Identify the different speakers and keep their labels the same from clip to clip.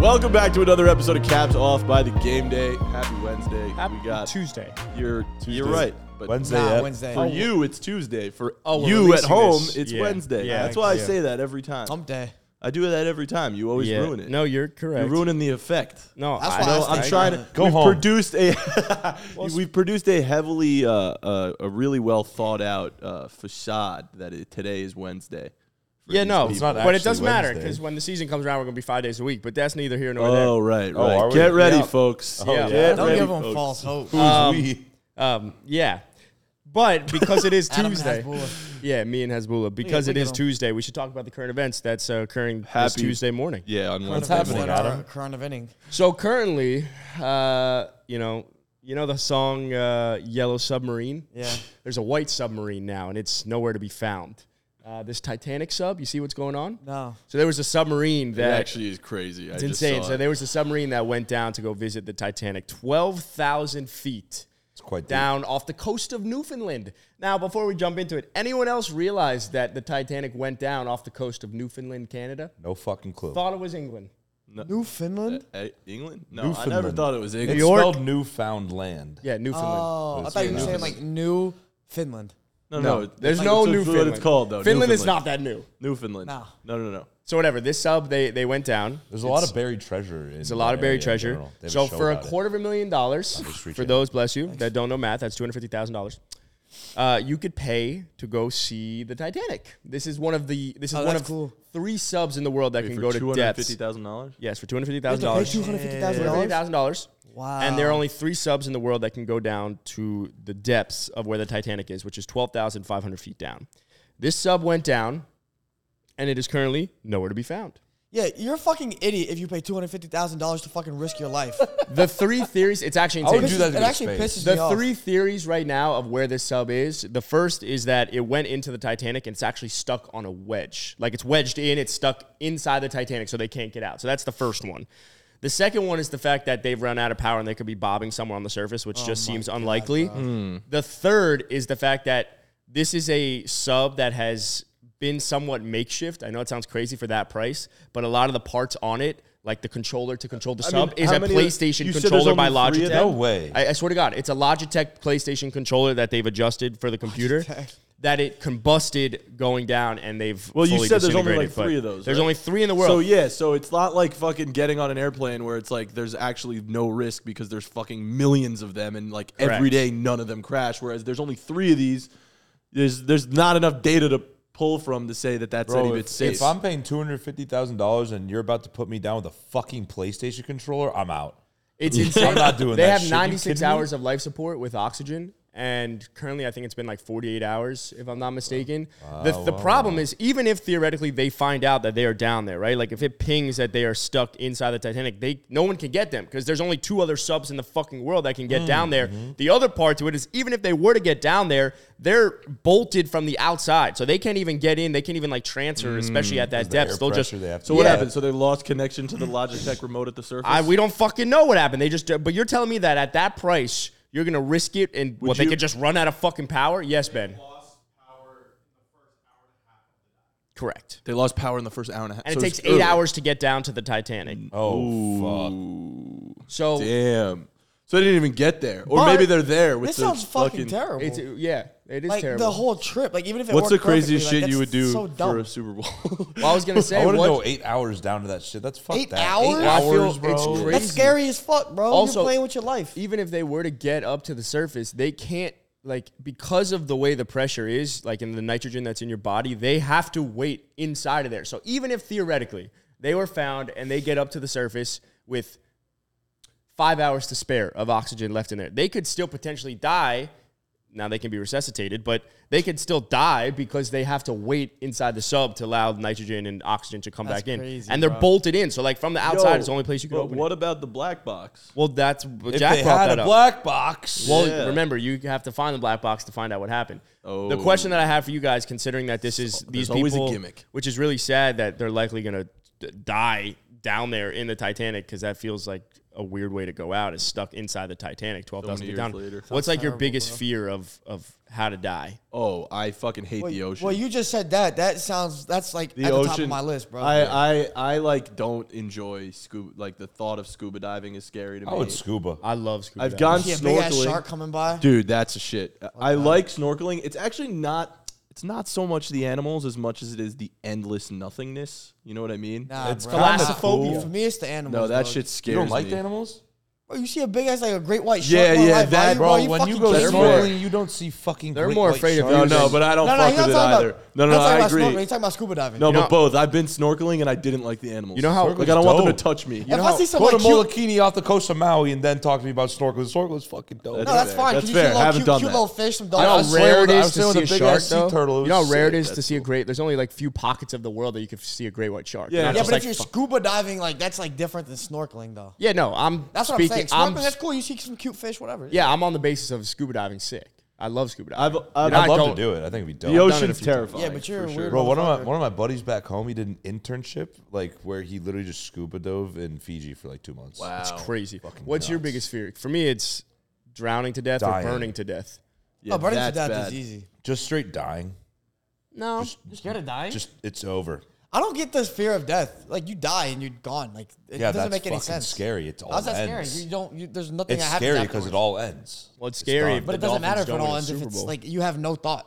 Speaker 1: Welcome back to another episode of Caps Off by the Game Day. Happy Wednesday. we got
Speaker 2: Tuesday.
Speaker 1: You're you're right. But
Speaker 3: Wednesday.
Speaker 4: Nah,
Speaker 3: yeah.
Speaker 4: Wednesday.
Speaker 1: for you it's Tuesday. For
Speaker 4: Oh, we're
Speaker 1: you at
Speaker 4: releasing
Speaker 1: home,
Speaker 4: this.
Speaker 1: it's
Speaker 2: Yeah.
Speaker 1: Wednesday.
Speaker 2: Yeah,
Speaker 1: That's why I
Speaker 2: yeah.
Speaker 1: say that every time.
Speaker 4: Hump day.
Speaker 1: I do that every time. You always ruin it.
Speaker 2: No, you're correct.
Speaker 1: you're ruining the effect.
Speaker 2: No,
Speaker 4: That's
Speaker 2: I,
Speaker 4: why I
Speaker 1: No,
Speaker 4: was
Speaker 1: I'm
Speaker 4: thinking
Speaker 1: trying
Speaker 4: about
Speaker 1: to
Speaker 4: it.
Speaker 3: Go
Speaker 1: we've
Speaker 3: home.
Speaker 1: Produced a we've produced a heavily uh, uh, a really well thought out uh, facade that it, today is Wednesday. for
Speaker 2: yeah,
Speaker 1: these
Speaker 2: no,
Speaker 1: people.
Speaker 3: not
Speaker 2: but it
Speaker 3: actually
Speaker 2: doesn't matter
Speaker 3: Wednesday.
Speaker 2: because when the season comes around, we're gonna be five days a week. But that's neither here nor
Speaker 1: Oh right,
Speaker 3: Oh,
Speaker 1: right.
Speaker 3: are we?
Speaker 1: Get ready,
Speaker 2: Yeah.
Speaker 1: folks.
Speaker 2: Oh, yeah.
Speaker 1: Get
Speaker 4: Don't
Speaker 1: ready,
Speaker 4: give them
Speaker 1: folks.
Speaker 4: false hope.
Speaker 3: Who's we?
Speaker 2: there. Um, yeah, but because it is
Speaker 4: Adam
Speaker 2: Tuesday,
Speaker 4: Hasbulla.
Speaker 2: yeah, me and Hezbollah. Because
Speaker 4: we
Speaker 2: it
Speaker 4: get
Speaker 2: is
Speaker 4: them.
Speaker 2: Tuesday, we should talk about the current events that's uh, occurring this
Speaker 1: Happy-
Speaker 2: Tuesday morning.
Speaker 1: Yeah, on Wednesday.
Speaker 4: Current
Speaker 3: happening,
Speaker 4: event,
Speaker 3: Adam?
Speaker 4: uh, Current eventing.
Speaker 2: So currently, uh, you know, you know the song uh, "Yellow Submarine."
Speaker 4: Yeah.
Speaker 2: There's a white submarine now, and it's nowhere to be found. Uh, this Titanic sub, you see what's going on?
Speaker 4: No.
Speaker 2: So there was a submarine
Speaker 1: It
Speaker 2: that
Speaker 1: actually is crazy. I
Speaker 2: it's
Speaker 1: just
Speaker 2: insane.
Speaker 1: saw
Speaker 2: So
Speaker 1: it.
Speaker 2: there was a submarine that went down to go visit the Titanic, twelve thousand feet
Speaker 3: It's quite down.
Speaker 2: down off the coast of Newfoundland. Now, before we jump into it, anyone else realize that the Titanic went down off the coast of Newfoundland, Canada?
Speaker 3: No fucking clue.
Speaker 2: Thought it was England.
Speaker 4: New Finland?
Speaker 1: Uh, England? No, I never
Speaker 3: Newfoundland.
Speaker 1: thought it was
Speaker 3: It's
Speaker 1: England.
Speaker 2: York?
Speaker 3: spelled Newfoundland.
Speaker 2: Yeah, Newfoundland.
Speaker 4: Oh, I
Speaker 3: It's
Speaker 4: thought you were
Speaker 3: not.
Speaker 4: saying like New Finland.
Speaker 1: No,
Speaker 2: No,
Speaker 1: no,
Speaker 2: there's
Speaker 1: it's-
Speaker 2: no
Speaker 1: it's
Speaker 2: new Finland.
Speaker 1: What it's called though.
Speaker 2: Finland is
Speaker 1: Newfoundland.
Speaker 2: not that new.
Speaker 1: Newfoundland.
Speaker 4: No.
Speaker 1: no, no, no.
Speaker 2: So whatever. This sub they they went down.
Speaker 3: There's a lot of buried treasure. In
Speaker 2: It's a lot of buried treasure. So for a quarter of a million dollars,
Speaker 3: History
Speaker 2: for
Speaker 3: Channel.
Speaker 2: those bless you that don't know math, that's two hundred fifty thousand dollars. Uh, you could pay to go see the Titanic. This is one of the this is
Speaker 4: Oh,
Speaker 2: one
Speaker 4: that's
Speaker 2: of
Speaker 4: cool.
Speaker 2: three subs in the world that
Speaker 1: Wait,
Speaker 2: can
Speaker 1: for
Speaker 2: go
Speaker 1: two
Speaker 2: to
Speaker 1: hundred
Speaker 2: depths.
Speaker 1: fifty thousand dollars.
Speaker 2: Yes, for two hundred fifty thousand
Speaker 4: You have
Speaker 2: dollars.
Speaker 4: to pay $250,000?
Speaker 2: $250,000.
Speaker 4: Wow.
Speaker 2: And there are only three subs in the world that can go down to the depths of where the Titanic is, which is 12,500 feet down. This sub went down, and it is currently nowhere to be found.
Speaker 4: Yeah, you're a fucking idiot if you pay two hundred fifty thousand dollars to fucking risk your life.
Speaker 2: The three theories, it's
Speaker 4: Oh,
Speaker 2: actually
Speaker 3: I
Speaker 2: insane.
Speaker 3: would do that to
Speaker 4: it
Speaker 3: go to
Speaker 4: actually
Speaker 3: space.
Speaker 4: pisses me
Speaker 2: The
Speaker 4: off.
Speaker 2: three theories right now of where this sub is. The first is that it went into the Titanic and it's actually stuck on a wedge. Like it's wedged in, it's stuck inside the Titanic, so they can't get out. So that's the first one. The second one is the fact that they've run out of power and they could be bobbing somewhere on the surface,
Speaker 1: Oh
Speaker 2: which just seems unlikely.
Speaker 1: Hmm.
Speaker 2: The third is the fact that this is a sub that has been somewhat makeshift. I know it sounds crazy for that price, but a lot of the parts on it, like the controller to control the
Speaker 1: I mean,
Speaker 2: sub, is
Speaker 1: how
Speaker 2: a
Speaker 1: many of-
Speaker 2: PlayStation
Speaker 1: you said there's
Speaker 2: controller by
Speaker 1: only three
Speaker 2: Logitech.
Speaker 1: of
Speaker 3: No way.
Speaker 2: I, I swear to God, it's a Logitech PlayStation controller that they've adjusted for the computer that it combusted going down, and they've
Speaker 1: Well, you
Speaker 2: fully
Speaker 1: said there's only, like,
Speaker 2: disintegrated, but
Speaker 1: three of those,
Speaker 2: There's
Speaker 1: right?
Speaker 2: only three in the world.
Speaker 1: So yeah, so it's not like fucking getting on an airplane where it's like there's actually no risk because there's fucking millions of them and like every
Speaker 2: Correct.
Speaker 1: day none of them crash. Whereas there's only three of these. There's there's not enough data to pull from to say that that's any
Speaker 3: Bro,
Speaker 1: of
Speaker 3: if,
Speaker 1: it's safe.
Speaker 3: if I'm paying two hundred fifty thousand dollars and you're about to put me down with a fucking PlayStation controller, I'm out.
Speaker 2: It's insane.
Speaker 3: I'm not doing
Speaker 2: they
Speaker 3: that
Speaker 2: have
Speaker 3: shit. You
Speaker 2: 96
Speaker 3: kidding me?
Speaker 2: hours of life support with oxygen. And currently, I think it's been like 48 hours, if I'm not mistaken. the the problem is, even if theoretically they find out that they are down there, right? Like if it pings that they are stuck inside the Titanic, they no one can get them because there's only two other subs in the fucking world that can get down there.
Speaker 3: Mm-hmm.
Speaker 2: The other part to it is, even if they were to get down there, they're bolted from the outside, so they can't even get in. They can't even like transfer, especially at that depth.
Speaker 3: Mm, air
Speaker 2: They'll just
Speaker 3: pressure they have to
Speaker 1: so what
Speaker 3: Yeah.
Speaker 1: happened? So they lost connection to the Logitech remote at the surface.
Speaker 2: I we don't fucking know what happened. They just but you're telling me that at that price you're gonna risk it and what
Speaker 1: you-
Speaker 2: they could just run out of fucking power? Yes, Ben. Correct.
Speaker 1: they lost power in the first hour and a half.
Speaker 2: And
Speaker 1: So
Speaker 2: it takes eight
Speaker 1: early.
Speaker 2: hours to get down to the Titanic.
Speaker 3: Oh fuck.
Speaker 2: So
Speaker 1: Damn. So they didn't even get there, or
Speaker 4: Oh. But
Speaker 1: maybe they're there with
Speaker 4: This
Speaker 1: the
Speaker 4: sounds fucking, terrible.
Speaker 2: it's yeah, it is
Speaker 4: like
Speaker 2: terrible.
Speaker 4: the whole trip. Like even if it
Speaker 1: What's the
Speaker 4: worked perfectly,
Speaker 1: craziest
Speaker 4: like,
Speaker 1: shit
Speaker 4: that's
Speaker 1: you would do
Speaker 4: So dumb.
Speaker 1: for a Super Bowl?
Speaker 2: well, I was gonna
Speaker 3: I
Speaker 2: say
Speaker 3: want to
Speaker 2: what-
Speaker 3: go eight hours down to that shit. That's fuck
Speaker 4: Eight
Speaker 3: that.
Speaker 4: hours?
Speaker 3: Eight
Speaker 4: I feel
Speaker 3: hours, bro.
Speaker 2: it's crazy.
Speaker 4: That's scary as fuck, bro.
Speaker 2: Also-
Speaker 4: you're playing with your life.
Speaker 2: even if they were to get up to the surface, they can't like because of the way the pressure is, like in the nitrogen that's in your body, they have to wait inside of there. So even if theoretically they were found and they get up to the surface with five hours to spare of oxygen left in there, they could still potentially die. Now they can be resuscitated, but they could still die because they have to wait inside the sub to allow nitrogen and oxygen to come
Speaker 4: That's
Speaker 2: back in,
Speaker 4: crazy,
Speaker 2: and they're
Speaker 4: bro.
Speaker 2: bolted in. So like from the outside,
Speaker 1: Yo,
Speaker 2: it's the only place you can
Speaker 1: but
Speaker 2: open. it.
Speaker 1: What about the black box?
Speaker 2: Well, that's Jack
Speaker 3: If they
Speaker 2: brought
Speaker 3: had
Speaker 2: that
Speaker 3: a
Speaker 2: up.
Speaker 3: black box,
Speaker 2: Well,
Speaker 1: Yeah.
Speaker 2: remember, you have to find the black box to find out what happened.
Speaker 1: Oh.
Speaker 2: The question that I have for you guys, considering that this is these
Speaker 1: There's always a
Speaker 2: people,
Speaker 1: gimmick.
Speaker 2: which is really sad that they're likely going to die down there in the Titanic, because that feels like a weird way to go out is stuck inside the Titanic, twelve thousand
Speaker 1: many
Speaker 2: feet
Speaker 1: years
Speaker 2: down.
Speaker 1: later.
Speaker 2: What's like your
Speaker 4: terrible,
Speaker 2: biggest
Speaker 4: bro.
Speaker 2: fear of of how to die?
Speaker 1: Oh, I fucking hate
Speaker 4: Wait,
Speaker 1: the ocean.
Speaker 4: Well, you just said that. That sounds that's like
Speaker 1: the
Speaker 4: at the
Speaker 1: ocean.
Speaker 4: top of my list, bro.
Speaker 1: I, I I like don't enjoy scuba. Like the thought of scuba diving is scary to me.
Speaker 3: I would scuba.
Speaker 2: I love scuba.
Speaker 1: I've
Speaker 2: diving.
Speaker 1: gone
Speaker 4: see a big ass
Speaker 1: snorkeling.
Speaker 4: shark coming by.
Speaker 1: Dude, that's a shit. I like snorkeling. It's actually not. It's not so much the animals as much as it is the endless nothingness. You know what I mean?
Speaker 4: nah,
Speaker 3: It's
Speaker 4: bro.
Speaker 3: thalassophobia.
Speaker 4: Nah, For me, it's the animals.
Speaker 1: no, that
Speaker 4: dog.
Speaker 1: shit scares
Speaker 3: you don't like
Speaker 1: me.
Speaker 3: the animals?
Speaker 4: Bro, you see a big ass like a great white shark.
Speaker 1: Yeah,
Speaker 4: bro,
Speaker 1: yeah,
Speaker 4: like,
Speaker 1: that-
Speaker 4: why
Speaker 1: bro,
Speaker 4: you
Speaker 3: when you
Speaker 4: fucking
Speaker 3: go
Speaker 4: judging me?
Speaker 3: snorkeling, you don't see fucking.
Speaker 2: They're
Speaker 3: great
Speaker 2: more
Speaker 3: white
Speaker 2: afraid of
Speaker 1: No,
Speaker 3: sharks.
Speaker 1: no, but I don't
Speaker 4: No, no,
Speaker 1: fuck
Speaker 4: he's not
Speaker 1: with it
Speaker 4: talking
Speaker 1: either.
Speaker 4: about.
Speaker 1: No, no,
Speaker 4: he's
Speaker 1: no
Speaker 4: not
Speaker 1: I
Speaker 4: talking about
Speaker 1: agree.
Speaker 4: snorkeling, He's talking about scuba diving.
Speaker 1: No,
Speaker 2: You
Speaker 1: but
Speaker 2: know-
Speaker 1: both. I've been snorkeling and I didn't like the animals.
Speaker 2: You know how-
Speaker 1: like I don't want them to
Speaker 3: Snorkeling's
Speaker 1: touch me.
Speaker 4: if I see some
Speaker 3: Go
Speaker 4: like
Speaker 3: to
Speaker 4: cute,
Speaker 3: Molokini off the coast of Maui and then talk to me about snorkeling. Snorkeling is fucking dope.
Speaker 4: no, that's
Speaker 1: fair.
Speaker 4: fine.
Speaker 1: That's
Speaker 4: 'cause
Speaker 1: fair.
Speaker 4: You see little
Speaker 1: Haven't
Speaker 4: cute,
Speaker 1: done
Speaker 4: cute
Speaker 1: that.
Speaker 4: little fish, some
Speaker 3: I
Speaker 2: how
Speaker 4: dolphins.
Speaker 3: was sailing
Speaker 2: rare it
Speaker 3: with- I was
Speaker 2: is to
Speaker 3: sailing
Speaker 2: see a
Speaker 3: with a big
Speaker 2: shark
Speaker 3: ass sea
Speaker 2: though.
Speaker 3: turtle. It
Speaker 2: You know how
Speaker 3: was
Speaker 2: rare it
Speaker 3: sick.
Speaker 2: is to
Speaker 1: That's
Speaker 2: see a great. There's only like few pockets of the world that you can see a great white shark.
Speaker 1: Yeah.
Speaker 2: Not
Speaker 1: Yeah,
Speaker 4: Yeah,
Speaker 2: just
Speaker 4: but
Speaker 2: like
Speaker 4: if you're
Speaker 2: fuck-
Speaker 4: scuba diving, like that's like different than snorkeling, though.
Speaker 2: yeah, no, I'm.
Speaker 4: That's what
Speaker 2: speaking,
Speaker 4: I'm saying. Snorkeling,
Speaker 2: I'm
Speaker 4: that's cool. You see some cute fish, whatever.
Speaker 2: Yeah, I'm on the basis of scuba diving sick. I love scuba diving.
Speaker 1: I've, I've,
Speaker 2: You're not
Speaker 3: I'd love
Speaker 2: going-
Speaker 3: to do it. I think it'd be dope.
Speaker 1: the ocean's
Speaker 2: few times.
Speaker 1: terrifying.
Speaker 4: Yeah, but
Speaker 1: for
Speaker 4: you're a
Speaker 1: sure.
Speaker 4: weird
Speaker 3: Bro, one of my
Speaker 4: Motherfucker.
Speaker 3: one of my buddies back home, he did an internship like where he literally just scuba dove in Fiji for like two months. Wow.
Speaker 2: it's crazy. What's your
Speaker 3: nuts.
Speaker 2: biggest fear? For me, it's drowning to death
Speaker 3: Dying.
Speaker 2: or burning to death.
Speaker 1: Yeah,
Speaker 4: No, burning to
Speaker 1: that's
Speaker 4: death
Speaker 1: bad.
Speaker 4: is easy.
Speaker 3: Just straight dying.
Speaker 2: No,
Speaker 4: You scared of dying?
Speaker 3: Just it's over.
Speaker 4: I don't get this fear of death. Like you die and you're gone. Like it
Speaker 3: Yeah,
Speaker 4: doesn't
Speaker 3: that's
Speaker 4: make any
Speaker 3: fucking
Speaker 4: sense.
Speaker 3: scary. It's all
Speaker 4: How's that
Speaker 3: ends.
Speaker 4: scary? You don't. You, there's nothing.
Speaker 3: It's
Speaker 4: that happens
Speaker 3: scary because it all ends.
Speaker 2: Well, it's scary,
Speaker 3: done.
Speaker 4: But
Speaker 2: the
Speaker 4: it
Speaker 2: Dolphins
Speaker 4: doesn't matter if
Speaker 2: don't
Speaker 4: it
Speaker 2: win
Speaker 4: all
Speaker 2: a
Speaker 4: ends if
Speaker 2: Super
Speaker 4: it's
Speaker 2: Bowl.
Speaker 4: like you have no thought.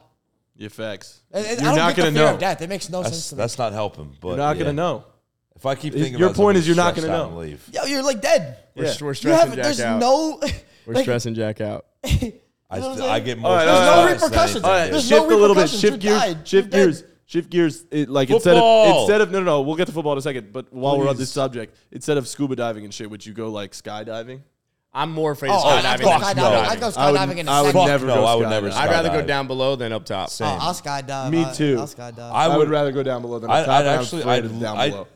Speaker 1: Yeah, facts.
Speaker 4: And- and
Speaker 1: You're
Speaker 4: I don't
Speaker 1: not
Speaker 4: get the
Speaker 1: gonna
Speaker 4: fear
Speaker 1: know.
Speaker 4: Of death. It makes no
Speaker 3: that's
Speaker 4: sense to
Speaker 3: that's
Speaker 4: me.
Speaker 3: not helping. But
Speaker 1: You're not
Speaker 3: yeah.
Speaker 1: gonna know.
Speaker 3: If I keep
Speaker 1: It-
Speaker 3: thinking,
Speaker 1: your point
Speaker 3: about something,
Speaker 1: is you're not
Speaker 3: stressed
Speaker 1: gonna
Speaker 3: out
Speaker 1: know.
Speaker 3: and Leave.
Speaker 4: Yo, you're like dead.
Speaker 2: We're,
Speaker 1: Yeah.
Speaker 2: s- we're
Speaker 4: You
Speaker 2: stressing
Speaker 4: have.
Speaker 2: Jack
Speaker 4: There's
Speaker 2: out.
Speaker 4: no.
Speaker 2: we're
Speaker 4: like,
Speaker 2: stressing Jack out.
Speaker 3: I,
Speaker 4: know what I'm
Speaker 3: I
Speaker 4: saying?
Speaker 3: get more.
Speaker 1: Alright,
Speaker 3: stressed
Speaker 1: alright, alright.
Speaker 4: There's no
Speaker 3: out than anything.
Speaker 1: All right,
Speaker 4: There's
Speaker 1: shift
Speaker 4: no
Speaker 1: a little bit.
Speaker 4: repercussions.
Speaker 1: Shift
Speaker 4: You
Speaker 1: gears.
Speaker 4: died.
Speaker 1: Shift
Speaker 4: You're
Speaker 1: gears.
Speaker 4: dead.
Speaker 1: Shift gears. It, like instead of
Speaker 3: Football.
Speaker 1: instead of no no no, we'll get to football in a second. But while we're on this
Speaker 2: Please.
Speaker 1: subject, instead of scuba diving and shit, would you go like skydiving?
Speaker 2: I'm more afraid
Speaker 4: Oh,
Speaker 2: of skydiving.
Speaker 4: I'd have to go
Speaker 2: than
Speaker 3: Fuck
Speaker 4: skydiving.
Speaker 3: no.
Speaker 4: I'd go
Speaker 1: I would,
Speaker 4: skydiving in
Speaker 1: I
Speaker 4: a
Speaker 1: would
Speaker 4: second.
Speaker 3: Fuck
Speaker 1: never
Speaker 3: no,
Speaker 1: go
Speaker 3: I would
Speaker 1: skydiving.
Speaker 3: never
Speaker 2: I'd rather go
Speaker 3: skydive.
Speaker 2: down below than up top.
Speaker 4: Oh,
Speaker 3: Same.
Speaker 4: I'll skydive.
Speaker 1: Me
Speaker 4: I-
Speaker 1: too.
Speaker 4: I'll skydive.
Speaker 1: I
Speaker 3: I
Speaker 1: would,
Speaker 3: would.
Speaker 1: rather go down below than up
Speaker 3: I'd,
Speaker 1: top.
Speaker 3: I'd
Speaker 1: and I'm
Speaker 3: actually.
Speaker 1: afraid
Speaker 3: I'd,
Speaker 1: of down
Speaker 3: I'd-
Speaker 1: below.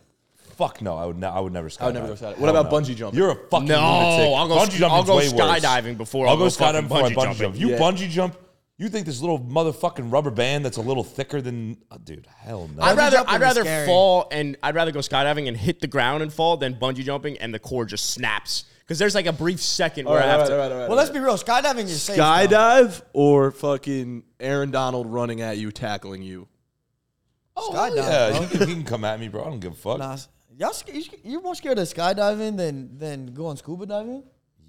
Speaker 3: Fuck no, I would. No, I would never. Skydive. I
Speaker 1: would never go skydive. What about bungee jumping?
Speaker 3: You're a fucking
Speaker 2: No,
Speaker 3: lunatic.
Speaker 2: I'll go-
Speaker 3: Bungee
Speaker 2: I'll
Speaker 3: jumping's
Speaker 2: go
Speaker 3: way worse.
Speaker 2: skydiving before
Speaker 3: I'll,
Speaker 2: I'll
Speaker 3: go
Speaker 2: go fucking
Speaker 3: skydiving before I
Speaker 2: bungee
Speaker 3: bungee
Speaker 2: jumping.
Speaker 3: jump. You
Speaker 1: Yeah.
Speaker 3: bungee jump. You think this little motherfucking rubber band that's a little thicker than, oh, dude? Hell no.
Speaker 2: I'd rather
Speaker 4: jumping
Speaker 2: I'd
Speaker 4: is
Speaker 2: rather
Speaker 4: scary.
Speaker 2: fall and I'd rather go skydiving and hit the ground and fall than bungee jumping and the cord just snaps because there's like a brief second
Speaker 1: All
Speaker 2: where
Speaker 1: right,
Speaker 2: I
Speaker 1: all
Speaker 2: have
Speaker 1: right,
Speaker 2: to.
Speaker 1: all right, all right,
Speaker 4: Well,
Speaker 1: all
Speaker 4: let's be real. Skydiving, you're safe.
Speaker 1: right.
Speaker 4: though.
Speaker 1: skydive or fucking Aaron Donald running at you, tackling you. Oh,
Speaker 4: Oh, Skydive.
Speaker 3: yeah,
Speaker 4: bro.
Speaker 3: you can, you can come at me, bro. I don't give a fuck.
Speaker 4: Nah, s- y'all, sc- you sc- you're more scared of skydiving than than going scuba diving.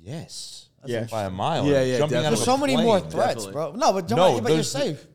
Speaker 3: Yes.
Speaker 2: Yeah.
Speaker 3: By a mile.
Speaker 1: Yeah, yeah,
Speaker 3: Jumping out
Speaker 1: definitely.
Speaker 3: of
Speaker 4: There's
Speaker 3: a
Speaker 4: so many
Speaker 3: plane.
Speaker 4: more threats,
Speaker 1: definitely.
Speaker 4: bro. No, but
Speaker 3: No,
Speaker 4: no, but you're
Speaker 3: there's-
Speaker 4: safe.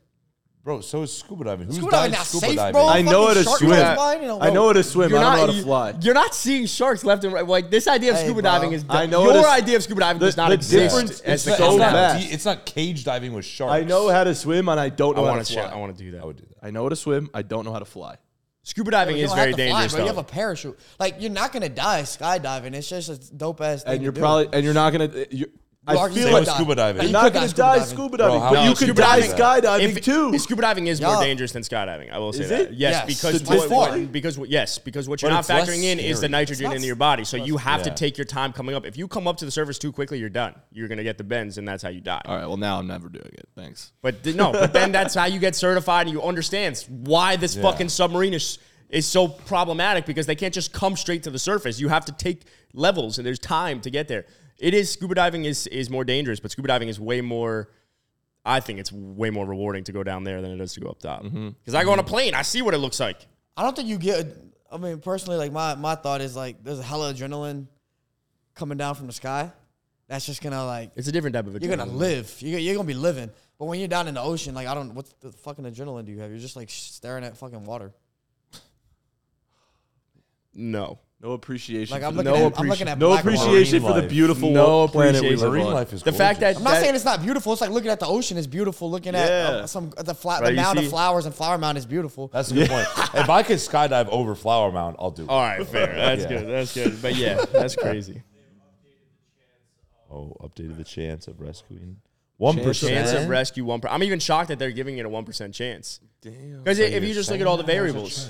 Speaker 3: Bro, so is scuba diving. Who's
Speaker 4: Scuba
Speaker 3: dying
Speaker 4: diving not
Speaker 3: scuba
Speaker 4: safe,
Speaker 3: diving?
Speaker 4: bro.
Speaker 1: I know how
Speaker 4: fucking
Speaker 1: to
Speaker 4: shark
Speaker 1: swim.
Speaker 4: comes by, you know,
Speaker 1: I know how to swim. I
Speaker 2: You're
Speaker 1: don't know how to
Speaker 2: you-
Speaker 1: fly.
Speaker 2: You're not seeing sharks left and right. Like this idea of
Speaker 4: Hey,
Speaker 2: scuba
Speaker 4: bro.
Speaker 2: diving is.
Speaker 1: I know it
Speaker 2: your
Speaker 1: is-
Speaker 2: idea of scuba diving
Speaker 1: the-
Speaker 2: does not
Speaker 1: the
Speaker 2: exist.
Speaker 1: difference is
Speaker 2: as the
Speaker 1: that-
Speaker 3: it's,
Speaker 1: so
Speaker 2: concept.
Speaker 3: not,
Speaker 1: fast.
Speaker 3: de- it's not cage diving with sharks.
Speaker 1: I know how to swim and I don't
Speaker 2: I
Speaker 1: know how
Speaker 2: want
Speaker 1: to
Speaker 2: to. I
Speaker 1: fly.
Speaker 2: want to do that.
Speaker 3: I would do that.
Speaker 1: I know how to swim. I don't know how to fly.
Speaker 2: Scuba diving
Speaker 4: You
Speaker 2: is
Speaker 4: don't
Speaker 2: very
Speaker 4: have to fly,
Speaker 2: dangerous.
Speaker 4: bro. You have
Speaker 2: though.
Speaker 4: a parachute. Like you're not gonna die skydiving. It's just a dope ass thing.
Speaker 1: and
Speaker 4: to
Speaker 1: you're
Speaker 4: do.
Speaker 1: probably and you're not gonna. uh, You're,
Speaker 4: You
Speaker 1: I
Speaker 4: are
Speaker 1: feel
Speaker 4: gonna
Speaker 1: like
Speaker 4: die.
Speaker 3: scuba diving.
Speaker 4: You
Speaker 1: you're
Speaker 3: You're
Speaker 1: not
Speaker 4: could
Speaker 1: gonna die scuba diving,
Speaker 3: Bro,
Speaker 1: but
Speaker 3: how-
Speaker 1: you could
Speaker 2: scuba
Speaker 1: die
Speaker 2: diving-
Speaker 1: skydiving
Speaker 2: if-
Speaker 1: too.
Speaker 2: Scuba diving is
Speaker 4: Yeah.
Speaker 2: more dangerous than skydiving. I will say
Speaker 1: Is
Speaker 2: that.
Speaker 1: it?
Speaker 2: Yes,
Speaker 4: Yes.
Speaker 2: because
Speaker 1: Statistically?
Speaker 2: what, what- because what- yes, because what you're
Speaker 3: But
Speaker 2: not
Speaker 3: it's less
Speaker 2: factoring in is the
Speaker 3: scary.
Speaker 2: nitrogen
Speaker 4: not
Speaker 2: in your body. So you have to
Speaker 3: yeah.
Speaker 2: take your time coming up. If you come up to the surface too quickly, you're done. You're gonna get the bends, and that's how you die.
Speaker 1: All right. Well, now I'm never doing it. Thanks.
Speaker 2: But th- no, but then that's how you get certified, and you understand why this fucking submarine is is so problematic because they can't just come straight to the surface. You have to take levels, and there's time to get there. It is scuba diving is is more dangerous, but scuba diving is way more. I think it's way more rewarding to go down there than it is to go up top. Because I go on a plane, I see what it looks like.
Speaker 4: I don't think you get. I mean, personally, like my my thought is like there's a hella adrenaline coming down from the sky. That's just gonna like
Speaker 2: It's a different type of.
Speaker 4: you're gonna
Speaker 2: adrenaline.
Speaker 4: live. You're, you're gonna be living. But when you're down in the ocean, like I don't. What the fucking adrenaline do you have? You're just like staring at fucking water.
Speaker 2: No,
Speaker 1: No appreciation.
Speaker 4: Like
Speaker 1: for
Speaker 4: I'm
Speaker 1: the-
Speaker 4: looking
Speaker 2: no
Speaker 4: at. I'm looking
Speaker 2: appreci-
Speaker 4: at
Speaker 1: no
Speaker 4: black water.
Speaker 1: appreciation
Speaker 3: Marine
Speaker 1: for the
Speaker 3: life.
Speaker 1: beautiful
Speaker 2: No
Speaker 1: planet we
Speaker 2: appreciation.
Speaker 1: live
Speaker 3: Marine
Speaker 1: on.
Speaker 3: life is
Speaker 2: the fact that
Speaker 3: gorgeous.
Speaker 4: I'm not
Speaker 2: that-
Speaker 4: saying it's not beautiful. It's like looking at the ocean is beautiful. Looking at
Speaker 1: Yeah.
Speaker 4: uh, some the flat
Speaker 2: Right,
Speaker 4: the
Speaker 2: you
Speaker 4: mound
Speaker 2: see-
Speaker 4: of flowers and flower mound is beautiful.
Speaker 3: That's a good point. If I could skydive over Flower Mound, I'll do it.
Speaker 2: all right, fair. That's
Speaker 3: Yeah.
Speaker 2: good. That's good. But yeah, that's crazy.
Speaker 3: Oh, updated the chance of rescuing one
Speaker 2: Chance
Speaker 3: percent
Speaker 2: of rescue one. Per- I'm even shocked that they're giving it a one percent chance.
Speaker 1: Damn.
Speaker 2: Because if you just look at all the variables,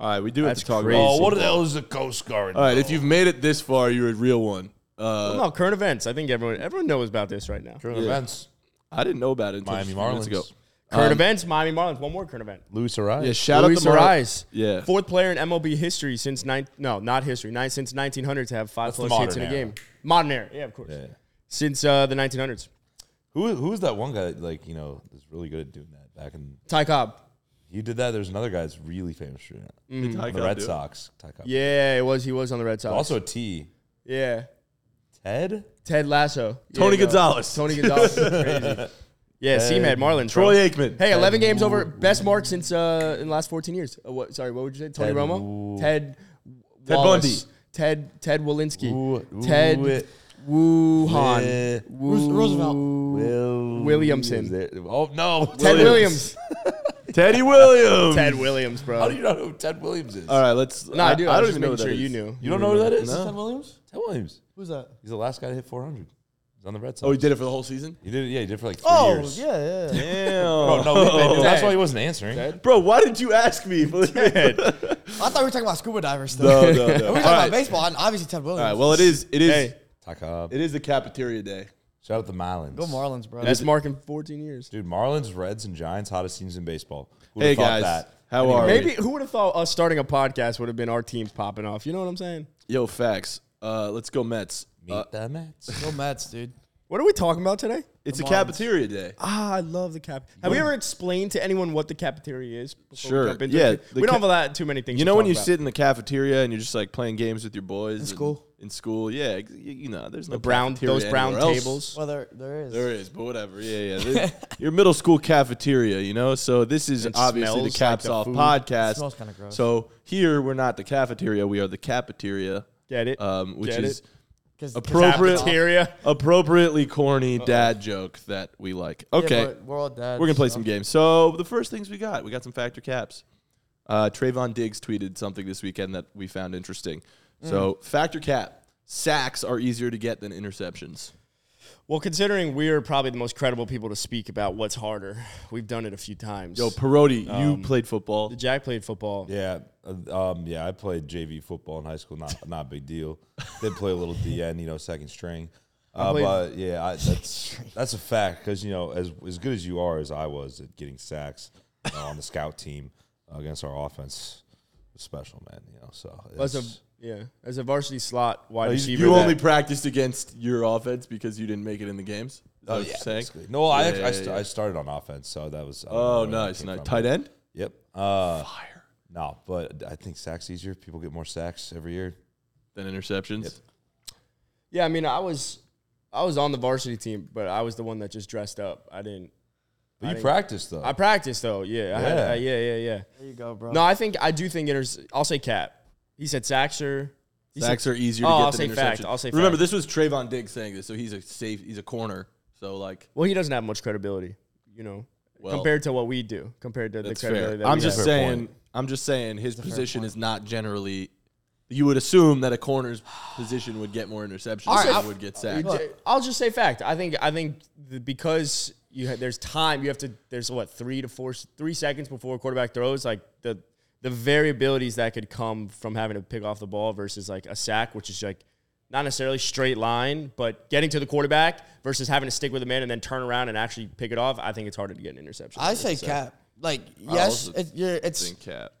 Speaker 1: All right, we do have
Speaker 2: That's
Speaker 1: to talk.
Speaker 2: crazy.
Speaker 1: About
Speaker 3: Oh, what the hell is the Coast Guard?
Speaker 1: All right, if you've made it this far, you're a real one. Uh,
Speaker 2: no current events. I think everyone everyone knows about this right now.
Speaker 3: Current events,
Speaker 1: I didn't know about it until
Speaker 3: Miami
Speaker 1: just a few minutes
Speaker 3: Marlins.
Speaker 1: ago.
Speaker 2: Current events, Miami Marlins. One more current event.
Speaker 3: Luis Arise.
Speaker 1: Yeah, Um, shout
Speaker 2: Luis
Speaker 1: out the Mar-
Speaker 2: Arise.
Speaker 1: Yeah.
Speaker 2: Fourth player in MLB history since nine. No, not history. Nine since 1900 to have five
Speaker 3: the
Speaker 2: plus hits in a
Speaker 3: modern era.
Speaker 2: game. Modern era. Yeah, of course. Since uh, the 1900s.
Speaker 3: Who who is that one guy that like you know is really good at doing that back in?
Speaker 2: Ty Cobb.
Speaker 3: You did that. There's another guy that's really famous for that.
Speaker 1: Ty
Speaker 3: The
Speaker 1: Cobb,
Speaker 3: Red
Speaker 1: dude.
Speaker 3: Sox. Ty Cobb.
Speaker 2: Yeah, it was. He was on the Red Sox.
Speaker 3: Also T.
Speaker 2: yeah.
Speaker 3: Ted.
Speaker 2: Ted Lasso.
Speaker 1: Tony
Speaker 2: Yeah, no.
Speaker 1: Gonzalez.
Speaker 2: Tony Gonzalez. Crazy. Yeah, CMAD Marlins. bro.
Speaker 1: Troy Aikman.
Speaker 2: Hey, 11 games over. Best mark since uh, in the last 14 years. Uh, what, sorry, what would you say? Tony
Speaker 3: Ted
Speaker 2: Romo?
Speaker 3: Wu-
Speaker 2: Ted
Speaker 1: Ted
Speaker 2: Wallace,
Speaker 1: Bundy.
Speaker 2: Ted Ted Walensky.
Speaker 3: Wu- Wu-
Speaker 2: Ted
Speaker 3: Wi-
Speaker 2: Wuhan.
Speaker 4: Roos- Roosevelt.
Speaker 3: Will
Speaker 2: Williamson.
Speaker 3: is it- Oh no,
Speaker 2: Ted
Speaker 1: Williams.
Speaker 2: Williams.
Speaker 1: Teddy Williams.
Speaker 2: Ted Williams,
Speaker 3: How
Speaker 2: bro.
Speaker 3: do you not know who Ted Williams is?
Speaker 1: All right, let's.
Speaker 2: No, I, do. I,
Speaker 1: I
Speaker 2: was
Speaker 1: don't
Speaker 2: just
Speaker 1: even know
Speaker 2: making
Speaker 1: who that
Speaker 2: sure you
Speaker 1: is.
Speaker 2: knew.
Speaker 3: You don't know who that is?
Speaker 1: No.
Speaker 4: Ted Williams?
Speaker 3: Ted Williams.
Speaker 4: Who's that?
Speaker 3: He's the last guy to hit 400. He's on the Red Sox.
Speaker 1: Oh, he did it for the whole season.
Speaker 3: He did it. Yeah, he did it for like three
Speaker 4: Oh,
Speaker 3: years.
Speaker 4: yeah, yeah.
Speaker 1: Damn.
Speaker 3: Oh no, wait, wait, that's
Speaker 2: Ted.
Speaker 3: why he wasn't answering.
Speaker 1: Bro, why did you ask me? no, no,
Speaker 4: I thought we were talking about scuba divers still.
Speaker 1: no.
Speaker 4: we were
Speaker 1: All
Speaker 4: talking about
Speaker 1: right.
Speaker 4: baseball, and obviously Ted Williams.
Speaker 1: All right. Well, it is. It is.
Speaker 2: Hey,
Speaker 3: Ty Cobb.
Speaker 1: It is the cafeteria day.
Speaker 3: Shout out the Marlins.
Speaker 4: Go Marlins, bro.
Speaker 2: best mark in 14 years.
Speaker 3: Dude, Marlins, Reds, and Giants, hottest teams in baseball. Who'd
Speaker 1: Hey
Speaker 3: have thought
Speaker 1: guys,
Speaker 3: that?
Speaker 1: how
Speaker 3: Anyway,
Speaker 1: are we?
Speaker 2: Maybe who would have thought us starting a podcast would have been our teams popping off? You know what I'm saying?
Speaker 1: Yo, facts. Uh, let's go Mets.
Speaker 3: Meet the Mets.
Speaker 4: Go Mets, dude.
Speaker 2: What are we talking about today?
Speaker 1: It's
Speaker 4: The
Speaker 1: a
Speaker 4: Marlins.
Speaker 1: cafeteria day.
Speaker 2: Ah, I love the cap. Have we ever explained to anyone what the cafeteria is? before we
Speaker 1: Sure,
Speaker 2: jump into
Speaker 1: yeah,
Speaker 2: it?
Speaker 1: the
Speaker 2: We don't
Speaker 1: ca-
Speaker 2: have that too many things.
Speaker 1: You
Speaker 2: to
Speaker 1: know when
Speaker 2: talk
Speaker 1: you
Speaker 2: about.
Speaker 1: sit in the cafeteria and you're just like playing games with your boys in
Speaker 4: school?
Speaker 1: In school, yeah. ex- You, you know, there's no
Speaker 2: the brown
Speaker 1: cafeteria
Speaker 2: those brown
Speaker 1: anywhere else.
Speaker 2: tables.
Speaker 4: Well, there, there is.
Speaker 1: There is, but whatever. Yeah, yeah. This- your middle school cafeteria, you know. So this is
Speaker 2: It
Speaker 1: obviously the
Speaker 2: smells
Speaker 1: Caps
Speaker 2: like the
Speaker 1: Off
Speaker 2: food.
Speaker 1: podcast.
Speaker 4: smells kinda gross.
Speaker 1: So here we're not the cafeteria; we are the cafeteria.
Speaker 2: Get it?
Speaker 1: Um, which
Speaker 2: Get
Speaker 1: is
Speaker 2: it?
Speaker 4: Cause,
Speaker 1: Appropriate-
Speaker 4: Cause yeah,
Speaker 2: Cafeteria.
Speaker 1: appropriately corny dad joke that we like. Okay,
Speaker 4: but we're all dead.
Speaker 1: we're gonna play some games. So the first things we got, we got some factor caps. Uh, Trayvon Diggs tweeted something this weekend that we found interesting.
Speaker 4: Mm.
Speaker 1: So factor cap sacks are easier to get than interceptions.
Speaker 2: Well, considering we are probably the most credible people to speak about what's harder, we've done it a few times.
Speaker 1: Yo, Parodi,
Speaker 2: um,
Speaker 1: you played football.
Speaker 2: Jack played football.
Speaker 3: Yeah, uh, um, yeah. I played JV football in high school. Not not a big deal. Did play a little DN, you know, second string. Uh,
Speaker 2: played-
Speaker 3: but yeah, I, that's that's a fact because you know, as as good as you are as I was at getting sacks uh, on the scout team uh, against our offense, was special man. You know, so
Speaker 2: as a
Speaker 3: it's-
Speaker 2: yeah, as a varsity slot wide
Speaker 1: Oh, You,
Speaker 2: receiver.
Speaker 1: you
Speaker 2: that-
Speaker 1: only practiced against your offense because you didn't make it in the games. Is that what you're saying?
Speaker 3: Oh, basically. No, I
Speaker 1: Yeah,
Speaker 3: act- I,
Speaker 1: yeah,
Speaker 3: st-
Speaker 1: yeah.
Speaker 3: I started on offense, so that was. I don't
Speaker 1: Oh,
Speaker 3: know where that
Speaker 1: nice,
Speaker 3: came
Speaker 1: nice.
Speaker 3: from.
Speaker 1: Tight end.
Speaker 3: Yep. Uh,
Speaker 1: Fire.
Speaker 3: no, but I think sacks easier. People get more sacks every year.
Speaker 1: Then interceptions.
Speaker 2: yeah, I mean, I was I was on the varsity team, but I was the one that just dressed up. I didn't.
Speaker 3: But you
Speaker 2: didn't-
Speaker 3: practice though.
Speaker 2: I practiced though. Yeah, I had,
Speaker 3: Yeah.
Speaker 2: I- yeah, yeah, yeah.
Speaker 4: There you go, bro.
Speaker 2: No, I think I do think there's. I'll say cap. He said sacks are. he
Speaker 1: Sacks
Speaker 2: said-
Speaker 1: are easier
Speaker 2: Oh,
Speaker 1: to get
Speaker 2: I'll
Speaker 1: than
Speaker 2: say fact.
Speaker 1: interceptions.
Speaker 2: I'll say
Speaker 1: Remember,
Speaker 2: fact.
Speaker 1: this was Trayvon Diggs saying this, so he's a safe. He's a corner. So like,
Speaker 2: Well, he doesn't have much credibility, you know,
Speaker 1: Well,
Speaker 2: compared to what we do, compared to the
Speaker 1: that's
Speaker 2: credibility
Speaker 1: fair.
Speaker 2: that
Speaker 1: I'm
Speaker 2: we
Speaker 1: just
Speaker 2: have.
Speaker 3: Fair
Speaker 1: saying.
Speaker 3: point.
Speaker 1: I'm just saying his position is not generally. You would assume that a corner's position would get more interceptions than
Speaker 4: I'll-
Speaker 1: would get
Speaker 2: You
Speaker 1: sacks.
Speaker 2: ju- I'll just say fact. I think I think the, because you ha- there's time, you have to there's what three to four s- three seconds before a quarterback throws. Like the the variabilities that could come from having to pick off the ball versus like a sack, which is like not necessarily straight line, but getting to the quarterback versus having to stick with a man and then turn around and actually pick it off. I think it's harder to get an interception.
Speaker 4: I say cap. Like yes,
Speaker 1: also
Speaker 4: it's you're, it's
Speaker 1: Think cap.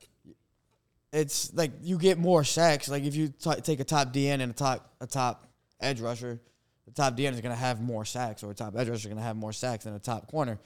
Speaker 4: it's like you get more sacks. Like if you t- take a top DN and a top a top edge rusher, the top DN is gonna have more sacks, or a top edge rusher is gonna have more sacks than a top corner.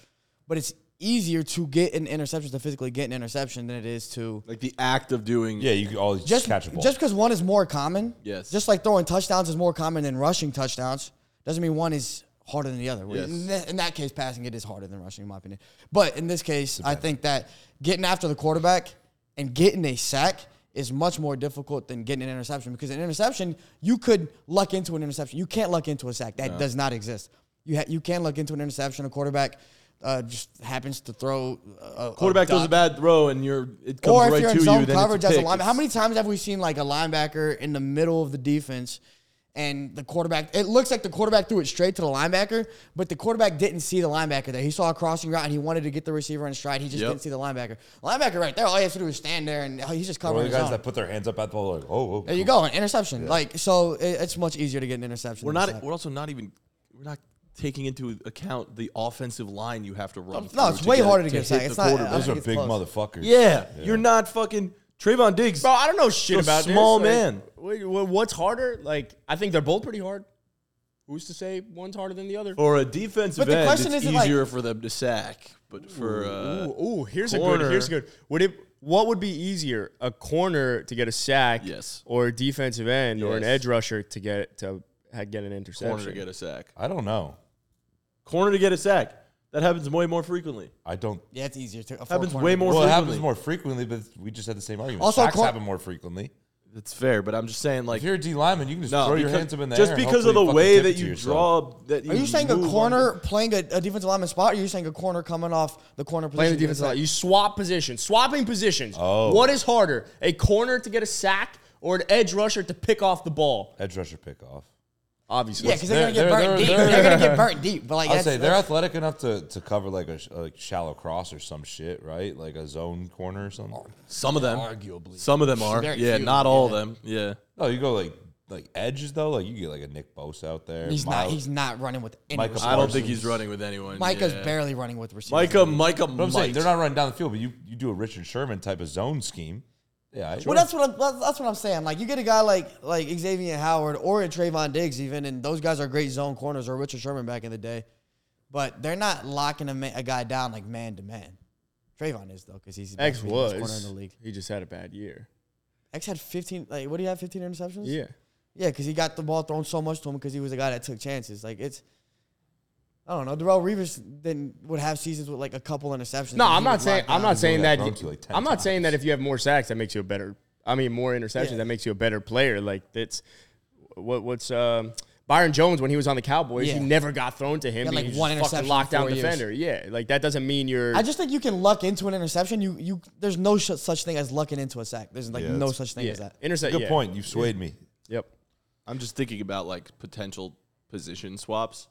Speaker 4: But it's easier to get an interception to physically get an interception than it is to
Speaker 1: Like the act of doing.
Speaker 3: yeah, you could always
Speaker 4: just
Speaker 3: just catch a ball.
Speaker 4: just because one is more common.
Speaker 1: Yes.
Speaker 4: Just like throwing touchdowns is more common than rushing touchdowns doesn't mean one is harder than the other.
Speaker 1: Yes.
Speaker 4: In, that, in that case, passing it is harder than rushing, in my opinion. But in this case, I think that getting after the quarterback and getting a sack is much more difficult than getting an interception because an interception you could luck into an interception. You can't luck into a sack. That does not exist. You ha- you can luck into an interception. A quarterback. Uh, just happens to throw a- a
Speaker 1: Quarterback
Speaker 4: a
Speaker 1: does a
Speaker 4: dot-
Speaker 1: bad throw and you're it comes
Speaker 4: or if
Speaker 1: right
Speaker 4: you're
Speaker 1: to
Speaker 4: in zone
Speaker 1: you. Then
Speaker 4: coverage
Speaker 1: it's a
Speaker 4: as a
Speaker 1: pick.
Speaker 4: linebacker. How
Speaker 1: It's-
Speaker 4: many times have we seen like a linebacker in the middle of the defense and the quarterback? It looks like the quarterback threw it straight to the linebacker, but the quarterback didn't see the linebacker there. He saw a crossing route and he wanted to get the receiver in stride. He just
Speaker 1: Yep.
Speaker 4: didn't see the linebacker. Linebacker right there. All he has to do is stand there and oh, he's just
Speaker 3: One
Speaker 4: covering
Speaker 3: of the
Speaker 4: his
Speaker 3: guys
Speaker 4: own.
Speaker 3: that put their hands up at the ball, like, oh, oh
Speaker 4: there you go, an interception. Like so, it, it's much easier to get an interception.
Speaker 1: We're
Speaker 4: than a
Speaker 1: not.
Speaker 4: sack.
Speaker 1: We're also not even. We're not taking into account the offensive line you have to run.
Speaker 4: No, it's
Speaker 1: through
Speaker 4: way
Speaker 1: get-
Speaker 4: harder to
Speaker 1: to
Speaker 4: get a
Speaker 1: hit
Speaker 4: sack.
Speaker 1: the
Speaker 4: It's not- uh,
Speaker 1: quarterback.
Speaker 4: I
Speaker 3: Those
Speaker 4: think
Speaker 3: are
Speaker 4: it's
Speaker 3: big
Speaker 4: close.
Speaker 3: motherfuckers.
Speaker 1: Yeah, you're not fucking Trayvon Diggs.
Speaker 2: Bro, I don't know shit
Speaker 1: You're a
Speaker 2: about this.
Speaker 1: small
Speaker 2: Like,
Speaker 1: man.
Speaker 2: wh- wh- what's harder? Like, I think they're both pretty hard. Who's to say one's harder than the other?
Speaker 1: For a defensive
Speaker 4: But the
Speaker 1: end,
Speaker 4: question
Speaker 1: it's
Speaker 4: isn't, like-
Speaker 1: easier for them to sack. But for uh,
Speaker 2: ooh, ooh, here's a
Speaker 1: corner.
Speaker 2: good. Here's a good. Would it? What would be easier? A corner to get a sack,
Speaker 1: Yes.
Speaker 2: or a defensive end, or an
Speaker 1: Yes.
Speaker 2: edge rusher to get to ha- get an interception?
Speaker 1: corner to get a sack,
Speaker 3: I don't know.
Speaker 1: corner to get a sack, that happens way more frequently.
Speaker 3: I don't.
Speaker 4: Yeah, it's easier to.
Speaker 1: Happens way more
Speaker 3: Well, it
Speaker 1: frequently.
Speaker 3: happens more frequently, but we just had the same argument.
Speaker 4: Also,
Speaker 3: Also,
Speaker 4: cor-
Speaker 3: happen more frequently.
Speaker 1: It's fair, but I'm just saying, like,
Speaker 3: If you're a D lineman, you can just
Speaker 1: no,
Speaker 3: throw your
Speaker 1: because-
Speaker 3: hands up in the
Speaker 1: just
Speaker 3: air. and
Speaker 1: because of the
Speaker 3: hopefully
Speaker 1: way
Speaker 3: fucking tip it
Speaker 1: that
Speaker 3: to
Speaker 1: you
Speaker 3: yourself.
Speaker 1: draw. That you
Speaker 4: Are you saying a
Speaker 1: move on
Speaker 4: corner playing a, a defensive lineman spot? Or are you saying a corner coming off the corner
Speaker 2: Playing
Speaker 4: position?
Speaker 2: the defense a lot. You swap positions, swapping positions.
Speaker 3: Oh.
Speaker 2: What is harder, a corner to get a sack or an edge rusher to pick off the ball?
Speaker 3: edge rusher pickoff.
Speaker 2: Obviously,
Speaker 4: Yeah, because they're,
Speaker 3: They're-
Speaker 4: gonna get
Speaker 3: they're-
Speaker 4: burnt deep.
Speaker 3: they're-
Speaker 4: They're, gonna get burnt deep. But like,
Speaker 3: I'd
Speaker 4: that's,
Speaker 3: say they're athletic enough to, to cover like a, sh- a shallow cross or some shit, right? Like a zone corner or something.
Speaker 4: Oh.
Speaker 1: Some of them,
Speaker 4: Arguably.
Speaker 1: some of them are.
Speaker 4: Very
Speaker 1: Yeah,
Speaker 4: few,
Speaker 1: not all
Speaker 4: yeah.
Speaker 1: of them. Yeah,
Speaker 3: No, you go like like edges though. Like you get like a Nick Bosa out there.
Speaker 4: he's not.
Speaker 3: Miles-
Speaker 4: He's not running with any.
Speaker 3: Micah-
Speaker 4: receivers.
Speaker 1: I don't think
Speaker 3: Parsons.
Speaker 1: he's running with anyone.
Speaker 4: Micah's
Speaker 1: yeah.
Speaker 4: barely running with receivers.
Speaker 1: Micah, Micah,
Speaker 3: But I'm saying
Speaker 1: might.
Speaker 3: they're not running down the field, but you, you do a Richard Sherman type of zone scheme. Yeah, I-
Speaker 4: Well, that's what I'm, that's- that's what I'm saying. Like you get a guy like like Xavier Howard or a Trayvon Diggs even, and those guys are great zone corners or Richard Sherman back in the day, but they're not locking a, ma- a guy down like man to man. Trayvon is though because he's the
Speaker 2: X
Speaker 4: best corner in
Speaker 2: was.
Speaker 4: the league.
Speaker 2: He just had a bad year.
Speaker 4: X had 15. Like what do you have? 15 interceptions.
Speaker 2: Yeah.
Speaker 4: Yeah, because he got the ball thrown so much to him because he was a guy that took chances. Like it's, I don't know. Darrell Reeves then would have seasons with like a couple interceptions.
Speaker 2: No,
Speaker 4: and he
Speaker 2: I'm
Speaker 4: would
Speaker 2: not saying
Speaker 4: lock
Speaker 2: I'm
Speaker 4: down.
Speaker 2: not saying that
Speaker 3: got thrown to, like, 10
Speaker 2: I'm not saying that
Speaker 3: times.
Speaker 2: if you have more sacks that makes you a better I mean more interceptions
Speaker 4: Yeah.
Speaker 2: that makes you a better player. Like that's what what's um Byron Jones when he was on the Cowboys,
Speaker 4: Yeah.
Speaker 2: he never got thrown to him.
Speaker 4: He had, like,
Speaker 2: because he's
Speaker 4: one
Speaker 2: a
Speaker 4: interception
Speaker 2: fucking lockdown
Speaker 4: in four years.
Speaker 2: defender. Yeah, like that doesn't mean you're
Speaker 4: I just think you can luck into an interception. You you there's no sh- such thing as lucking into a sack. There's like
Speaker 3: Yeah,
Speaker 4: no
Speaker 3: that's-
Speaker 4: such thing
Speaker 2: yeah.
Speaker 4: as that.
Speaker 2: intercept.
Speaker 3: good
Speaker 2: yeah.
Speaker 3: point. You swayed me.
Speaker 2: Yep.
Speaker 1: I'm just thinking about like potential position swaps.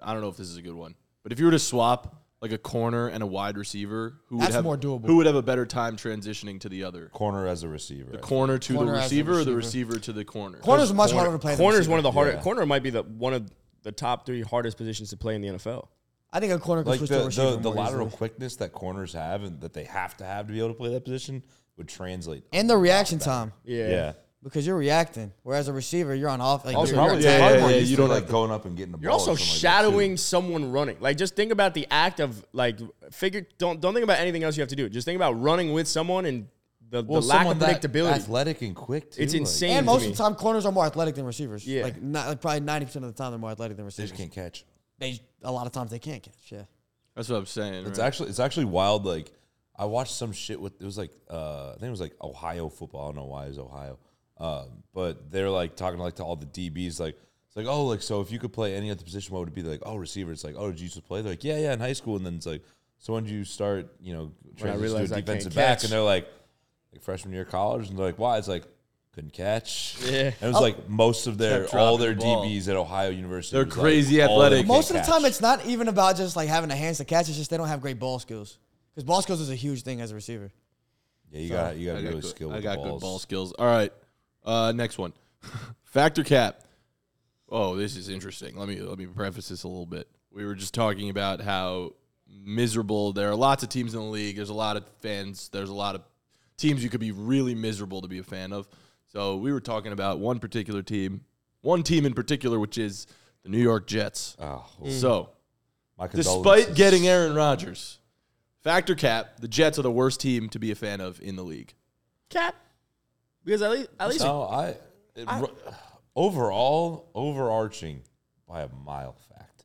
Speaker 1: I don't know if this is a good one, but if you were to swap like a corner and a wide receiver, who would
Speaker 4: That's
Speaker 1: have
Speaker 4: more doable.
Speaker 1: Who would have a better time transitioning to the other
Speaker 3: Corner as a receiver. I think.
Speaker 1: corner to
Speaker 4: Corner
Speaker 1: the
Speaker 4: as a
Speaker 1: receiver, or the
Speaker 4: receiver.
Speaker 1: receiver to the corner?
Speaker 4: Corner's much
Speaker 2: Corner-
Speaker 4: harder to play. than
Speaker 2: Corner is
Speaker 4: receiver.
Speaker 2: one of the harder
Speaker 3: Yeah.
Speaker 2: corner might be the one of the top three hardest positions to play in the NFL.
Speaker 4: I think a corner can
Speaker 3: Like
Speaker 4: switch
Speaker 3: the,
Speaker 4: to a receiver.
Speaker 3: the, the
Speaker 4: more
Speaker 3: lateral
Speaker 4: easily.
Speaker 3: quickness that corners have and that they have to have to be able to play that position would translate.
Speaker 4: and the reaction time
Speaker 2: Yeah.
Speaker 3: yeah.
Speaker 4: because you're reacting, whereas a receiver you're on off. Like,
Speaker 2: Also,
Speaker 4: you're,
Speaker 2: you're a
Speaker 4: you're attacking.
Speaker 2: tight
Speaker 1: yeah,
Speaker 3: Harbaugh
Speaker 1: yeah,
Speaker 3: used
Speaker 1: you
Speaker 3: to
Speaker 1: don't
Speaker 3: be,
Speaker 1: have
Speaker 3: like
Speaker 1: to-
Speaker 3: going up and getting the
Speaker 2: You're
Speaker 3: ball.
Speaker 2: also
Speaker 3: or Oh, something like that, too.
Speaker 2: shadowing someone running. Like just think about the act of like figure don't don't think about anything else you have to do. Just think about running with someone and the, the lack of
Speaker 3: someone that
Speaker 2: predictability.
Speaker 3: athletic and quick. Too,
Speaker 2: It's
Speaker 3: like,
Speaker 2: insane.
Speaker 4: And
Speaker 2: to
Speaker 4: most
Speaker 2: me.
Speaker 4: of the time, corners are more athletic than receivers.
Speaker 2: Yeah.
Speaker 4: like not like probably ninety percent of the time they're more athletic than
Speaker 3: They
Speaker 4: receivers.
Speaker 3: just can't catch.
Speaker 4: They a lot of times they can't catch. Yeah,
Speaker 1: That's what I'm saying.
Speaker 3: It's
Speaker 1: right?
Speaker 3: actually it's actually wild. Like I watched some shit with it was like uh I think it was like Ohio football. I don't know why it was Ohio, uh, but they're like talking like to all the DBs. Like it's like oh like so if you could play any other position, what would it be like? Oh receiver. It's like oh did you used to play? They're like yeah yeah in high school, and then it's like so when did you start? You know
Speaker 2: I
Speaker 3: transition
Speaker 2: realized
Speaker 3: to
Speaker 2: I
Speaker 3: a
Speaker 2: can't
Speaker 3: defensive back,
Speaker 2: catch.
Speaker 3: and they're like like freshman year of college, and they're like why? It's like couldn't catch.
Speaker 2: Yeah.
Speaker 3: and it was like most of their
Speaker 1: Oh. Kept
Speaker 3: all
Speaker 1: dropping
Speaker 3: their
Speaker 1: the ball.
Speaker 3: DBs at Ohio University.
Speaker 1: They're
Speaker 3: was,
Speaker 1: crazy
Speaker 3: all they
Speaker 1: athletic.
Speaker 3: could
Speaker 4: most of the
Speaker 3: catch.
Speaker 4: time it's not even about just like having the hands to catch. It's just they don't have great ball skills because ball skills is a huge thing as a receiver.
Speaker 3: yeah you got you got
Speaker 1: I
Speaker 3: to
Speaker 1: got,
Speaker 3: really
Speaker 1: good,
Speaker 3: skilled.
Speaker 1: I
Speaker 3: with
Speaker 1: got
Speaker 3: the
Speaker 1: good
Speaker 3: balls.
Speaker 1: ball skills. All right, uh, next one, factor cap. Oh, this is interesting. Let me let me preface this a little bit. We were just talking about how miserable there are lots of teams in the league. There's a lot of fans. There's a lot of teams you could be really miserable to be a fan of. So we were talking about one particular team, one team in particular, which is the New York Jets.
Speaker 3: Oh,
Speaker 1: So
Speaker 3: My
Speaker 1: Despite
Speaker 3: condolences.
Speaker 1: getting Aaron Rodgers, factor cap, the Jets are the worst team to be a fan of in the league.
Speaker 2: cap. Because at least at least
Speaker 3: no, I, it, ru- overall overarching by a mile fact.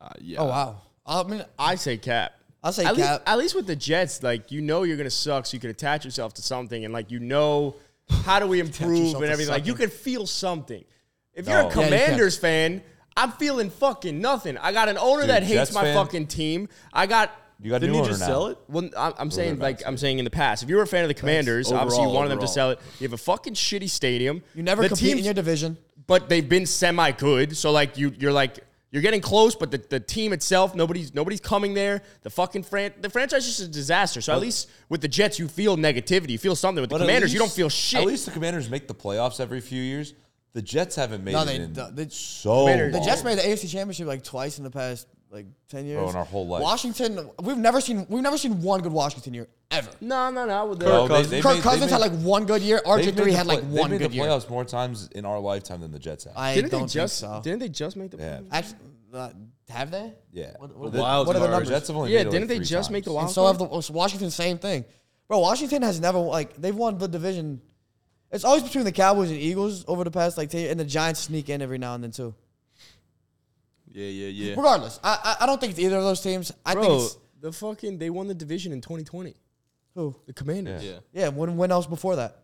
Speaker 1: Uh, yeah.
Speaker 4: Oh wow! I mean,
Speaker 2: I say cap.
Speaker 4: I'll say
Speaker 2: at
Speaker 4: cap.
Speaker 2: Least, at least with the Jets, like you know you're gonna suck, so you can attach yourself to something and like you know how do we improve
Speaker 4: yourself
Speaker 2: and
Speaker 4: to
Speaker 2: everything. Like you
Speaker 4: something.
Speaker 2: can feel something. If you're
Speaker 3: No.
Speaker 2: a
Speaker 3: Yeah,
Speaker 4: you can.
Speaker 2: Commanders fan, I'm feeling fucking nothing. I got an owner
Speaker 3: Dude,
Speaker 2: that hates
Speaker 3: Jets
Speaker 2: my
Speaker 3: fan-
Speaker 2: fucking team. I got
Speaker 3: You got a
Speaker 1: Didn't
Speaker 3: new
Speaker 1: he
Speaker 3: owner
Speaker 1: just
Speaker 3: now.
Speaker 1: sell it?
Speaker 2: Well, I- I'm saying
Speaker 3: about
Speaker 2: like I'm saying in the past, if you were a fan of the Commanders, obviously you
Speaker 1: Overall,
Speaker 2: wanted them to
Speaker 1: overall.
Speaker 2: sell it. You have a fucking shitty stadium.
Speaker 4: you never
Speaker 2: the
Speaker 4: compete in
Speaker 2: teams-
Speaker 4: your division.
Speaker 2: but they've been semi good. So like you, you're like you're getting close, but the, the team itself, nobody's nobody's coming there. The fucking fran- the franchise is just a disaster. So at least with the Jets, you feel negativity, you feel something. With the
Speaker 3: But at
Speaker 2: Commanders, you don't
Speaker 3: least-
Speaker 2: feel shit.
Speaker 3: At least the Commanders make the playoffs every few years. The Jets haven't made
Speaker 4: No,
Speaker 3: it
Speaker 4: they
Speaker 3: in
Speaker 4: d- they-
Speaker 3: so
Speaker 2: Raiders-
Speaker 4: The
Speaker 3: long.
Speaker 4: Jets made the AFC Championship like twice in the past like ten years.
Speaker 3: Bro, Oh, in our whole life.
Speaker 4: Washington, we've never seen we've never seen one good Washington year ever.
Speaker 2: No, no, no. Well,
Speaker 3: Bro,
Speaker 2: the-
Speaker 3: they- they
Speaker 4: Kirk
Speaker 3: made- they
Speaker 4: Cousins had
Speaker 3: made-
Speaker 4: like one good year.
Speaker 3: they've
Speaker 4: RG
Speaker 3: made
Speaker 4: three
Speaker 3: the
Speaker 4: had like
Speaker 3: play-
Speaker 4: one
Speaker 3: they made
Speaker 4: good
Speaker 3: the
Speaker 4: year.
Speaker 3: playoffs more times in our lifetime than the Jets have.
Speaker 4: I
Speaker 2: didn't
Speaker 4: don't
Speaker 2: they just?
Speaker 4: think so.
Speaker 2: Didn't they just make the?
Speaker 3: Yeah.
Speaker 4: Actually, uh, have they?
Speaker 3: yeah,
Speaker 4: What,
Speaker 3: But
Speaker 4: what,
Speaker 3: the-
Speaker 1: Wild
Speaker 4: what are
Speaker 1: cards.
Speaker 4: the
Speaker 3: the
Speaker 4: numbers?
Speaker 3: Jets have only
Speaker 2: Yeah,
Speaker 3: made it, like,
Speaker 2: didn't they
Speaker 3: three
Speaker 2: just
Speaker 3: times.
Speaker 2: make the wild?
Speaker 4: and so have the was Washington. Same thing, bro. Washington has never like they've won the division. It's always between the Cowboys and Eagles over the past like ten years, and the Giants sneak in every now and then too.
Speaker 1: Yeah, yeah, yeah.
Speaker 4: Regardless, I, I I don't think it's either of those teams. I think
Speaker 2: Bro,
Speaker 4: it's
Speaker 2: the fucking they won the division in 2020.
Speaker 4: who?
Speaker 2: The Commanders.
Speaker 1: Yeah.
Speaker 4: Yeah, when when else before that?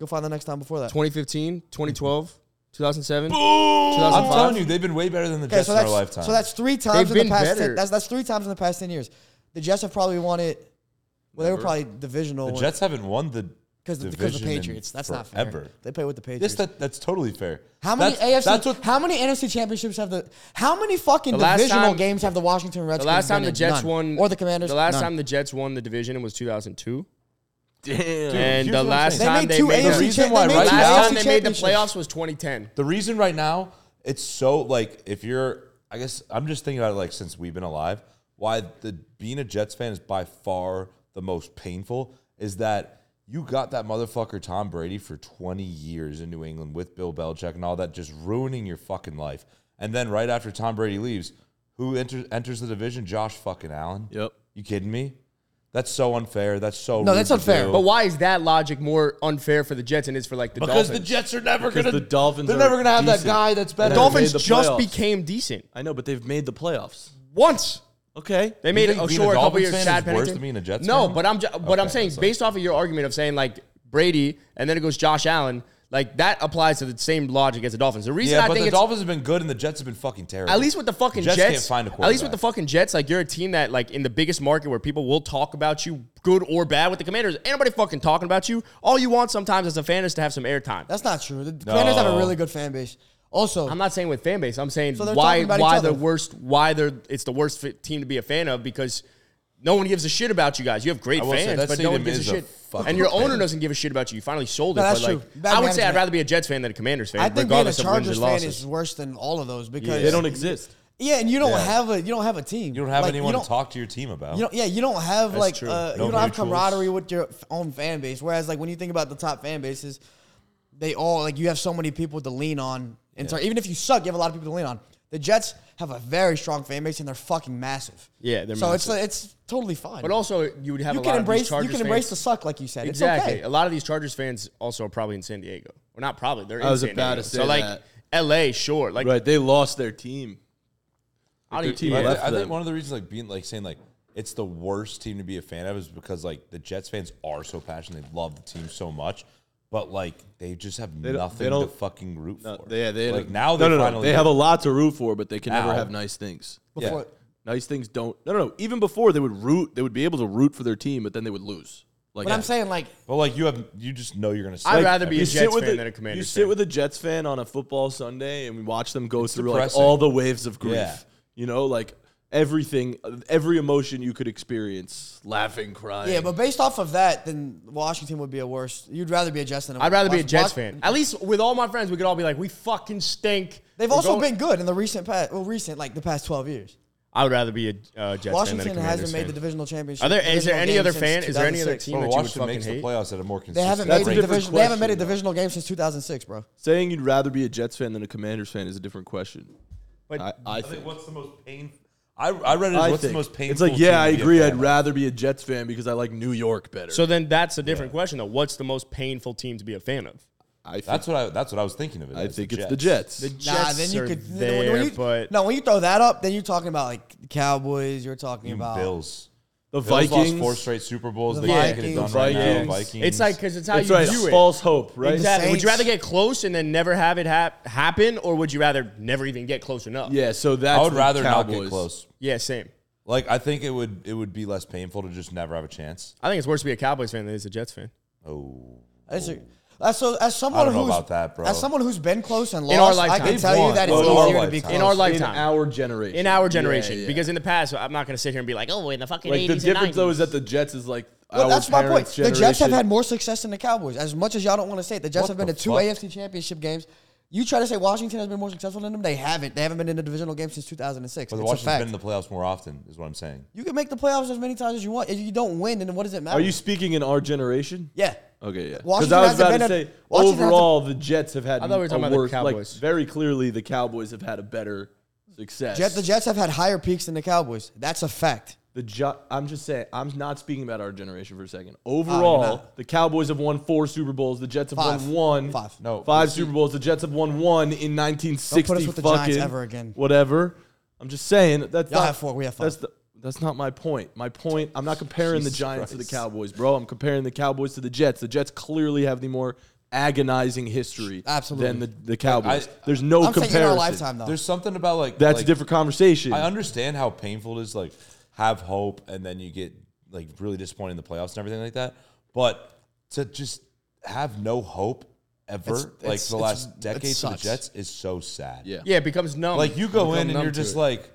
Speaker 4: Go find the next time before that.
Speaker 2: 2015, 2012, 2007,
Speaker 3: I'm
Speaker 2: 2005.
Speaker 3: telling you, they've been way better than the
Speaker 4: Okay,
Speaker 3: Jets
Speaker 4: so
Speaker 3: in our
Speaker 4: that's
Speaker 3: lifetime.
Speaker 4: so that's three times
Speaker 2: They've
Speaker 4: in
Speaker 2: been
Speaker 4: the past.
Speaker 2: better.
Speaker 4: Ten, that's that's three times in the past ten years. The Jets have probably won it. Well, they were
Speaker 1: Never.
Speaker 4: probably divisional
Speaker 3: the
Speaker 4: when-
Speaker 3: Jets haven't won the
Speaker 4: because the, because the
Speaker 3: division in
Speaker 4: Patriots. That's not fair.
Speaker 3: forever.
Speaker 4: They play with the Patriots.
Speaker 3: Yes, that, that's totally fair.
Speaker 4: how many AFC?
Speaker 3: that's, That's what
Speaker 4: how many NFC championships have the? How many fucking
Speaker 2: The last
Speaker 4: divisional
Speaker 2: time-
Speaker 4: games have the Washington
Speaker 2: The
Speaker 4: Redskins?
Speaker 2: last time
Speaker 4: been
Speaker 2: the
Speaker 4: in?
Speaker 2: Jets
Speaker 4: None.
Speaker 2: won,
Speaker 4: or the Commanders.
Speaker 2: The last
Speaker 4: None.
Speaker 2: time the Jets won the division was 2002,
Speaker 1: Damn.
Speaker 2: and
Speaker 3: here's
Speaker 2: the
Speaker 3: what I'm
Speaker 2: last
Speaker 3: saying.
Speaker 4: they
Speaker 2: time
Speaker 4: made two
Speaker 2: they made
Speaker 3: the-
Speaker 4: AFC.
Speaker 2: the,
Speaker 3: reason
Speaker 4: cha-
Speaker 3: why
Speaker 4: they made
Speaker 3: right
Speaker 4: two
Speaker 2: last
Speaker 3: now-
Speaker 4: AFC
Speaker 2: time they made the
Speaker 4: championships.
Speaker 2: playoffs was 2010.
Speaker 3: The reason right now it's so like if you're, I guess I'm just thinking about it like since we've been alive, why the being a Jets fan is by far the most painful is that you got that motherfucker Tom Brady for 20 years in New England with Bill Belichick and all that, just ruining your fucking life. And then right after Tom Brady leaves, who enters enters the division? Josh fucking Allen.
Speaker 1: Yep.
Speaker 3: You kidding me? That's so unfair. That's so
Speaker 4: No,
Speaker 3: rude
Speaker 4: that's
Speaker 3: to
Speaker 4: unfair.
Speaker 3: do.
Speaker 2: But why is that logic more unfair for the Jets than it is for like the
Speaker 3: because the
Speaker 2: Dolphins?
Speaker 3: Jets are never
Speaker 1: Because
Speaker 3: gonna
Speaker 1: the Dolphins
Speaker 3: They're
Speaker 1: are
Speaker 3: never gonna have that
Speaker 1: decent.
Speaker 3: guy that's better.
Speaker 1: The
Speaker 2: Dolphins
Speaker 1: made the
Speaker 2: just
Speaker 1: playoffs.
Speaker 2: became decent
Speaker 1: I know, but they've made the playoffs.
Speaker 2: once.
Speaker 1: Okay.
Speaker 2: They made it
Speaker 3: think
Speaker 2: oh,
Speaker 3: being a
Speaker 2: sure a couple
Speaker 3: Dolphins
Speaker 2: years.
Speaker 3: fan
Speaker 2: Chad
Speaker 3: is worse
Speaker 2: Pennington.
Speaker 3: than being a Jets
Speaker 2: no,
Speaker 3: fan?
Speaker 2: but I'm ju- but I'm
Speaker 3: Okay,
Speaker 2: saying
Speaker 3: so-
Speaker 2: based off of your argument of saying like Brady and then it goes Josh Allen, like that applies to the same logic as the Dolphins. The reason
Speaker 3: Yeah,
Speaker 2: I
Speaker 3: but
Speaker 2: think
Speaker 3: the
Speaker 2: it's
Speaker 3: Dolphins have been good and the Jets have been fucking terrible.
Speaker 2: at least with the fucking
Speaker 3: Jets
Speaker 2: Jets,
Speaker 3: can't find a
Speaker 2: at least with
Speaker 3: quarterback.
Speaker 2: the fucking Jets, like you're a team that like in the biggest market where people will talk about you, good or bad. With the Commanders, ain't nobody fucking talking about you. All you want sometimes as a fan is to have some airtime.
Speaker 4: That's not true. The Commanders have a really good fan base. Also,
Speaker 2: I'm not saying with fan base. I'm saying
Speaker 4: they're
Speaker 2: why
Speaker 4: talking about
Speaker 2: why
Speaker 4: each
Speaker 2: the
Speaker 4: other.
Speaker 2: worst why they're it's the worst fit team to be a fan of because no one gives a shit about you guys. You have great
Speaker 3: I will say,
Speaker 2: fans,
Speaker 3: that
Speaker 2: but no one
Speaker 3: stadium
Speaker 2: gives a
Speaker 3: is a
Speaker 2: shit.
Speaker 3: fucking
Speaker 2: and your owner
Speaker 3: thing.
Speaker 2: doesn't give a shit about you. You finally sold it.
Speaker 4: No,
Speaker 2: but
Speaker 4: that's true.
Speaker 2: like,
Speaker 4: Bad
Speaker 2: I would say I'd
Speaker 4: management.
Speaker 2: rather be a Jets fan than a Commanders fan,
Speaker 4: I think being a
Speaker 2: regardless of wins
Speaker 4: Chargers
Speaker 2: and
Speaker 4: fan
Speaker 2: losses.
Speaker 4: is worse than all of those because
Speaker 1: They don't exist.
Speaker 4: Yeah, and you don't
Speaker 3: Yeah.
Speaker 4: have a you don't have a team.
Speaker 3: you don't have
Speaker 4: Like,
Speaker 3: anyone
Speaker 4: don't-
Speaker 3: to talk to your team about.
Speaker 4: You don't, yeah, you don't have
Speaker 3: That's
Speaker 4: like
Speaker 3: true.
Speaker 4: Uh,
Speaker 3: No
Speaker 4: you don't have
Speaker 3: mutuals.
Speaker 4: camaraderie with your f- own fan base. Whereas like when you think about the top fan bases, they all like you have so many people to lean on. And so even if you suck, you have a lot of people to lean on. The Jets have a very strong fan base and they're fucking massive.
Speaker 2: Yeah, they're
Speaker 4: so it's
Speaker 2: massive.
Speaker 4: like, it's totally fine.
Speaker 2: but also you would have
Speaker 4: you
Speaker 2: a
Speaker 4: can
Speaker 2: lot of
Speaker 4: embrace
Speaker 2: these
Speaker 4: you
Speaker 2: Chargers
Speaker 4: can embrace the
Speaker 2: fans.
Speaker 4: suck like you said.
Speaker 2: exactly.
Speaker 4: It's okay.
Speaker 2: A lot of these Chargers fans also are probably in San Diego. Well, not probably. They're in
Speaker 1: I was
Speaker 2: San
Speaker 1: about
Speaker 2: Diego.
Speaker 1: to say
Speaker 2: so like
Speaker 1: that.
Speaker 2: L.A. Sure, like
Speaker 1: Right. They lost their team.
Speaker 2: how do
Speaker 1: Their
Speaker 2: you
Speaker 1: team
Speaker 3: But I,
Speaker 1: left
Speaker 3: I think
Speaker 1: them.
Speaker 3: one of the reasons like being like saying like it's the worst team to be a fan of is because like the Jets fans are so passionate, they love the team so much, but like they just have
Speaker 1: don't-
Speaker 3: nothing
Speaker 1: they don't-
Speaker 3: to fucking root
Speaker 1: No,
Speaker 3: for.
Speaker 1: they, they
Speaker 3: like now
Speaker 1: no,
Speaker 3: they
Speaker 1: no, no.
Speaker 3: finally
Speaker 1: they have a lot to root for, but they can never
Speaker 3: Now.
Speaker 1: have nice things.
Speaker 3: yeah.
Speaker 4: Before-
Speaker 1: Nice things don't. No, no, no. Even before they would root, they would be able to root for their team, but then they would lose. Like
Speaker 4: But I'm saying like
Speaker 3: But like you have you just know you're gonna.
Speaker 2: I'd
Speaker 3: suck
Speaker 2: rather be
Speaker 3: every-
Speaker 2: a
Speaker 1: you
Speaker 2: Jets
Speaker 1: sit with
Speaker 2: fan
Speaker 1: a,
Speaker 2: than a Commanders
Speaker 1: You sit
Speaker 2: fan.
Speaker 1: with a Jets fan on a football Sunday and we watch them go through like
Speaker 3: depressing.
Speaker 1: all the waves of grief.
Speaker 3: Yeah.
Speaker 1: You know, like everything, every emotion you could experience, laughing, crying.
Speaker 4: yeah, but based off of that, then Washington would be a worse. You'd rather be a Jets than a
Speaker 2: I'd rather be a
Speaker 4: Wash-
Speaker 2: Jets
Speaker 4: Wash-
Speaker 2: fan. At least with all my friends, we could all be like, we fucking stink.
Speaker 4: They've
Speaker 2: We're
Speaker 4: also
Speaker 2: going-
Speaker 4: been good in the recent past, well, recent like the past twelve years.
Speaker 2: I would rather be a uh, Jets
Speaker 4: Washington
Speaker 2: fan than a
Speaker 4: hasn't
Speaker 2: Commanders
Speaker 4: made the
Speaker 2: fan.
Speaker 4: divisional championship.
Speaker 2: Are there- is there
Speaker 4: divisional
Speaker 2: any
Speaker 4: game
Speaker 2: other
Speaker 4: since
Speaker 2: fan- is there any other
Speaker 4: 2006.
Speaker 2: team
Speaker 3: Bro,
Speaker 2: that you would
Speaker 3: Washington
Speaker 2: fucking
Speaker 3: makes
Speaker 2: hate?
Speaker 3: the playoffs at a more
Speaker 4: They
Speaker 3: consistent.
Speaker 4: haven't made
Speaker 1: a
Speaker 4: the
Speaker 3: rate.
Speaker 1: different
Speaker 4: division. They haven't made a
Speaker 1: question, though.
Speaker 4: divisional game since 2006, bro.
Speaker 1: saying you'd rather be a Jets fan than a Commanders fan is a different question.
Speaker 2: But-
Speaker 1: I, I
Speaker 3: I think
Speaker 1: think.
Speaker 3: what's the most painful? I, I read it. as
Speaker 1: I
Speaker 3: what's
Speaker 1: think.
Speaker 3: the most painful?
Speaker 1: It's like,
Speaker 3: team
Speaker 1: yeah, I
Speaker 3: to be a
Speaker 1: agree.
Speaker 3: fan
Speaker 1: I'd
Speaker 3: of.
Speaker 1: rather be a Jets fan because I like New York better.
Speaker 2: So then that's a different question, though. What's the most painful team to be a fan of?
Speaker 1: I think,
Speaker 3: That's what I. That's what I was thinking of. It.
Speaker 1: I
Speaker 3: as
Speaker 1: think it's the Jets.
Speaker 2: The
Speaker 4: Nah,
Speaker 2: Jets
Speaker 4: then you
Speaker 2: are
Speaker 4: could. then
Speaker 2: there,
Speaker 4: when you,
Speaker 2: but
Speaker 4: no, when you throw that up, then you're talking about like Cowboys. You're talking about
Speaker 3: Bills.
Speaker 1: The
Speaker 3: Bills
Speaker 1: Vikings.
Speaker 3: lost four straight Super Bowls.
Speaker 4: The
Speaker 3: They can't get it done
Speaker 4: Vikings.
Speaker 3: right now.
Speaker 1: Vikings.
Speaker 3: Vikings.
Speaker 2: it's like because it's how
Speaker 1: That's
Speaker 2: you
Speaker 1: right.
Speaker 2: view it.
Speaker 1: False hope, right?
Speaker 2: Exactly. Would
Speaker 4: Saints.
Speaker 2: you rather get close and then never have it hap- happen, or would you rather never even get close enough?
Speaker 1: Yeah, so that's
Speaker 3: I would
Speaker 1: the
Speaker 3: rather not
Speaker 1: Cowboys.
Speaker 3: get close.
Speaker 2: yeah, same.
Speaker 3: Like I think it would it would be less painful to just never have a chance.
Speaker 2: I think it's worse to be a Cowboys fan than it is a Jets fan.
Speaker 3: Oh,
Speaker 4: As, a- as so, as someone
Speaker 3: know
Speaker 4: who's
Speaker 3: about that, bro.
Speaker 4: as someone who's been close and
Speaker 2: our
Speaker 4: lost, I
Speaker 2: lifetime.
Speaker 4: can
Speaker 2: They've
Speaker 4: tell you
Speaker 3: won.
Speaker 4: that it's
Speaker 3: Well, in our
Speaker 4: easier to be
Speaker 3: lifetime.
Speaker 4: close.
Speaker 2: In our
Speaker 1: In
Speaker 2: lifetime,
Speaker 1: our generation.
Speaker 2: in our
Speaker 1: Yeah,
Speaker 2: generation,
Speaker 1: yeah.
Speaker 2: because in the past, I'm not going to sit here and be like, oh, in the fucking
Speaker 1: like
Speaker 2: 80s
Speaker 1: the difference
Speaker 2: and 90s.
Speaker 1: though is that the Jets is like
Speaker 4: Well,
Speaker 1: our
Speaker 4: that's my point.
Speaker 1: parents'
Speaker 4: The Jets have
Speaker 1: generation.
Speaker 4: had more success than the Cowboys. As much as y'all don't want to say it, the Jets
Speaker 3: What
Speaker 4: have been
Speaker 3: the
Speaker 4: to two
Speaker 3: fuck?
Speaker 4: AFC championship games. You try to say Washington has been more successful than them. They haven't. They haven't been in the divisional game since 2006.
Speaker 3: But
Speaker 4: it's
Speaker 3: the
Speaker 4: a
Speaker 3: Washington's
Speaker 4: fact.
Speaker 3: been in the playoffs more often, is what I'm saying.
Speaker 4: you can make the playoffs as many times as you want. If you don't win, then what does it matter?
Speaker 1: Are you speaking in our generation?
Speaker 4: yeah.
Speaker 3: Oh,
Speaker 1: Okay, yeah. Because
Speaker 4: Washington
Speaker 1: I was
Speaker 4: hasn't
Speaker 1: about to
Speaker 4: been a-
Speaker 1: say,
Speaker 4: Washington hasn't-
Speaker 1: overall, the Jets have had
Speaker 2: I thought we were
Speaker 1: a
Speaker 2: talking about the
Speaker 1: worse- like,
Speaker 2: Cowboys.
Speaker 1: very clearly, the Cowboys have had a better success.
Speaker 4: Jet, the Jets have had higher peaks than the Cowboys. That's a fact.
Speaker 1: The jo- I'm just saying, I'm not speaking about our generation for a second. Overall, the Cowboys have won four Super Bowls. The Jets have
Speaker 4: Five.
Speaker 1: won one.
Speaker 4: Five.
Speaker 3: No,
Speaker 1: Five Super Bowls. The Jets have won one in 1960.
Speaker 4: Don't put us with the
Speaker 1: fucking
Speaker 4: Giants ever again.
Speaker 1: Whatever. I'm just saying that- that's
Speaker 4: Y'all
Speaker 1: not,
Speaker 4: have four, we have five.
Speaker 1: That's the, that's not my point. My point, I'm not comparing the Giants to the Cowboys, bro. I'm comparing the Cowboys to the Jets. The Jets clearly have the more agonizing history
Speaker 4: Absolutely.
Speaker 1: than the, the Cowboys.
Speaker 3: I-
Speaker 1: There's no
Speaker 4: I'm saying
Speaker 1: comparison.
Speaker 4: in our lifetime, though.
Speaker 3: There's something about like
Speaker 1: That's
Speaker 3: like,
Speaker 1: a different conversation.
Speaker 3: I understand how painful it is, like have hope and then you get like really disappointed in the playoffs and everything like that. But to just have no hope ever,
Speaker 4: It's-
Speaker 3: like
Speaker 4: it's-
Speaker 3: the
Speaker 4: it's-
Speaker 3: last
Speaker 4: it
Speaker 3: decade for the
Speaker 4: sucks.
Speaker 3: Jets, is so sad.
Speaker 1: Yeah.
Speaker 2: Yeah, it becomes numb.
Speaker 3: like you go
Speaker 2: Become
Speaker 3: in and
Speaker 2: numb
Speaker 3: you're
Speaker 2: to
Speaker 3: just
Speaker 2: it.
Speaker 3: like,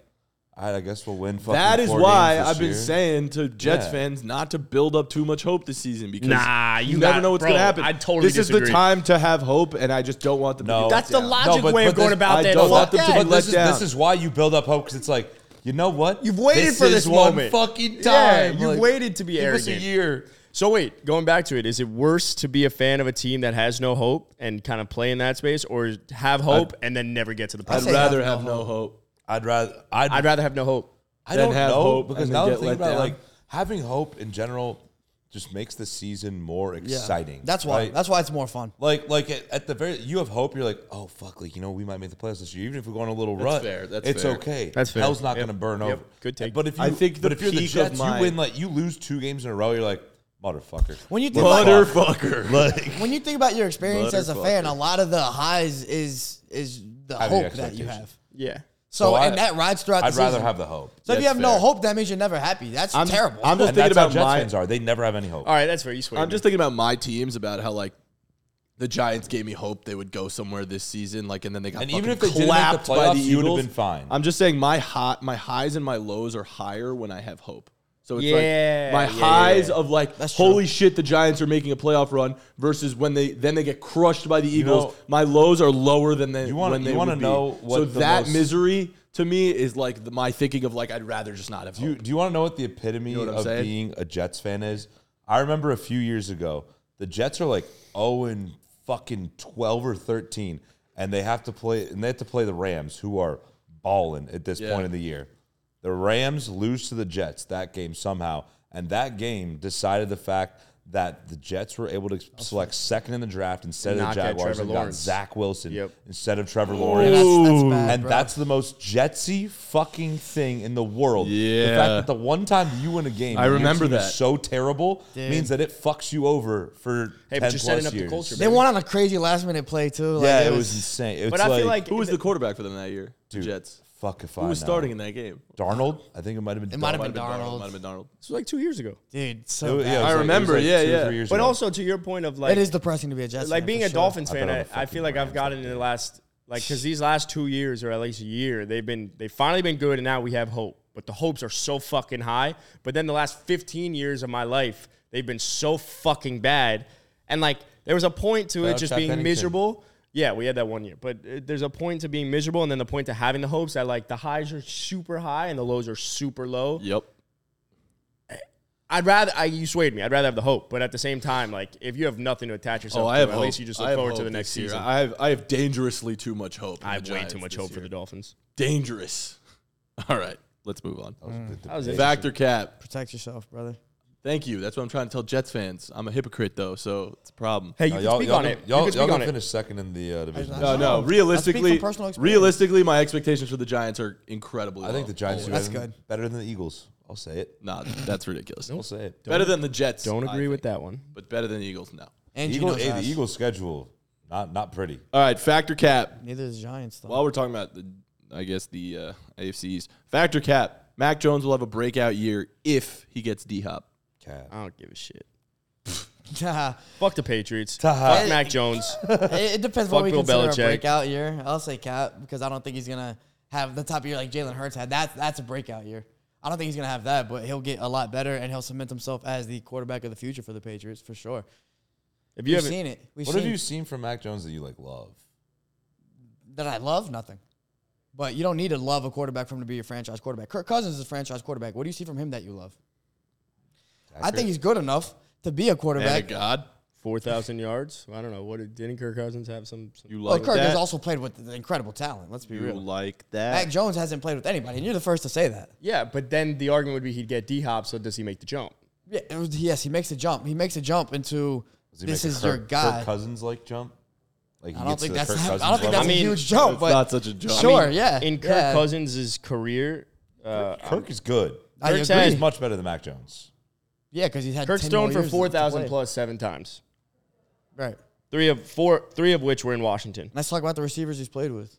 Speaker 3: all right, I guess we'll win. Fucking
Speaker 1: That is
Speaker 3: four
Speaker 1: why
Speaker 3: games this
Speaker 1: I've been
Speaker 3: year."
Speaker 1: saying to Jets
Speaker 3: Yeah.
Speaker 1: fans not to build up too much hope this season because
Speaker 2: Nah,
Speaker 1: you,
Speaker 2: you
Speaker 1: never
Speaker 2: got-
Speaker 1: know what's
Speaker 2: bro,
Speaker 1: going to happen.
Speaker 2: I totally
Speaker 1: this is the
Speaker 2: disagree.
Speaker 1: time to have hope, and I just don't want them.
Speaker 3: No,
Speaker 1: to be
Speaker 2: That's the
Speaker 1: down.
Speaker 2: logic way of going
Speaker 3: this-
Speaker 2: about
Speaker 1: I
Speaker 2: that.
Speaker 1: don't
Speaker 2: I
Speaker 1: want them
Speaker 2: love
Speaker 1: to be
Speaker 2: that.
Speaker 3: But
Speaker 1: let
Speaker 3: this is,
Speaker 1: down.
Speaker 3: This is why you build up hope because it's like, you know what?
Speaker 2: You've waited for this
Speaker 3: is one
Speaker 2: moment.
Speaker 3: fucking time.
Speaker 2: Yeah, you've
Speaker 3: Like,
Speaker 2: waited to be
Speaker 3: give us a
Speaker 2: arrogant.
Speaker 3: year.
Speaker 2: So wait, going back to it, is it worse to be a fan of a team that has no hope and kind of play in that space, or have hope and then never get to the
Speaker 1: I'd
Speaker 2: playoffs?
Speaker 4: say
Speaker 1: rather
Speaker 4: have
Speaker 1: have, no hope.
Speaker 3: I'd rather. I'd,
Speaker 2: I'd rather have no hope.
Speaker 3: I
Speaker 1: than
Speaker 3: don't
Speaker 1: have
Speaker 3: know
Speaker 1: hope
Speaker 3: because
Speaker 1: and then
Speaker 3: now I'm
Speaker 1: get
Speaker 3: thinking
Speaker 1: let
Speaker 3: about
Speaker 1: down.
Speaker 3: like having hope in general just makes the season more
Speaker 4: Yeah.
Speaker 3: exciting.
Speaker 4: That's why.
Speaker 3: right?
Speaker 4: That's why it's more fun.
Speaker 3: like like at, at the very you have hope. You're like oh fuck like you know we might make the playoffs this year even if we go on a little rut.
Speaker 1: fair, that's
Speaker 3: it's
Speaker 1: fair.
Speaker 3: okay.
Speaker 2: That's fair.
Speaker 3: Hell's not
Speaker 2: Yep.
Speaker 3: gonna burn
Speaker 2: Yep.
Speaker 3: over.
Speaker 2: Good take.
Speaker 3: But if you
Speaker 1: I think
Speaker 3: but
Speaker 1: the
Speaker 3: if you're the
Speaker 1: peak of
Speaker 3: Jets,
Speaker 1: my-
Speaker 3: you win like you lose two games in a row. You're like motherfucker.
Speaker 4: When you think about
Speaker 1: Motherfucker. Like,
Speaker 4: when you think about your experience as a fan,
Speaker 1: Motherfucker.
Speaker 4: a lot of the highs is is the
Speaker 3: Having
Speaker 4: hope that you
Speaker 3: expectations.
Speaker 4: have.
Speaker 2: Yeah.
Speaker 4: So,
Speaker 3: So
Speaker 4: and
Speaker 3: I-
Speaker 4: that rides throughout.
Speaker 3: I'd
Speaker 4: the
Speaker 3: rather
Speaker 4: season.
Speaker 3: have the hope.
Speaker 4: So if you
Speaker 1: That's
Speaker 4: have no
Speaker 1: fair.
Speaker 4: hope, that means you're never happy. That's
Speaker 1: I'm-
Speaker 4: terrible.
Speaker 1: I'm just
Speaker 3: And
Speaker 1: thinking
Speaker 3: that's how
Speaker 1: about
Speaker 3: Jets
Speaker 1: my-
Speaker 3: fans are. They never have any hope.
Speaker 2: All right, that's fair. You swing.
Speaker 1: I'm just thinking about my teams about how like the Giants gave me hope they would go somewhere this season, like, and then they got
Speaker 3: And
Speaker 1: fucking
Speaker 3: even if they didn't make the
Speaker 1: clapped by the
Speaker 3: playoffs, you would've
Speaker 1: Eagles.
Speaker 3: been fine.
Speaker 1: I'm just saying my high, my highs and my lows are higher when I have hope. So it's
Speaker 2: Yeah,
Speaker 1: like my
Speaker 2: yeah, yeah,
Speaker 1: highs
Speaker 2: yeah.
Speaker 1: of like
Speaker 4: That's true.
Speaker 1: holy shit the Giants are making a playoff run versus when they then they get crushed by the Eagles.
Speaker 3: know-
Speaker 1: my lows are lower than they
Speaker 3: You wanna-
Speaker 1: when
Speaker 3: you
Speaker 1: they
Speaker 3: wanna
Speaker 1: would be.
Speaker 3: know what
Speaker 1: so
Speaker 3: the
Speaker 1: that
Speaker 3: most-
Speaker 1: misery to me is like the, my thinking of like I'd rather just not have
Speaker 3: Do you,
Speaker 1: hope.
Speaker 3: do you want to know what the epitome
Speaker 1: know what I'm
Speaker 3: of
Speaker 1: saying?
Speaker 3: being a Jets fan is? I remember a few years ago, the Jets are like 0 and fucking 12 or 13, and they have to play and they have to play the Rams, who are balling at this
Speaker 1: Yeah.
Speaker 3: point in the year. The Rams lose to the Jets that game somehow, and that game decided the fact that the Jets were able to select second in the draft instead of
Speaker 2: Knock
Speaker 3: the
Speaker 2: out
Speaker 3: Jaguars
Speaker 2: Trevor
Speaker 3: and got
Speaker 2: Lawrence.
Speaker 3: Zach Wilson
Speaker 2: Yep.
Speaker 3: instead of Trevor
Speaker 4: Yeah,
Speaker 3: Lawrence.
Speaker 4: that's, that's bad,
Speaker 3: And
Speaker 4: bro.
Speaker 3: that's the most jetsy fucking thing in the world. The
Speaker 1: Yeah.
Speaker 3: fact that the one time you win a game,
Speaker 1: I
Speaker 3: and your
Speaker 1: remember
Speaker 3: team is
Speaker 1: that.
Speaker 3: so terrible
Speaker 4: Dude.
Speaker 3: means that it fucks you over for
Speaker 2: Hey,
Speaker 3: 10
Speaker 2: but you're setting
Speaker 3: plus
Speaker 2: up the
Speaker 3: years.
Speaker 2: culture,
Speaker 4: they won on a crazy last minute play too. Like,
Speaker 3: Yeah, it was insane. It's
Speaker 2: But I feel like
Speaker 1: Who was the quarterback for them that year? The
Speaker 3: dude,
Speaker 1: Jets.
Speaker 3: Fuck if I
Speaker 1: Who was
Speaker 3: know.
Speaker 1: starting in that game?
Speaker 3: Darnold. I think it might have
Speaker 4: It
Speaker 3: been.
Speaker 4: might have
Speaker 3: Darnold.
Speaker 4: been Darnold.
Speaker 1: Might have been Darnold.
Speaker 2: this was like two years ago.
Speaker 4: dude.
Speaker 3: It
Speaker 4: So
Speaker 3: was- yeah,
Speaker 4: bad.
Speaker 3: it was
Speaker 1: I
Speaker 3: like- it was
Speaker 1: remember,
Speaker 3: like
Speaker 1: yeah,
Speaker 3: two or
Speaker 1: yeah.
Speaker 3: three years
Speaker 2: But
Speaker 3: ago.
Speaker 2: also to your point of like
Speaker 4: it is depressing to be a Jets.
Speaker 2: like
Speaker 4: fan,
Speaker 2: being
Speaker 4: for
Speaker 2: a
Speaker 4: sure.
Speaker 2: Dolphins
Speaker 3: I bet
Speaker 2: fan,
Speaker 3: on
Speaker 2: I,
Speaker 3: the
Speaker 2: I
Speaker 3: fucking
Speaker 2: feel like I've
Speaker 3: Rams
Speaker 2: gotten in the last like because these last two years or at least a year, they've been they've finally been good, and now we have hope. But the hopes are so fucking high. But then the last 15 years of my life, they've been so fucking bad. And like there was a point to it
Speaker 3: Without
Speaker 2: just
Speaker 3: Chad
Speaker 2: being
Speaker 3: Pennington.
Speaker 2: miserable. Yeah, we had that one year, but uh, there's a point to being miserable, and then the point to having the hopes that like the highs are super high and the lows are super low.
Speaker 1: Yep.
Speaker 2: I'd rather I you swayed me. I'd rather have the hope, but at the same time, like if you have nothing to attach yourself
Speaker 1: Oh,
Speaker 2: to,
Speaker 1: I have.
Speaker 2: at
Speaker 1: hope.
Speaker 2: least you just
Speaker 1: I
Speaker 2: look
Speaker 1: have
Speaker 2: forward to
Speaker 1: hope
Speaker 2: the next
Speaker 1: this year.
Speaker 2: season.
Speaker 1: I have. I have dangerously too much hope. in
Speaker 2: I
Speaker 1: the
Speaker 2: have way
Speaker 1: Giants
Speaker 2: too much
Speaker 1: this
Speaker 2: hope for
Speaker 1: year.
Speaker 2: the Dolphins.
Speaker 1: Dangerous. All right, let's move on.
Speaker 2: That was it.
Speaker 1: Factor cap.
Speaker 4: protect yourself, brother.
Speaker 1: Thank you. That's what I'm trying to tell Jets fans. I'm a hypocrite though, so it's a problem.
Speaker 2: Hey, you
Speaker 3: No,
Speaker 2: can
Speaker 3: y'all,
Speaker 2: speak
Speaker 3: y'all
Speaker 2: on
Speaker 3: can-
Speaker 2: it. You
Speaker 3: Y'all,
Speaker 2: can
Speaker 3: y'all
Speaker 2: speak on
Speaker 3: can
Speaker 2: it.
Speaker 3: finish second in the uh, division.
Speaker 1: No, no.
Speaker 4: from
Speaker 1: Realistically,
Speaker 4: personal experience.
Speaker 1: realistically, my expectations for the Giants are incredibly.
Speaker 3: I think the
Speaker 1: low.
Speaker 3: Giants do
Speaker 4: That's
Speaker 3: better than-
Speaker 4: good.
Speaker 3: better than the Eagles. I'll say it.
Speaker 1: Nah, that's ridiculous.
Speaker 3: I'll say it.
Speaker 1: Better than the Jets.
Speaker 2: Don't
Speaker 1: I
Speaker 2: agree with
Speaker 1: think.
Speaker 2: that one.
Speaker 1: But better than the Eagles. No.
Speaker 4: And
Speaker 3: Eagle,
Speaker 4: Eagles,
Speaker 3: hey,
Speaker 4: Gino's
Speaker 3: the
Speaker 4: ass.
Speaker 3: Eagles schedule not not pretty.
Speaker 1: All right, factor cap.
Speaker 4: Neither is Giants though.
Speaker 1: While we're talking about the, I guess the uh, AFCs factor cap. Mac Jones will have a breakout year if he gets D Hop.
Speaker 3: Cat.
Speaker 2: I don't give a shit.
Speaker 4: it,
Speaker 2: Fuck the Patriots.
Speaker 3: Ta-ha.
Speaker 2: Fuck Mac Jones.
Speaker 4: it depends
Speaker 2: Fuck
Speaker 4: what we
Speaker 2: Bill
Speaker 4: consider
Speaker 2: Belichick.
Speaker 4: a breakout year. I'll say Cap because I don't think he's gonna have the top year like Jalen Hurts had. That's that's a breakout year. I don't think he's gonna have that, but he'll get a lot better and he'll cement himself as the quarterback of the future for the Patriots for sure.
Speaker 2: If you
Speaker 4: We've
Speaker 2: haven't,
Speaker 4: seen it. We've
Speaker 3: What
Speaker 4: seen
Speaker 3: have you seen from Mac Jones that you like love?
Speaker 4: that I love? Nothing. But you don't need to love a quarterback for him to be your franchise quarterback. Kirk Cousins is a franchise quarterback. What do you see from him that you love? I think he's good enough to be a
Speaker 1: And a
Speaker 4: quarterback.
Speaker 1: god,
Speaker 2: Four thousand yards. I don't know. What did, didn't Kirk Cousins have some? some
Speaker 1: you
Speaker 4: Well,
Speaker 1: like
Speaker 4: Kirk
Speaker 1: that?
Speaker 4: has also played with incredible talent. Let's be
Speaker 1: you
Speaker 4: real.
Speaker 1: like that?
Speaker 4: Mac Jones hasn't played with anybody, and you're the first to say that.
Speaker 2: yeah, but then the argument would be he'd get D Hop. So does he make the jump?
Speaker 4: Yeah, it was, yes, he makes a jump. He makes a jump into
Speaker 3: Does he
Speaker 4: this
Speaker 3: make a
Speaker 4: is your
Speaker 3: Kirk-
Speaker 4: guy.
Speaker 3: Kirk Cousins like jump. Like he
Speaker 4: I don't
Speaker 3: gets to
Speaker 4: think
Speaker 3: the
Speaker 4: that's
Speaker 3: Kirk
Speaker 4: I
Speaker 3: Cousins
Speaker 4: don't think that's
Speaker 3: level?
Speaker 4: a
Speaker 2: I mean,
Speaker 4: huge jump,
Speaker 1: it's
Speaker 4: but
Speaker 1: not such a jump.
Speaker 4: Sure, yeah.
Speaker 2: In Kirk
Speaker 4: yeah.
Speaker 2: Cousins' career, uh,
Speaker 3: Kirk is good.
Speaker 4: I
Speaker 2: Kirk's
Speaker 4: agree.
Speaker 2: had-
Speaker 3: He's much better than Mac Jones.
Speaker 4: Yeah, because he's had
Speaker 2: Kirk's
Speaker 4: 10
Speaker 2: thrown
Speaker 4: more
Speaker 2: for
Speaker 4: years to
Speaker 2: four thousand
Speaker 4: play.
Speaker 2: plus seven times.
Speaker 4: Right.
Speaker 2: Three of four, three of which were in Washington.
Speaker 4: Let's talk about the receivers he's played with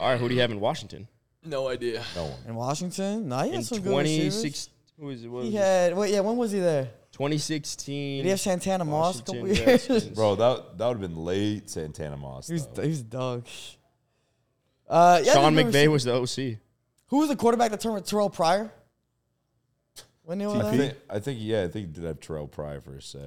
Speaker 2: All right, who do you have in Washington?
Speaker 1: No idea.
Speaker 3: No one.
Speaker 4: in Washington. Nah, he had
Speaker 2: In
Speaker 4: some good receivers.
Speaker 2: 26 who was it, what was
Speaker 4: He
Speaker 2: it?
Speaker 4: had. Wait, yeah. When was he there?
Speaker 2: 2016.
Speaker 4: Did he have Santana Moss a couple
Speaker 2: Washington
Speaker 4: years?
Speaker 2: Redskins.
Speaker 3: Bro, that that would have been late Santana Moss.
Speaker 4: he was.
Speaker 3: though.
Speaker 4: He was dog. Uh, yeah,
Speaker 2: Sean
Speaker 4: there's no
Speaker 2: McVay
Speaker 4: receiver-
Speaker 2: was the OC.
Speaker 4: Who was the quarterback that turned with Terrell Pryor? When they were
Speaker 3: I
Speaker 4: there?
Speaker 3: think, I think yeah, I think he did have Terrell Pryor for a sec.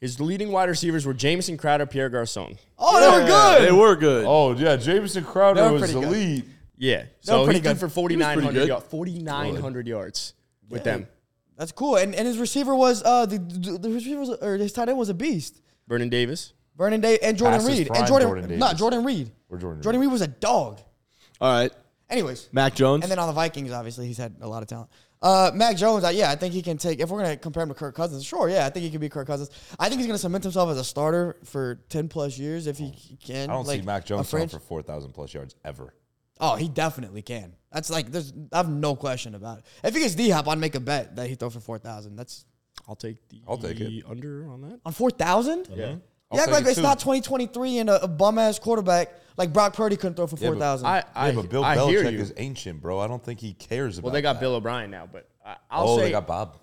Speaker 2: His leading wide receivers were Jameson Crowder, Pierre Garcon.
Speaker 4: Oh, they were good.
Speaker 1: They were good.
Speaker 3: Oh yeah, Jameson
Speaker 4: They
Speaker 3: Crowder
Speaker 4: were
Speaker 3: was
Speaker 4: pretty good.
Speaker 3: elite.
Speaker 2: Yeah, so
Speaker 4: pretty
Speaker 2: he threw
Speaker 4: good.
Speaker 2: for
Speaker 1: pretty
Speaker 2: 4,900
Speaker 1: good.
Speaker 2: yards. 4,900 yards with them.
Speaker 4: That's cool. And and his receiver was uh the the, the receiver was, or his tight end was a beast.
Speaker 2: Vernon Davis.
Speaker 4: Vernon Day and Jordan
Speaker 3: Past his
Speaker 4: Reed and
Speaker 3: prime,
Speaker 4: Jordan,
Speaker 3: Jordan
Speaker 4: not
Speaker 3: Davis.
Speaker 4: Jordan Reed.
Speaker 3: Or Jordan
Speaker 4: Jordan Reed was a dog.
Speaker 1: All right,
Speaker 4: Anyways,
Speaker 1: Mac Jones.
Speaker 4: and then on the Vikings, obviously he's had a lot of talent. Uh, Mac Jones, I, yeah, I think he can take. If we're gonna compare him to Kirk Cousins, sure, yeah, I think he could be Kirk Cousins. I think he's gonna cement himself as a starter for ten plus years if he c- can.
Speaker 3: I don't
Speaker 4: like,
Speaker 3: see Mac
Speaker 4: a
Speaker 3: Jones throwing
Speaker 4: franch-
Speaker 3: for four thousand plus yards ever.
Speaker 4: Oh, he definitely can. That's like there's I have no question about it. If he gets D hop, I'd make a bet that he throw for four thousand. That's
Speaker 2: I'll take the
Speaker 3: I'll take it.
Speaker 2: under on that.
Speaker 4: on four thousand.
Speaker 2: Yeah.
Speaker 4: Yeah,
Speaker 3: take
Speaker 4: like
Speaker 3: it
Speaker 4: it's
Speaker 3: too.
Speaker 4: not 2023 and a, a bum ass quarterback like Brock Purdy couldn't throw for
Speaker 3: Yeah, but
Speaker 4: 4,000.
Speaker 2: I, I,
Speaker 3: yeah, but Bill
Speaker 2: I hear
Speaker 3: Belichick
Speaker 2: you.
Speaker 3: is ancient, bro. I don't think he cares about.
Speaker 2: well, they got
Speaker 3: that.
Speaker 2: Bill O'Brien now, but I, I'll
Speaker 3: Oh,
Speaker 2: say
Speaker 3: they got Bob.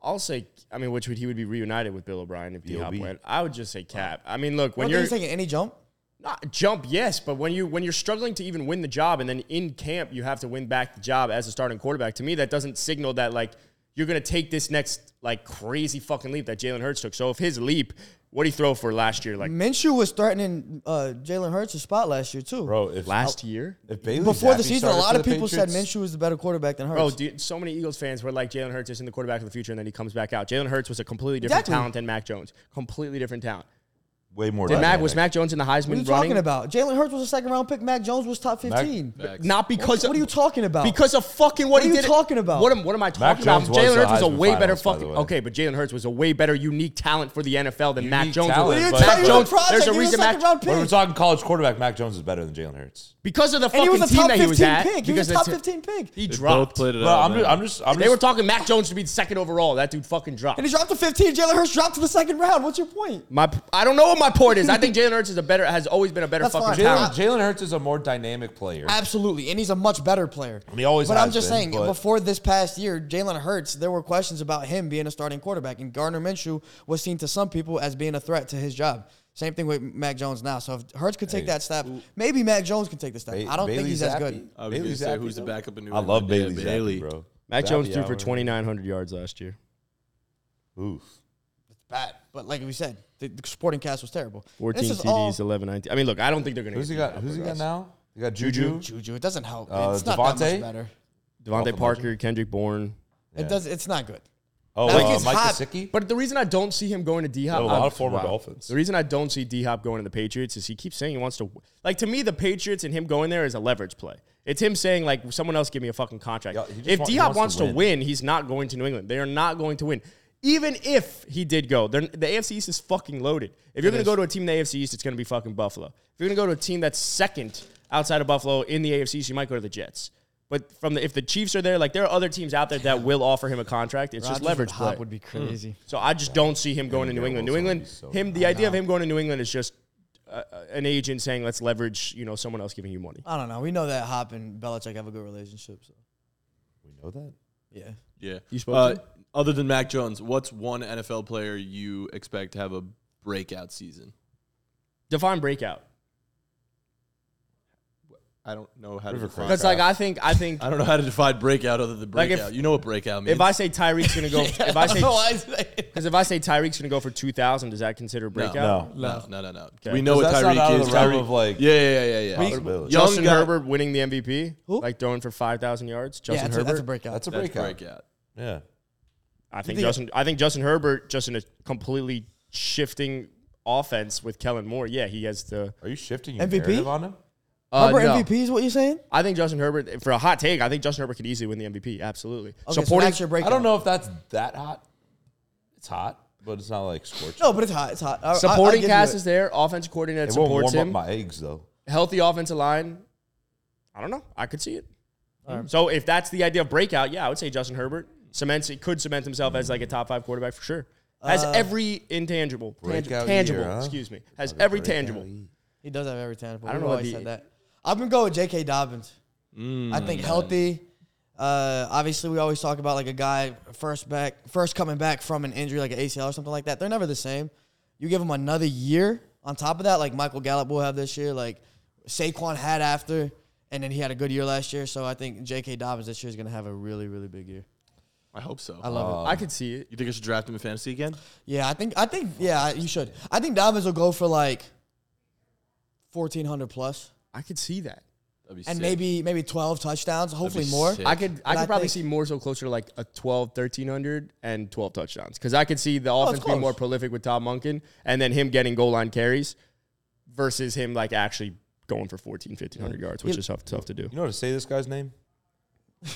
Speaker 2: I'll say I mean, which would he would be reunited with Bill O'Brien if D Hop
Speaker 3: B.O.B..
Speaker 2: went. I would just say Cap. I mean, look when
Speaker 4: Don't think
Speaker 2: you're
Speaker 4: he's taking any jump.
Speaker 2: Not jump, yes, but when you when you're struggling to even win the job, and then in camp you have to win back the job as a starting quarterback. To me, that doesn't signal that like you're gonna take this next like crazy fucking leap that Jalen Hurts took. So if his leap, what did he throw for last year? Like
Speaker 4: Minshew was threatening uh, Jalen Hurts' spot last year, too.
Speaker 3: Bro, if
Speaker 4: Oh.
Speaker 2: year,
Speaker 3: if Bailey
Speaker 4: Before the
Speaker 3: Zappi
Speaker 4: season, a
Speaker 3: started
Speaker 4: lot
Speaker 3: for
Speaker 4: of
Speaker 3: the
Speaker 4: people said
Speaker 3: Patriots-
Speaker 4: Minshew was the better quarterback than
Speaker 2: bro,
Speaker 4: Hurts.
Speaker 2: dude, so many Eagles fans were like Jalen Hurts isn't the quarterback of the future, and then he comes back out. Jalen Hurts was a completely different
Speaker 4: Exactly.
Speaker 2: talent than Mac Jones, completely different talent.
Speaker 3: way more.
Speaker 2: Did Mac
Speaker 3: dynamic.
Speaker 2: was Mac Jones in the Heisman
Speaker 4: what are you
Speaker 2: running?
Speaker 4: talking about? Jalen Hurts was a second round pick. Mac Jones was top 15.
Speaker 1: Facts.
Speaker 2: Not because
Speaker 4: what are you talking about?
Speaker 2: Because of fucking what,
Speaker 4: What
Speaker 2: he
Speaker 4: are you
Speaker 2: did-
Speaker 4: talking about?
Speaker 2: What am, what am I talking
Speaker 3: Jones
Speaker 2: about? Jalen
Speaker 3: was the
Speaker 2: Hurts was a
Speaker 3: Heisman
Speaker 2: way better
Speaker 3: finalist, by the
Speaker 2: fucking.
Speaker 3: way.
Speaker 2: Okay, but Jalen Hurts was a way better unique talent for the NFL than Mac
Speaker 3: Unique
Speaker 2: Jones.
Speaker 3: talent,
Speaker 4: what are you
Speaker 3: But-
Speaker 4: talking
Speaker 3: Mac
Speaker 4: about?
Speaker 2: Jones- there's a
Speaker 4: he was
Speaker 2: reason Mac-
Speaker 4: second round
Speaker 3: When we're
Speaker 4: pick.
Speaker 3: talking college quarterback, Mac Jones is better than Jalen Hurts.
Speaker 2: because of the
Speaker 4: And he
Speaker 2: fucking
Speaker 4: was a
Speaker 2: team
Speaker 4: top
Speaker 2: that he
Speaker 4: 15
Speaker 2: was at.
Speaker 4: pick. He
Speaker 2: because
Speaker 4: was a top
Speaker 2: the t-
Speaker 4: 15 pick.
Speaker 2: He
Speaker 1: They both
Speaker 2: dropped.
Speaker 1: played it
Speaker 3: But
Speaker 1: out.
Speaker 3: I'm
Speaker 1: man.
Speaker 3: just, I'm just, I'm
Speaker 2: They
Speaker 3: just-
Speaker 2: were talking Mac Jones to be the second overall. That dude fucking dropped.
Speaker 4: And he dropped to 15. Jalen Hurts dropped to the second round. What's your point?
Speaker 2: My, p- I don't know what my point is. I think Jalen Hurts is a better, has always been a better
Speaker 4: That's
Speaker 2: fucking
Speaker 4: fine.
Speaker 2: talent.
Speaker 3: Jalen, Jalen Hurts is a more dynamic player.
Speaker 4: Absolutely, and he's a much better player.
Speaker 3: he always
Speaker 4: But I'm
Speaker 3: has
Speaker 4: just
Speaker 3: been,
Speaker 4: saying,
Speaker 3: but-
Speaker 4: before this past year, Jalen Hurts, there were questions about him being a starting quarterback, and Gardner Minshew was seen to some people as being a threat to his job. Same thing with Mac Jones now. So if Hurts could take
Speaker 3: Hey.
Speaker 4: that step, maybe Mac Jones can take the step. I don't think he's as good.
Speaker 1: I was gonna say, who's the backup in New
Speaker 3: I love
Speaker 1: England? Yeah,
Speaker 3: Bailey, Zappi,
Speaker 1: Bailey.
Speaker 3: bro.
Speaker 2: Mac Jones
Speaker 3: Zappi
Speaker 2: threw for
Speaker 3: hour.
Speaker 2: 2,900 yards last year.
Speaker 3: Oof.
Speaker 4: Bad, but like we said, the, the supporting cast was terrible.
Speaker 2: 14
Speaker 4: this is
Speaker 2: TDs,
Speaker 4: all
Speaker 2: 11, 19. I mean, look, I don't think they're going to.
Speaker 3: Who's he got? Who's he got now? You got Juju.
Speaker 4: juju. It doesn't help.
Speaker 3: Uh,
Speaker 4: it's not that much
Speaker 3: Devontae?
Speaker 4: better.
Speaker 2: Devontae Parker, Kendrick Bourne.
Speaker 4: It does. It's not good.
Speaker 3: Oh,
Speaker 4: That
Speaker 3: uh,
Speaker 4: kid's
Speaker 3: Mike
Speaker 4: hot.
Speaker 3: Gesicki.
Speaker 2: But the reason I don't see him going to D Hop,
Speaker 3: a lot of former Dolphins.
Speaker 2: The reason I don't see D Hop going to the Patriots is he keeps saying he wants to. Like to me, the Patriots and him going there is a leverage play. It's him saying like someone else give me a fucking contract.
Speaker 3: Yeah, he just
Speaker 2: if
Speaker 3: want-
Speaker 2: D
Speaker 3: he
Speaker 2: Hop
Speaker 3: wants to
Speaker 2: wants to win.
Speaker 3: win.
Speaker 2: he's not going to New England. They are not going to win. Even if he did go, they're- the AFC East is fucking loaded. If you're going to go to a team in the AFC East, it's going to be fucking Buffalo. If you're going to go to a team that's second outside of Buffalo in the AFC East, you might go to the Jets. But from the, if the Chiefs are there, like there are other teams out there that will offer him a contract. It's just
Speaker 4: Rodgers
Speaker 2: leverage
Speaker 4: with
Speaker 2: play. Hmm.
Speaker 4: Hop would be crazy.
Speaker 2: So I just don't see him going to New
Speaker 3: Garrett
Speaker 2: England.
Speaker 3: Wilson
Speaker 2: New
Speaker 3: would
Speaker 2: England,
Speaker 3: be so
Speaker 2: him, the idea of him going to New England is just uh, uh, an agent saying, let's leverage, you know, someone else giving you money.
Speaker 4: I don't know. We know that Hop and Belichick have a good relationship. So
Speaker 3: We know that.
Speaker 4: yeah.
Speaker 1: Yeah.
Speaker 2: You spoke
Speaker 1: Uh,
Speaker 2: to
Speaker 1: Other than Mac Jones, what's one NFL player you expect to have a breakout season?
Speaker 2: Define breakout.
Speaker 1: I I don't know how to
Speaker 3: River
Speaker 1: define.
Speaker 2: Because like I think I think
Speaker 1: I don't know how to define breakout other than
Speaker 2: Like, if-
Speaker 1: breakout. you know what breakout means?
Speaker 2: if I say Tyreek's gonna go if I say
Speaker 4: Otherwise,
Speaker 2: because if I say Tyreek's gonna go for two thousand, does that consider breakout?
Speaker 3: No.
Speaker 1: no, no, no, no. We know what
Speaker 3: Because that's not out
Speaker 1: Tyreek
Speaker 3: of
Speaker 1: is.
Speaker 3: the realm
Speaker 1: Tyreek
Speaker 3: of, like,
Speaker 1: yeah, yeah, yeah, yeah.
Speaker 3: possibility.
Speaker 1: Young
Speaker 2: Justin
Speaker 1: guy-
Speaker 2: Herbert winning the MVP,
Speaker 4: Who?
Speaker 2: like throwing for five thousand yards.
Speaker 4: yeah,
Speaker 2: Justin
Speaker 4: that's a,
Speaker 2: Herbert.
Speaker 4: that's a breakout.
Speaker 3: That's a
Speaker 1: That's
Speaker 3: breakout.
Speaker 1: breakout.
Speaker 3: Yeah.
Speaker 2: I think
Speaker 4: think-
Speaker 2: Justin. I think Justin Herbert just in a completely shifting offense with Kellen Moore. Yeah, he has the
Speaker 3: Are you shifting your
Speaker 4: MVP?
Speaker 3: narrative on him?
Speaker 2: uh,
Speaker 4: Remember
Speaker 2: no.
Speaker 4: MVP is what you're saying?
Speaker 2: I think Justin Herbert for a hot take. I think Justin Herbert could easily win the MVP. Absolutely.
Speaker 4: Okay, so
Speaker 2: Supporting
Speaker 4: that's your breakout.
Speaker 3: I don't know if that's that hot. It's hot, but it's not like scorching.
Speaker 4: No, but it's hot. It's hot. I- I- I'll
Speaker 2: supporting
Speaker 4: give you
Speaker 2: cast
Speaker 4: it.
Speaker 2: is there. Offensive coordinator that
Speaker 3: It won't
Speaker 2: supports
Speaker 3: warm up
Speaker 2: him.
Speaker 3: my eggs though.
Speaker 2: Healthy offensive line. I don't know. I could see it. So if that's the idea of breakout, yeah, I would say Justin Herbert cements. He could cement himself as like a top five quarterback for sure. Has
Speaker 4: Uh,
Speaker 2: every intangible, tangible,
Speaker 3: breakout
Speaker 2: tangible
Speaker 3: year, huh?
Speaker 2: excuse me, has every tangible.
Speaker 4: He does have every talent. I
Speaker 2: don't
Speaker 4: don't
Speaker 2: know
Speaker 4: know
Speaker 2: what
Speaker 4: why
Speaker 2: the-
Speaker 4: he Mm, said that. I'm gonna go with J.K. Dobbins. I think healthy. Uh, obviously, we always talk about like a guy first back, first coming back from an injury, like an ACL or something like that. They're never the same. You give him another year on top of that, like Michael Gallup will have this year, like Saquon had after, and then he had a good year last year. So I think J.K. Dobbins this year is gonna have a really, really big year.
Speaker 1: I hope so.
Speaker 4: I love it.
Speaker 2: I could see it.
Speaker 1: you think I should draft him in fantasy again?
Speaker 4: Yeah, I think I think yeah, you should. I think Dobbins will go for like fourteen hundred plus,
Speaker 2: I could see that.
Speaker 1: That'd be
Speaker 4: and
Speaker 1: sick.
Speaker 4: maybe maybe twelve touchdowns, hopefully
Speaker 1: be
Speaker 4: more.
Speaker 1: sick.
Speaker 2: I could I
Speaker 4: But
Speaker 2: could
Speaker 4: I
Speaker 2: probably
Speaker 4: think-
Speaker 2: see more so closer to like a 12, 1300 and 12 touchdowns because I could see the
Speaker 3: Oh,
Speaker 4: it's
Speaker 2: offense being
Speaker 4: close.
Speaker 2: more prolific with Tom Munkin and then him getting goal line carries versus him like actually going for 14, 1500 yards, which
Speaker 4: Yeah.
Speaker 2: is tough, tough to do.
Speaker 3: You know how to say this guy's name?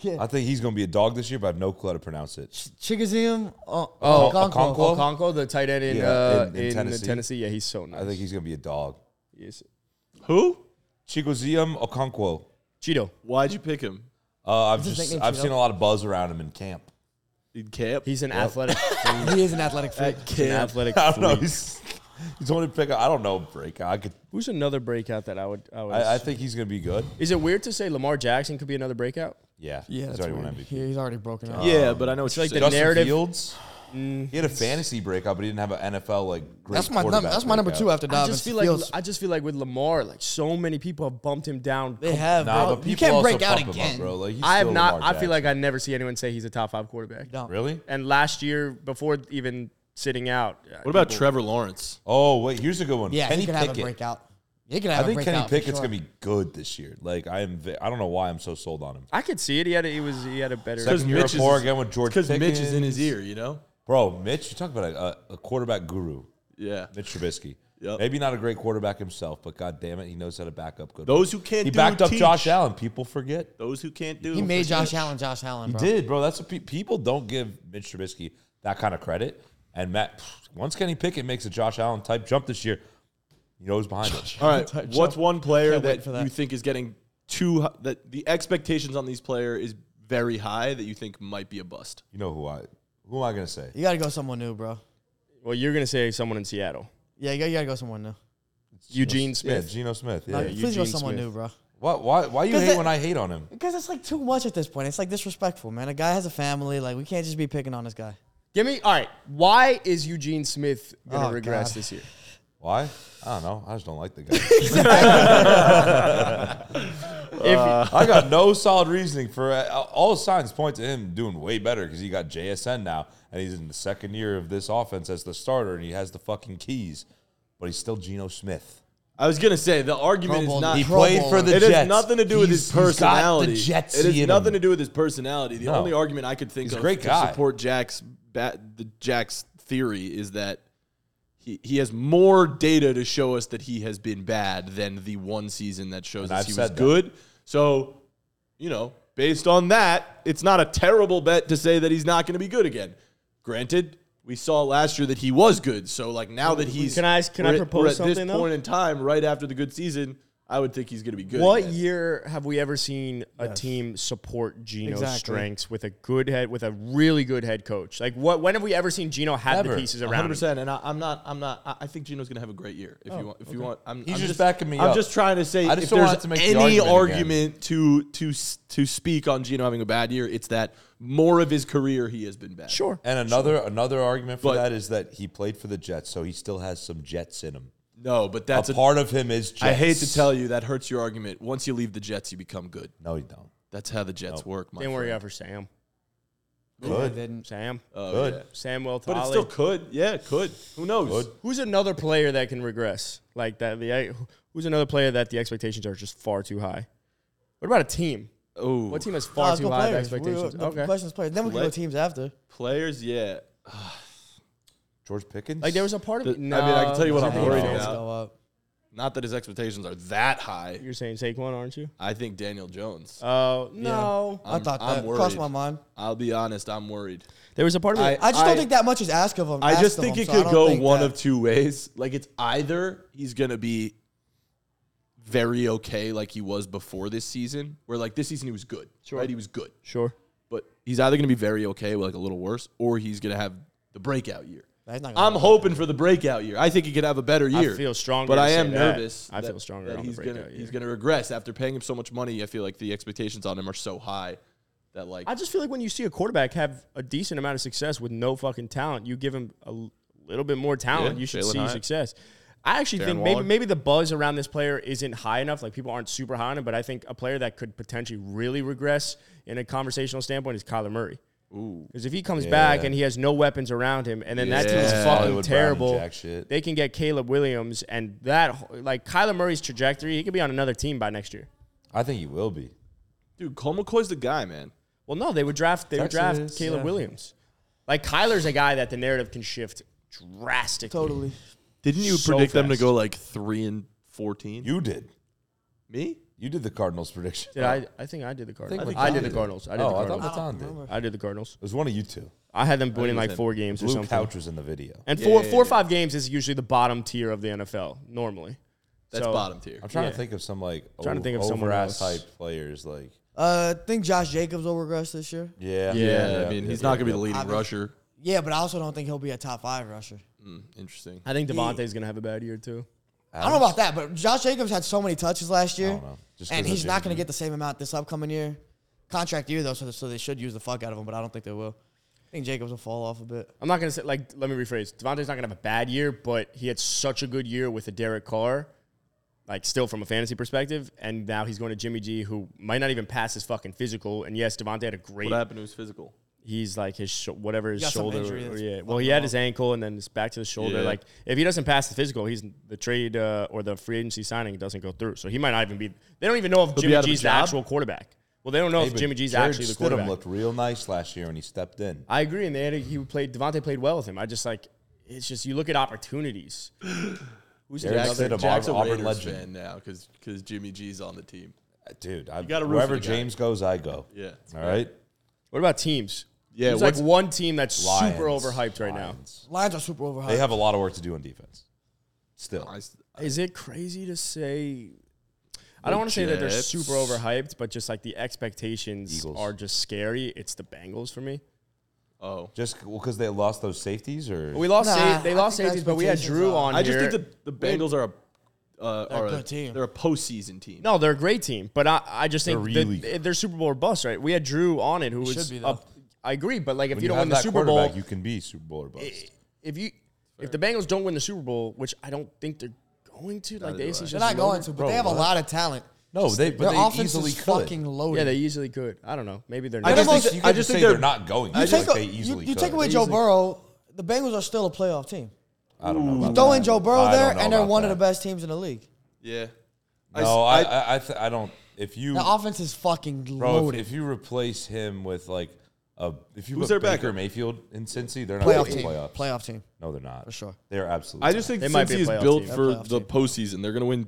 Speaker 4: Yeah.
Speaker 3: I think he's gonna be a dog this year, but I have no clue how to pronounce it.
Speaker 4: Chigazium. Oh,
Speaker 2: Oh,
Speaker 4: Okonkwo.
Speaker 3: Okonkwo? Well-
Speaker 2: Okonkwo, the tight end in,
Speaker 3: Yeah,
Speaker 2: uh,
Speaker 3: in-
Speaker 2: in,
Speaker 3: in
Speaker 2: Tennessee.
Speaker 3: Tennessee.
Speaker 2: yeah, he's so nice.
Speaker 3: I think he's gonna be a dog.
Speaker 2: he is.
Speaker 1: Who?
Speaker 3: Chigozium Okonkwo.
Speaker 2: Cheeto.
Speaker 1: Why'd you pick him?
Speaker 3: Uh, I've
Speaker 4: What's his
Speaker 3: just
Speaker 4: nickname,
Speaker 3: I've
Speaker 4: Cheeto?
Speaker 3: seen a lot of buzz around him in camp.
Speaker 1: In camp?
Speaker 2: He's an athletic,
Speaker 4: He is an athletic freak.
Speaker 1: At
Speaker 2: an
Speaker 1: camp.
Speaker 2: athletic.
Speaker 3: I don't know.
Speaker 2: freak.
Speaker 3: He's he's only pick. I don't know breakout. I could.
Speaker 2: Who's another breakout that I would? I would
Speaker 3: I, I think he's gonna be good.
Speaker 2: is it weird to say Lamar Jackson could be another breakout?
Speaker 3: Yeah.
Speaker 4: Yeah,
Speaker 3: He's
Speaker 4: that's
Speaker 3: already won
Speaker 4: weird.
Speaker 3: MVP.
Speaker 4: He- he's already broken out.
Speaker 1: Yeah, but I know it's
Speaker 2: like
Speaker 1: like
Speaker 2: the
Speaker 1: the
Speaker 3: Justin
Speaker 2: narrative- Mm.
Speaker 3: Fields. He had a fantasy breakout, but he didn't have an NFL like. Great
Speaker 4: That's my num-
Speaker 3: quarterback
Speaker 4: that's my number
Speaker 3: breakout.
Speaker 4: two after
Speaker 2: I
Speaker 4: Dobbins.
Speaker 2: just feel like
Speaker 4: Fields.
Speaker 2: I just feel like with Lamar, like so many people have bumped him down.
Speaker 4: they have.
Speaker 3: Nah,
Speaker 4: bro.
Speaker 3: but
Speaker 4: you
Speaker 3: people
Speaker 4: can't
Speaker 3: also
Speaker 4: break out
Speaker 3: pump him
Speaker 4: again.
Speaker 3: up, bro. Like, he's
Speaker 2: I have
Speaker 3: still
Speaker 2: not.
Speaker 3: Lamar
Speaker 2: I feel like
Speaker 3: Jackson.
Speaker 2: I never see anyone say he's a top five quarterback.
Speaker 4: Don't.
Speaker 3: really.
Speaker 2: And last year, before even sitting out, uh,
Speaker 1: What about
Speaker 2: people-
Speaker 1: Trevor Lawrence?
Speaker 3: Oh wait, here's a good one.
Speaker 4: Yeah,
Speaker 3: Kenny
Speaker 4: he could
Speaker 3: Pickett.
Speaker 4: have a breakout. He could have
Speaker 3: I think
Speaker 4: a
Speaker 3: Kenny
Speaker 4: breakout.
Speaker 3: Pickett's gonna be good this year. Like I am, ve- I don't know why I'm so sold on him.
Speaker 2: I could see it. He had. A, he was. He had a better.
Speaker 3: Second year
Speaker 1: Mitch
Speaker 3: Mitch
Speaker 1: is-
Speaker 3: rapport again with George
Speaker 1: Because Mitch is in his e- ear,
Speaker 3: Pickens.
Speaker 1: you know?
Speaker 3: Bro, Mitch, you talk about a, a quarterback guru,
Speaker 1: Yeah.
Speaker 3: Mitch Trubisky.
Speaker 1: Yep.
Speaker 3: Maybe not a great quarterback himself, but god damn it, he knows how to back up good.
Speaker 1: Those who can't
Speaker 3: he
Speaker 1: do
Speaker 3: backed up
Speaker 1: teach.
Speaker 3: Josh Allen. People forget.
Speaker 1: Those who can't do
Speaker 4: He made
Speaker 1: forget.
Speaker 4: Josh Allen. Josh Allen.
Speaker 3: He
Speaker 4: Bro.
Speaker 3: did, bro. That's what pe- people don't give Mitch Trubisky that kind of credit. And Matt, pff, once Kenny Pickett makes a Josh Allen type jump this year, you know who's behind him.
Speaker 1: All right. What's one player
Speaker 4: Can't wait
Speaker 1: that,
Speaker 4: for that.
Speaker 1: you think is getting too hi- that the expectations on these player is very high that you think might be a bust?
Speaker 3: You know who I? Who am I gonna say?
Speaker 4: You gotta go someone new, bro.
Speaker 2: well, you're gonna say someone in Seattle,
Speaker 4: Yeah, you gotta, you gotta go someone new.
Speaker 2: Eugene
Speaker 3: Yeah,
Speaker 2: Smith.
Speaker 3: Geno Smith. Yeah.
Speaker 4: Like, please go
Speaker 2: Eugene
Speaker 4: someone
Speaker 2: Smith.
Speaker 4: new, bro.
Speaker 3: Why? Why? Why you
Speaker 4: 'Cause
Speaker 3: hate
Speaker 4: it-
Speaker 3: when I hate on him?
Speaker 4: Because it's like too much at this point. It's like disrespectful, man. A guy has a family. Like we can't just be picking on this guy.
Speaker 2: Give me. All right. Why is Eugene Smith gonna
Speaker 4: Oh,
Speaker 2: regress
Speaker 4: God.
Speaker 2: this year?
Speaker 3: Why? I don't know. I just don't like the guy.
Speaker 2: If,
Speaker 3: I got no solid reasoning for it. all signs point to him doing way better because he got JSN now and he's in the second year of this offense as the starter and he has the fucking keys, but he's still Geno Smith.
Speaker 1: I was gonna say the argument
Speaker 4: Pro
Speaker 1: is
Speaker 4: Bowl
Speaker 1: not.
Speaker 3: He
Speaker 4: Pro
Speaker 3: played
Speaker 4: Bowler.
Speaker 3: for the
Speaker 1: it
Speaker 3: Jets.
Speaker 1: has nothing to do with his
Speaker 3: He's- he's got
Speaker 1: personality.
Speaker 3: the Jets
Speaker 1: it
Speaker 3: in
Speaker 1: has
Speaker 3: him.
Speaker 1: nothing to do with his personality. The
Speaker 3: No.
Speaker 1: only argument I could think
Speaker 3: He's a
Speaker 1: of
Speaker 3: great
Speaker 1: to
Speaker 3: guy.
Speaker 1: support Jack's bat, the Jack's theory is that he he has more data to show us that he has been bad than the one season that shows
Speaker 3: And
Speaker 1: us
Speaker 3: I've
Speaker 1: he was
Speaker 3: said that.
Speaker 1: good. So, you know, based on that, it's not a terrible bet to say that he's not going to be good again. Granted. We saw last year that he was good, so like now that he's
Speaker 2: Can I- can I
Speaker 1: we're at-
Speaker 2: propose
Speaker 1: we're at this
Speaker 2: something, though?
Speaker 1: point in time, right after the good season, I would think he's going to be good.
Speaker 2: What
Speaker 1: again.
Speaker 2: year have we ever seen a team support Geno's
Speaker 4: Exactly.
Speaker 2: strengths with a good head, with a really good head coach? Like, what? When have we ever seen Geno have the
Speaker 3: Never.
Speaker 2: pieces
Speaker 1: One hundred
Speaker 2: around? Him?
Speaker 1: percent, and I, I'm not. I'm not. I I think Gino's going to have a great year. If
Speaker 2: Oh,
Speaker 1: you want, if you want, I'm,
Speaker 3: He's
Speaker 1: I'm
Speaker 3: just backing me
Speaker 1: I'm
Speaker 3: up.
Speaker 1: just trying to say,
Speaker 3: I just
Speaker 1: if
Speaker 3: don't want
Speaker 1: there's
Speaker 3: to make the
Speaker 1: any
Speaker 3: argument
Speaker 1: argument to to s- to speak on Gino having a bad year, it's that more of his career he has been bad.
Speaker 2: Sure.
Speaker 3: And another another argument for
Speaker 1: But-
Speaker 3: that is that he played for the Jets, so he still has some Jets in him.
Speaker 1: No, but that's
Speaker 3: a
Speaker 1: a
Speaker 3: part of him is. Jets.
Speaker 1: I hate to tell you that hurts your argument. Once you leave the Jets, you become good.
Speaker 3: No, you don't.
Speaker 1: That's how the Jets work. My
Speaker 2: Didn't worry
Speaker 1: friend.
Speaker 2: out for Sam.
Speaker 4: They
Speaker 3: Good.
Speaker 4: didn't.
Speaker 2: Sam.
Speaker 1: Oh,
Speaker 3: Good.
Speaker 1: yeah.
Speaker 2: Samuel
Speaker 1: But it
Speaker 2: Tali.
Speaker 1: still could. Yeah, it could. Who knows?
Speaker 3: Good.
Speaker 2: Who's another player that can regress like that? The who's another player that the expectations are just far too high. What about a team?
Speaker 1: Oh,
Speaker 2: What team has far
Speaker 4: Nah, let's
Speaker 2: too
Speaker 4: go
Speaker 2: high of
Speaker 4: players. We-
Speaker 2: expectations?
Speaker 4: the
Speaker 2: okay.
Speaker 4: questions players. Then we can go
Speaker 1: Let-
Speaker 4: teams after.
Speaker 1: players? Yeah.
Speaker 3: George Pickens.
Speaker 2: Like there was a part of
Speaker 1: The-
Speaker 2: it.
Speaker 1: I mean, I can
Speaker 2: No,
Speaker 1: tell you what
Speaker 2: no,
Speaker 1: I'm
Speaker 2: no,
Speaker 1: worried
Speaker 2: no.
Speaker 1: about.
Speaker 4: Offense go up.
Speaker 1: Not that his expectations are that high.
Speaker 2: You're saying Saquon, aren't you?
Speaker 1: I think Daniel Jones.
Speaker 2: Oh no.
Speaker 4: I
Speaker 1: I'm-
Speaker 4: thought
Speaker 1: I'm
Speaker 4: that crossed
Speaker 1: worried.
Speaker 4: my mind.
Speaker 1: I'll be honest. I'm worried.
Speaker 2: There was a part of it.
Speaker 4: I just don't
Speaker 1: I-
Speaker 4: think that much is asked of him.
Speaker 1: I
Speaker 4: asked
Speaker 1: just
Speaker 4: of
Speaker 1: think
Speaker 4: him,
Speaker 1: it
Speaker 4: so I
Speaker 1: could
Speaker 4: don't
Speaker 1: go
Speaker 4: think
Speaker 1: one
Speaker 4: that-
Speaker 1: of two ways. Like it's either he's gonna be very okay, like he was before this season, where like this season he was good, right? He was good,
Speaker 2: sure.
Speaker 1: but he's either gonna be very okay, like a little worse, or he's gonna have the breakout year.
Speaker 4: That's not gonna
Speaker 1: I'm hoping for the breakout year. I think he could have a better year.
Speaker 2: feel stronger
Speaker 1: but
Speaker 2: to
Speaker 1: I
Speaker 2: say
Speaker 1: am
Speaker 2: that.
Speaker 1: nervous.
Speaker 2: I feel stronger on the
Speaker 1: he's gonna
Speaker 2: breakout year.
Speaker 1: he's gonna regress after paying him so much money. I feel like the expectations on him are so high that like
Speaker 2: I just feel like when you see a quarterback have a decent amount of success with no fucking talent, you give him a l- little bit more talent,
Speaker 1: Yeah,
Speaker 2: you should
Speaker 1: Jalen
Speaker 2: see
Speaker 1: Hyatt.
Speaker 2: success. I actually
Speaker 1: Darren
Speaker 2: think
Speaker 1: Waller.
Speaker 2: maybe maybe the buzz around this player isn't high enough. Like people aren't super high on him, but I think a player that could potentially really regress in a conversational standpoint is Kyler Murray.
Speaker 1: ooh
Speaker 2: Because if he comes back
Speaker 3: Yeah.
Speaker 2: and he has no weapons around him, and then that
Speaker 1: Yeah.
Speaker 2: team's
Speaker 1: Hollywood
Speaker 2: fucking
Speaker 3: Brown
Speaker 2: terrible,
Speaker 3: and jack shit.
Speaker 2: they can get Caleb Williams, and that wh- like Kyler Murray's trajectory, he could be on another team by next year.
Speaker 3: I think he will be.
Speaker 1: dude, Cole McCoy's the guy, man.
Speaker 2: Well, no, they would draft. They would draft
Speaker 3: Texas,
Speaker 2: Caleb
Speaker 3: yeah.
Speaker 2: Williams. Like Kyler's a guy that the narrative can shift drastically.
Speaker 4: totally.
Speaker 1: Didn't you
Speaker 2: So
Speaker 1: predict them to
Speaker 2: fast.
Speaker 1: go like three and fourteen?
Speaker 3: You did.
Speaker 1: me?
Speaker 3: You did the Cardinals prediction.
Speaker 2: Did I? I think I did the Cardinals.
Speaker 3: think
Speaker 2: I, did
Speaker 3: Tom
Speaker 2: the
Speaker 3: did.
Speaker 2: Cardinals. I did the
Speaker 3: Oh, I thought
Speaker 2: Cardinals.
Speaker 3: Matan did.
Speaker 4: remember.
Speaker 3: It
Speaker 2: I, did the Cardinals.
Speaker 3: It was one of you two.
Speaker 2: I had them winning like
Speaker 1: was
Speaker 2: four games or
Speaker 3: Blue
Speaker 2: something.
Speaker 3: Couch was in the video.
Speaker 2: And four,
Speaker 1: yeah,
Speaker 2: four or
Speaker 1: yeah.
Speaker 2: five games is usually the bottom tier of the NFL normally.
Speaker 1: That's
Speaker 2: So-
Speaker 1: bottom tier.
Speaker 3: I'm trying
Speaker 2: Yeah.
Speaker 3: to think of some like
Speaker 2: Trying to think of someone
Speaker 3: over ass
Speaker 2: else.
Speaker 3: type players like
Speaker 4: Uh, I think Josh Jacobs will regress this year.
Speaker 3: yeah
Speaker 1: Yeah, I mean, he's not gonna be the leading
Speaker 4: Obvious.
Speaker 1: rusher.
Speaker 4: Yeah, but I also don't think he'll be a top five rusher.
Speaker 1: Mm, interesting.
Speaker 2: I think Devontae's gonna have a bad year too.
Speaker 4: I don't know about that, but Josh Jacobs had so many touches last year,
Speaker 3: don't know. Just 'cause
Speaker 4: and
Speaker 3: of
Speaker 4: he's not
Speaker 3: Jimmy
Speaker 4: going to get the same amount this upcoming year. Contract year though, so so they should use the fuck out of him, but I don't think they will. I think Jacobs will fall off a bit.
Speaker 2: I'm not gonna say like. Let me rephrase. Devontae's not gonna have a bad year, but he had such a good year with a Derek Carr, like still from a fantasy perspective, and now he's going to Jimmy G, who might not even pass his fucking physical. And yes, Devontae had a great
Speaker 1: What happened to his physical?
Speaker 2: he's like his sho- whatever his
Speaker 4: got some
Speaker 2: shoulder.
Speaker 4: injury
Speaker 2: or-
Speaker 4: that's
Speaker 2: yeah. Well, he had his ankle and then it's back to the shoulder.
Speaker 1: Yeah.
Speaker 2: Like if he doesn't pass the physical, he's the trade uh, or the free agency signing doesn't go through. So he might not even be. They don't even know if
Speaker 1: be
Speaker 2: Jimmy
Speaker 1: out of a
Speaker 2: G's the
Speaker 1: job?
Speaker 2: actual quarterback. Well, they don't know
Speaker 3: Hey,
Speaker 2: if
Speaker 3: but
Speaker 2: Jimmy G's
Speaker 3: Jared
Speaker 2: actually the
Speaker 3: Stidham
Speaker 2: quarterback.
Speaker 3: looked real nice last year when he stepped in.
Speaker 2: I agree, and they had a, he played Devontae played well with him. I just like it's just you look at opportunities. Who's
Speaker 3: Derek
Speaker 2: another-
Speaker 3: Stidham,
Speaker 1: Jack's a
Speaker 3: Auburn
Speaker 1: Raiders
Speaker 3: legend.
Speaker 1: fan now because Jimmy G's on the team.
Speaker 3: Dude, I,
Speaker 1: gotta root for
Speaker 3: wherever
Speaker 1: the guy.
Speaker 3: James goes, I go.
Speaker 1: Yeah.
Speaker 3: All right.
Speaker 2: What about teams?
Speaker 1: Yeah,
Speaker 2: There's like
Speaker 1: what's-
Speaker 2: one team that's super
Speaker 3: Lions.
Speaker 2: overhyped right
Speaker 3: Lions.
Speaker 4: Lions are super overhyped.
Speaker 3: They have a lot of work to do on defense. Still,
Speaker 1: I s-
Speaker 2: now. Is it crazy to say? I don't want to say that they're
Speaker 1: Jets.
Speaker 2: super overhyped, but just like the expectations
Speaker 3: Eagles.
Speaker 2: are just scary. It's the Bengals for me.
Speaker 1: oh,
Speaker 3: just because they lost those safeties, or
Speaker 2: We lost.
Speaker 4: Nah,
Speaker 2: sa- they
Speaker 4: I
Speaker 2: lost
Speaker 4: think the
Speaker 2: safeties, but we had
Speaker 4: expectations
Speaker 2: Drew
Speaker 4: are-
Speaker 2: on.
Speaker 1: I just
Speaker 2: here.
Speaker 1: think that the Bengals are a uh, are
Speaker 4: a
Speaker 1: a
Speaker 4: good team.
Speaker 1: They're a postseason team.
Speaker 2: No, they're a great team, but I, I just think
Speaker 3: They're
Speaker 2: that
Speaker 3: really
Speaker 2: they're Super Bowl or bust, right? We had Drew on it, who was
Speaker 4: should be, though.
Speaker 2: up. I agree, but like if
Speaker 3: when
Speaker 2: you don't
Speaker 3: have
Speaker 2: win the
Speaker 3: that
Speaker 2: Super Bowl,
Speaker 3: quarterback, you can be Super Bowl or bust.
Speaker 2: if you if the Bengals don't win the Super Bowl, which I don't think they're going to, like the
Speaker 1: do
Speaker 2: AFC's
Speaker 1: I.
Speaker 2: just
Speaker 4: They're not going
Speaker 2: loaded.
Speaker 4: to, but
Speaker 3: Bro,
Speaker 4: they have a
Speaker 3: what?
Speaker 4: lot of talent.
Speaker 3: no, they but
Speaker 4: Their
Speaker 3: they
Speaker 4: offense
Speaker 3: easily
Speaker 4: is
Speaker 3: could.
Speaker 4: fucking loaded.
Speaker 2: Yeah, they easily could. I don't know. Maybe they're
Speaker 1: I just
Speaker 2: not.
Speaker 1: think
Speaker 4: almost-
Speaker 1: that-
Speaker 3: You
Speaker 1: I
Speaker 3: can
Speaker 1: just
Speaker 3: say
Speaker 1: think
Speaker 3: they're
Speaker 1: they're
Speaker 3: not going.
Speaker 4: you
Speaker 3: You
Speaker 4: take,
Speaker 3: like
Speaker 4: a-
Speaker 3: they
Speaker 4: you-
Speaker 3: easily
Speaker 4: you
Speaker 3: could.
Speaker 4: take away Joe Burrow, the Bengals are still a playoff team.
Speaker 3: I don't know. about
Speaker 4: Throw
Speaker 3: that.
Speaker 4: in Joe Burrow
Speaker 3: I don't
Speaker 4: there,
Speaker 3: know
Speaker 4: and they're
Speaker 3: about
Speaker 4: one
Speaker 3: that.
Speaker 4: of the best teams in the league.
Speaker 1: yeah.
Speaker 3: No, I
Speaker 1: s-
Speaker 3: I I, th- I don't. If you
Speaker 4: The offense is fucking
Speaker 3: Bro, if,
Speaker 4: loaded.
Speaker 3: if you replace him with like a if you
Speaker 1: Who's
Speaker 3: put
Speaker 1: their
Speaker 3: Baker
Speaker 1: backup?
Speaker 3: Mayfield in Cincy, they're not
Speaker 4: playoff
Speaker 3: in
Speaker 4: team.
Speaker 3: the playoffs.
Speaker 4: Playoff team.
Speaker 3: No, they're not. For
Speaker 4: sure.
Speaker 3: they're absolutely.
Speaker 1: I just think
Speaker 2: They might be
Speaker 1: Cincy
Speaker 2: a
Speaker 1: is
Speaker 2: playoff
Speaker 1: built
Speaker 2: team.
Speaker 1: for
Speaker 4: They're a playoff
Speaker 1: the
Speaker 4: team.
Speaker 1: postseason. They're going to win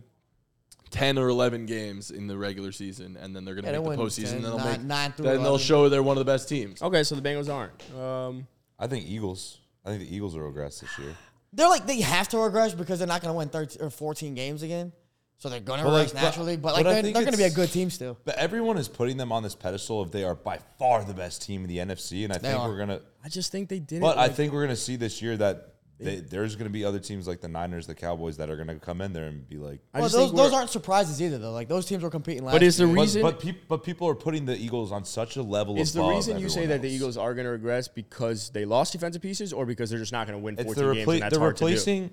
Speaker 1: ten or eleven games in the regular season, and then they're going to
Speaker 4: Yeah, they
Speaker 1: make the
Speaker 4: win
Speaker 1: postseason.
Speaker 4: 10,
Speaker 1: and they'll
Speaker 4: nine-
Speaker 1: make
Speaker 4: nine through
Speaker 1: then they'll
Speaker 4: 11.
Speaker 1: show they're one of the best teams.
Speaker 2: Okay, so the Bengals aren't. Um,
Speaker 3: I think Eagles. I think the Eagles will regress this year.
Speaker 4: They're like they have to regress because they're not going to win 13 or 14 games again. So they're going to
Speaker 3: But, like,
Speaker 4: regress
Speaker 3: but-
Speaker 4: naturally, but
Speaker 3: but
Speaker 4: like
Speaker 3: I
Speaker 4: they're,
Speaker 3: think
Speaker 4: they're going to be a
Speaker 3: it's-
Speaker 4: good team still.
Speaker 3: But everyone is putting them on this pedestal of they are by far the best team in the NFC, and I think
Speaker 4: are.
Speaker 3: we're gonna.
Speaker 2: I just think they didn't.
Speaker 3: But I
Speaker 2: like-
Speaker 3: think we're gonna see this year that they, there's gonna be other teams like the Niners, the Cowboys that are gonna come in there and be like.
Speaker 2: I
Speaker 4: well,
Speaker 2: just
Speaker 4: those
Speaker 2: think
Speaker 4: those
Speaker 2: we're-
Speaker 4: aren't surprises either though. Like those teams were competing last.
Speaker 2: But is the
Speaker 4: year.
Speaker 2: reason?
Speaker 3: But, but, peop but people are putting the Eagles on such a level.
Speaker 2: is the
Speaker 3: above
Speaker 2: reason you say
Speaker 3: everyone
Speaker 2: that the
Speaker 3: else.
Speaker 2: Eagles are going to regress because they lost defensive pieces, or because they're just not going to win
Speaker 3: It's
Speaker 2: 14
Speaker 3: the repla-
Speaker 2: games? And that's
Speaker 3: they're
Speaker 2: hard to do?
Speaker 3: replacing.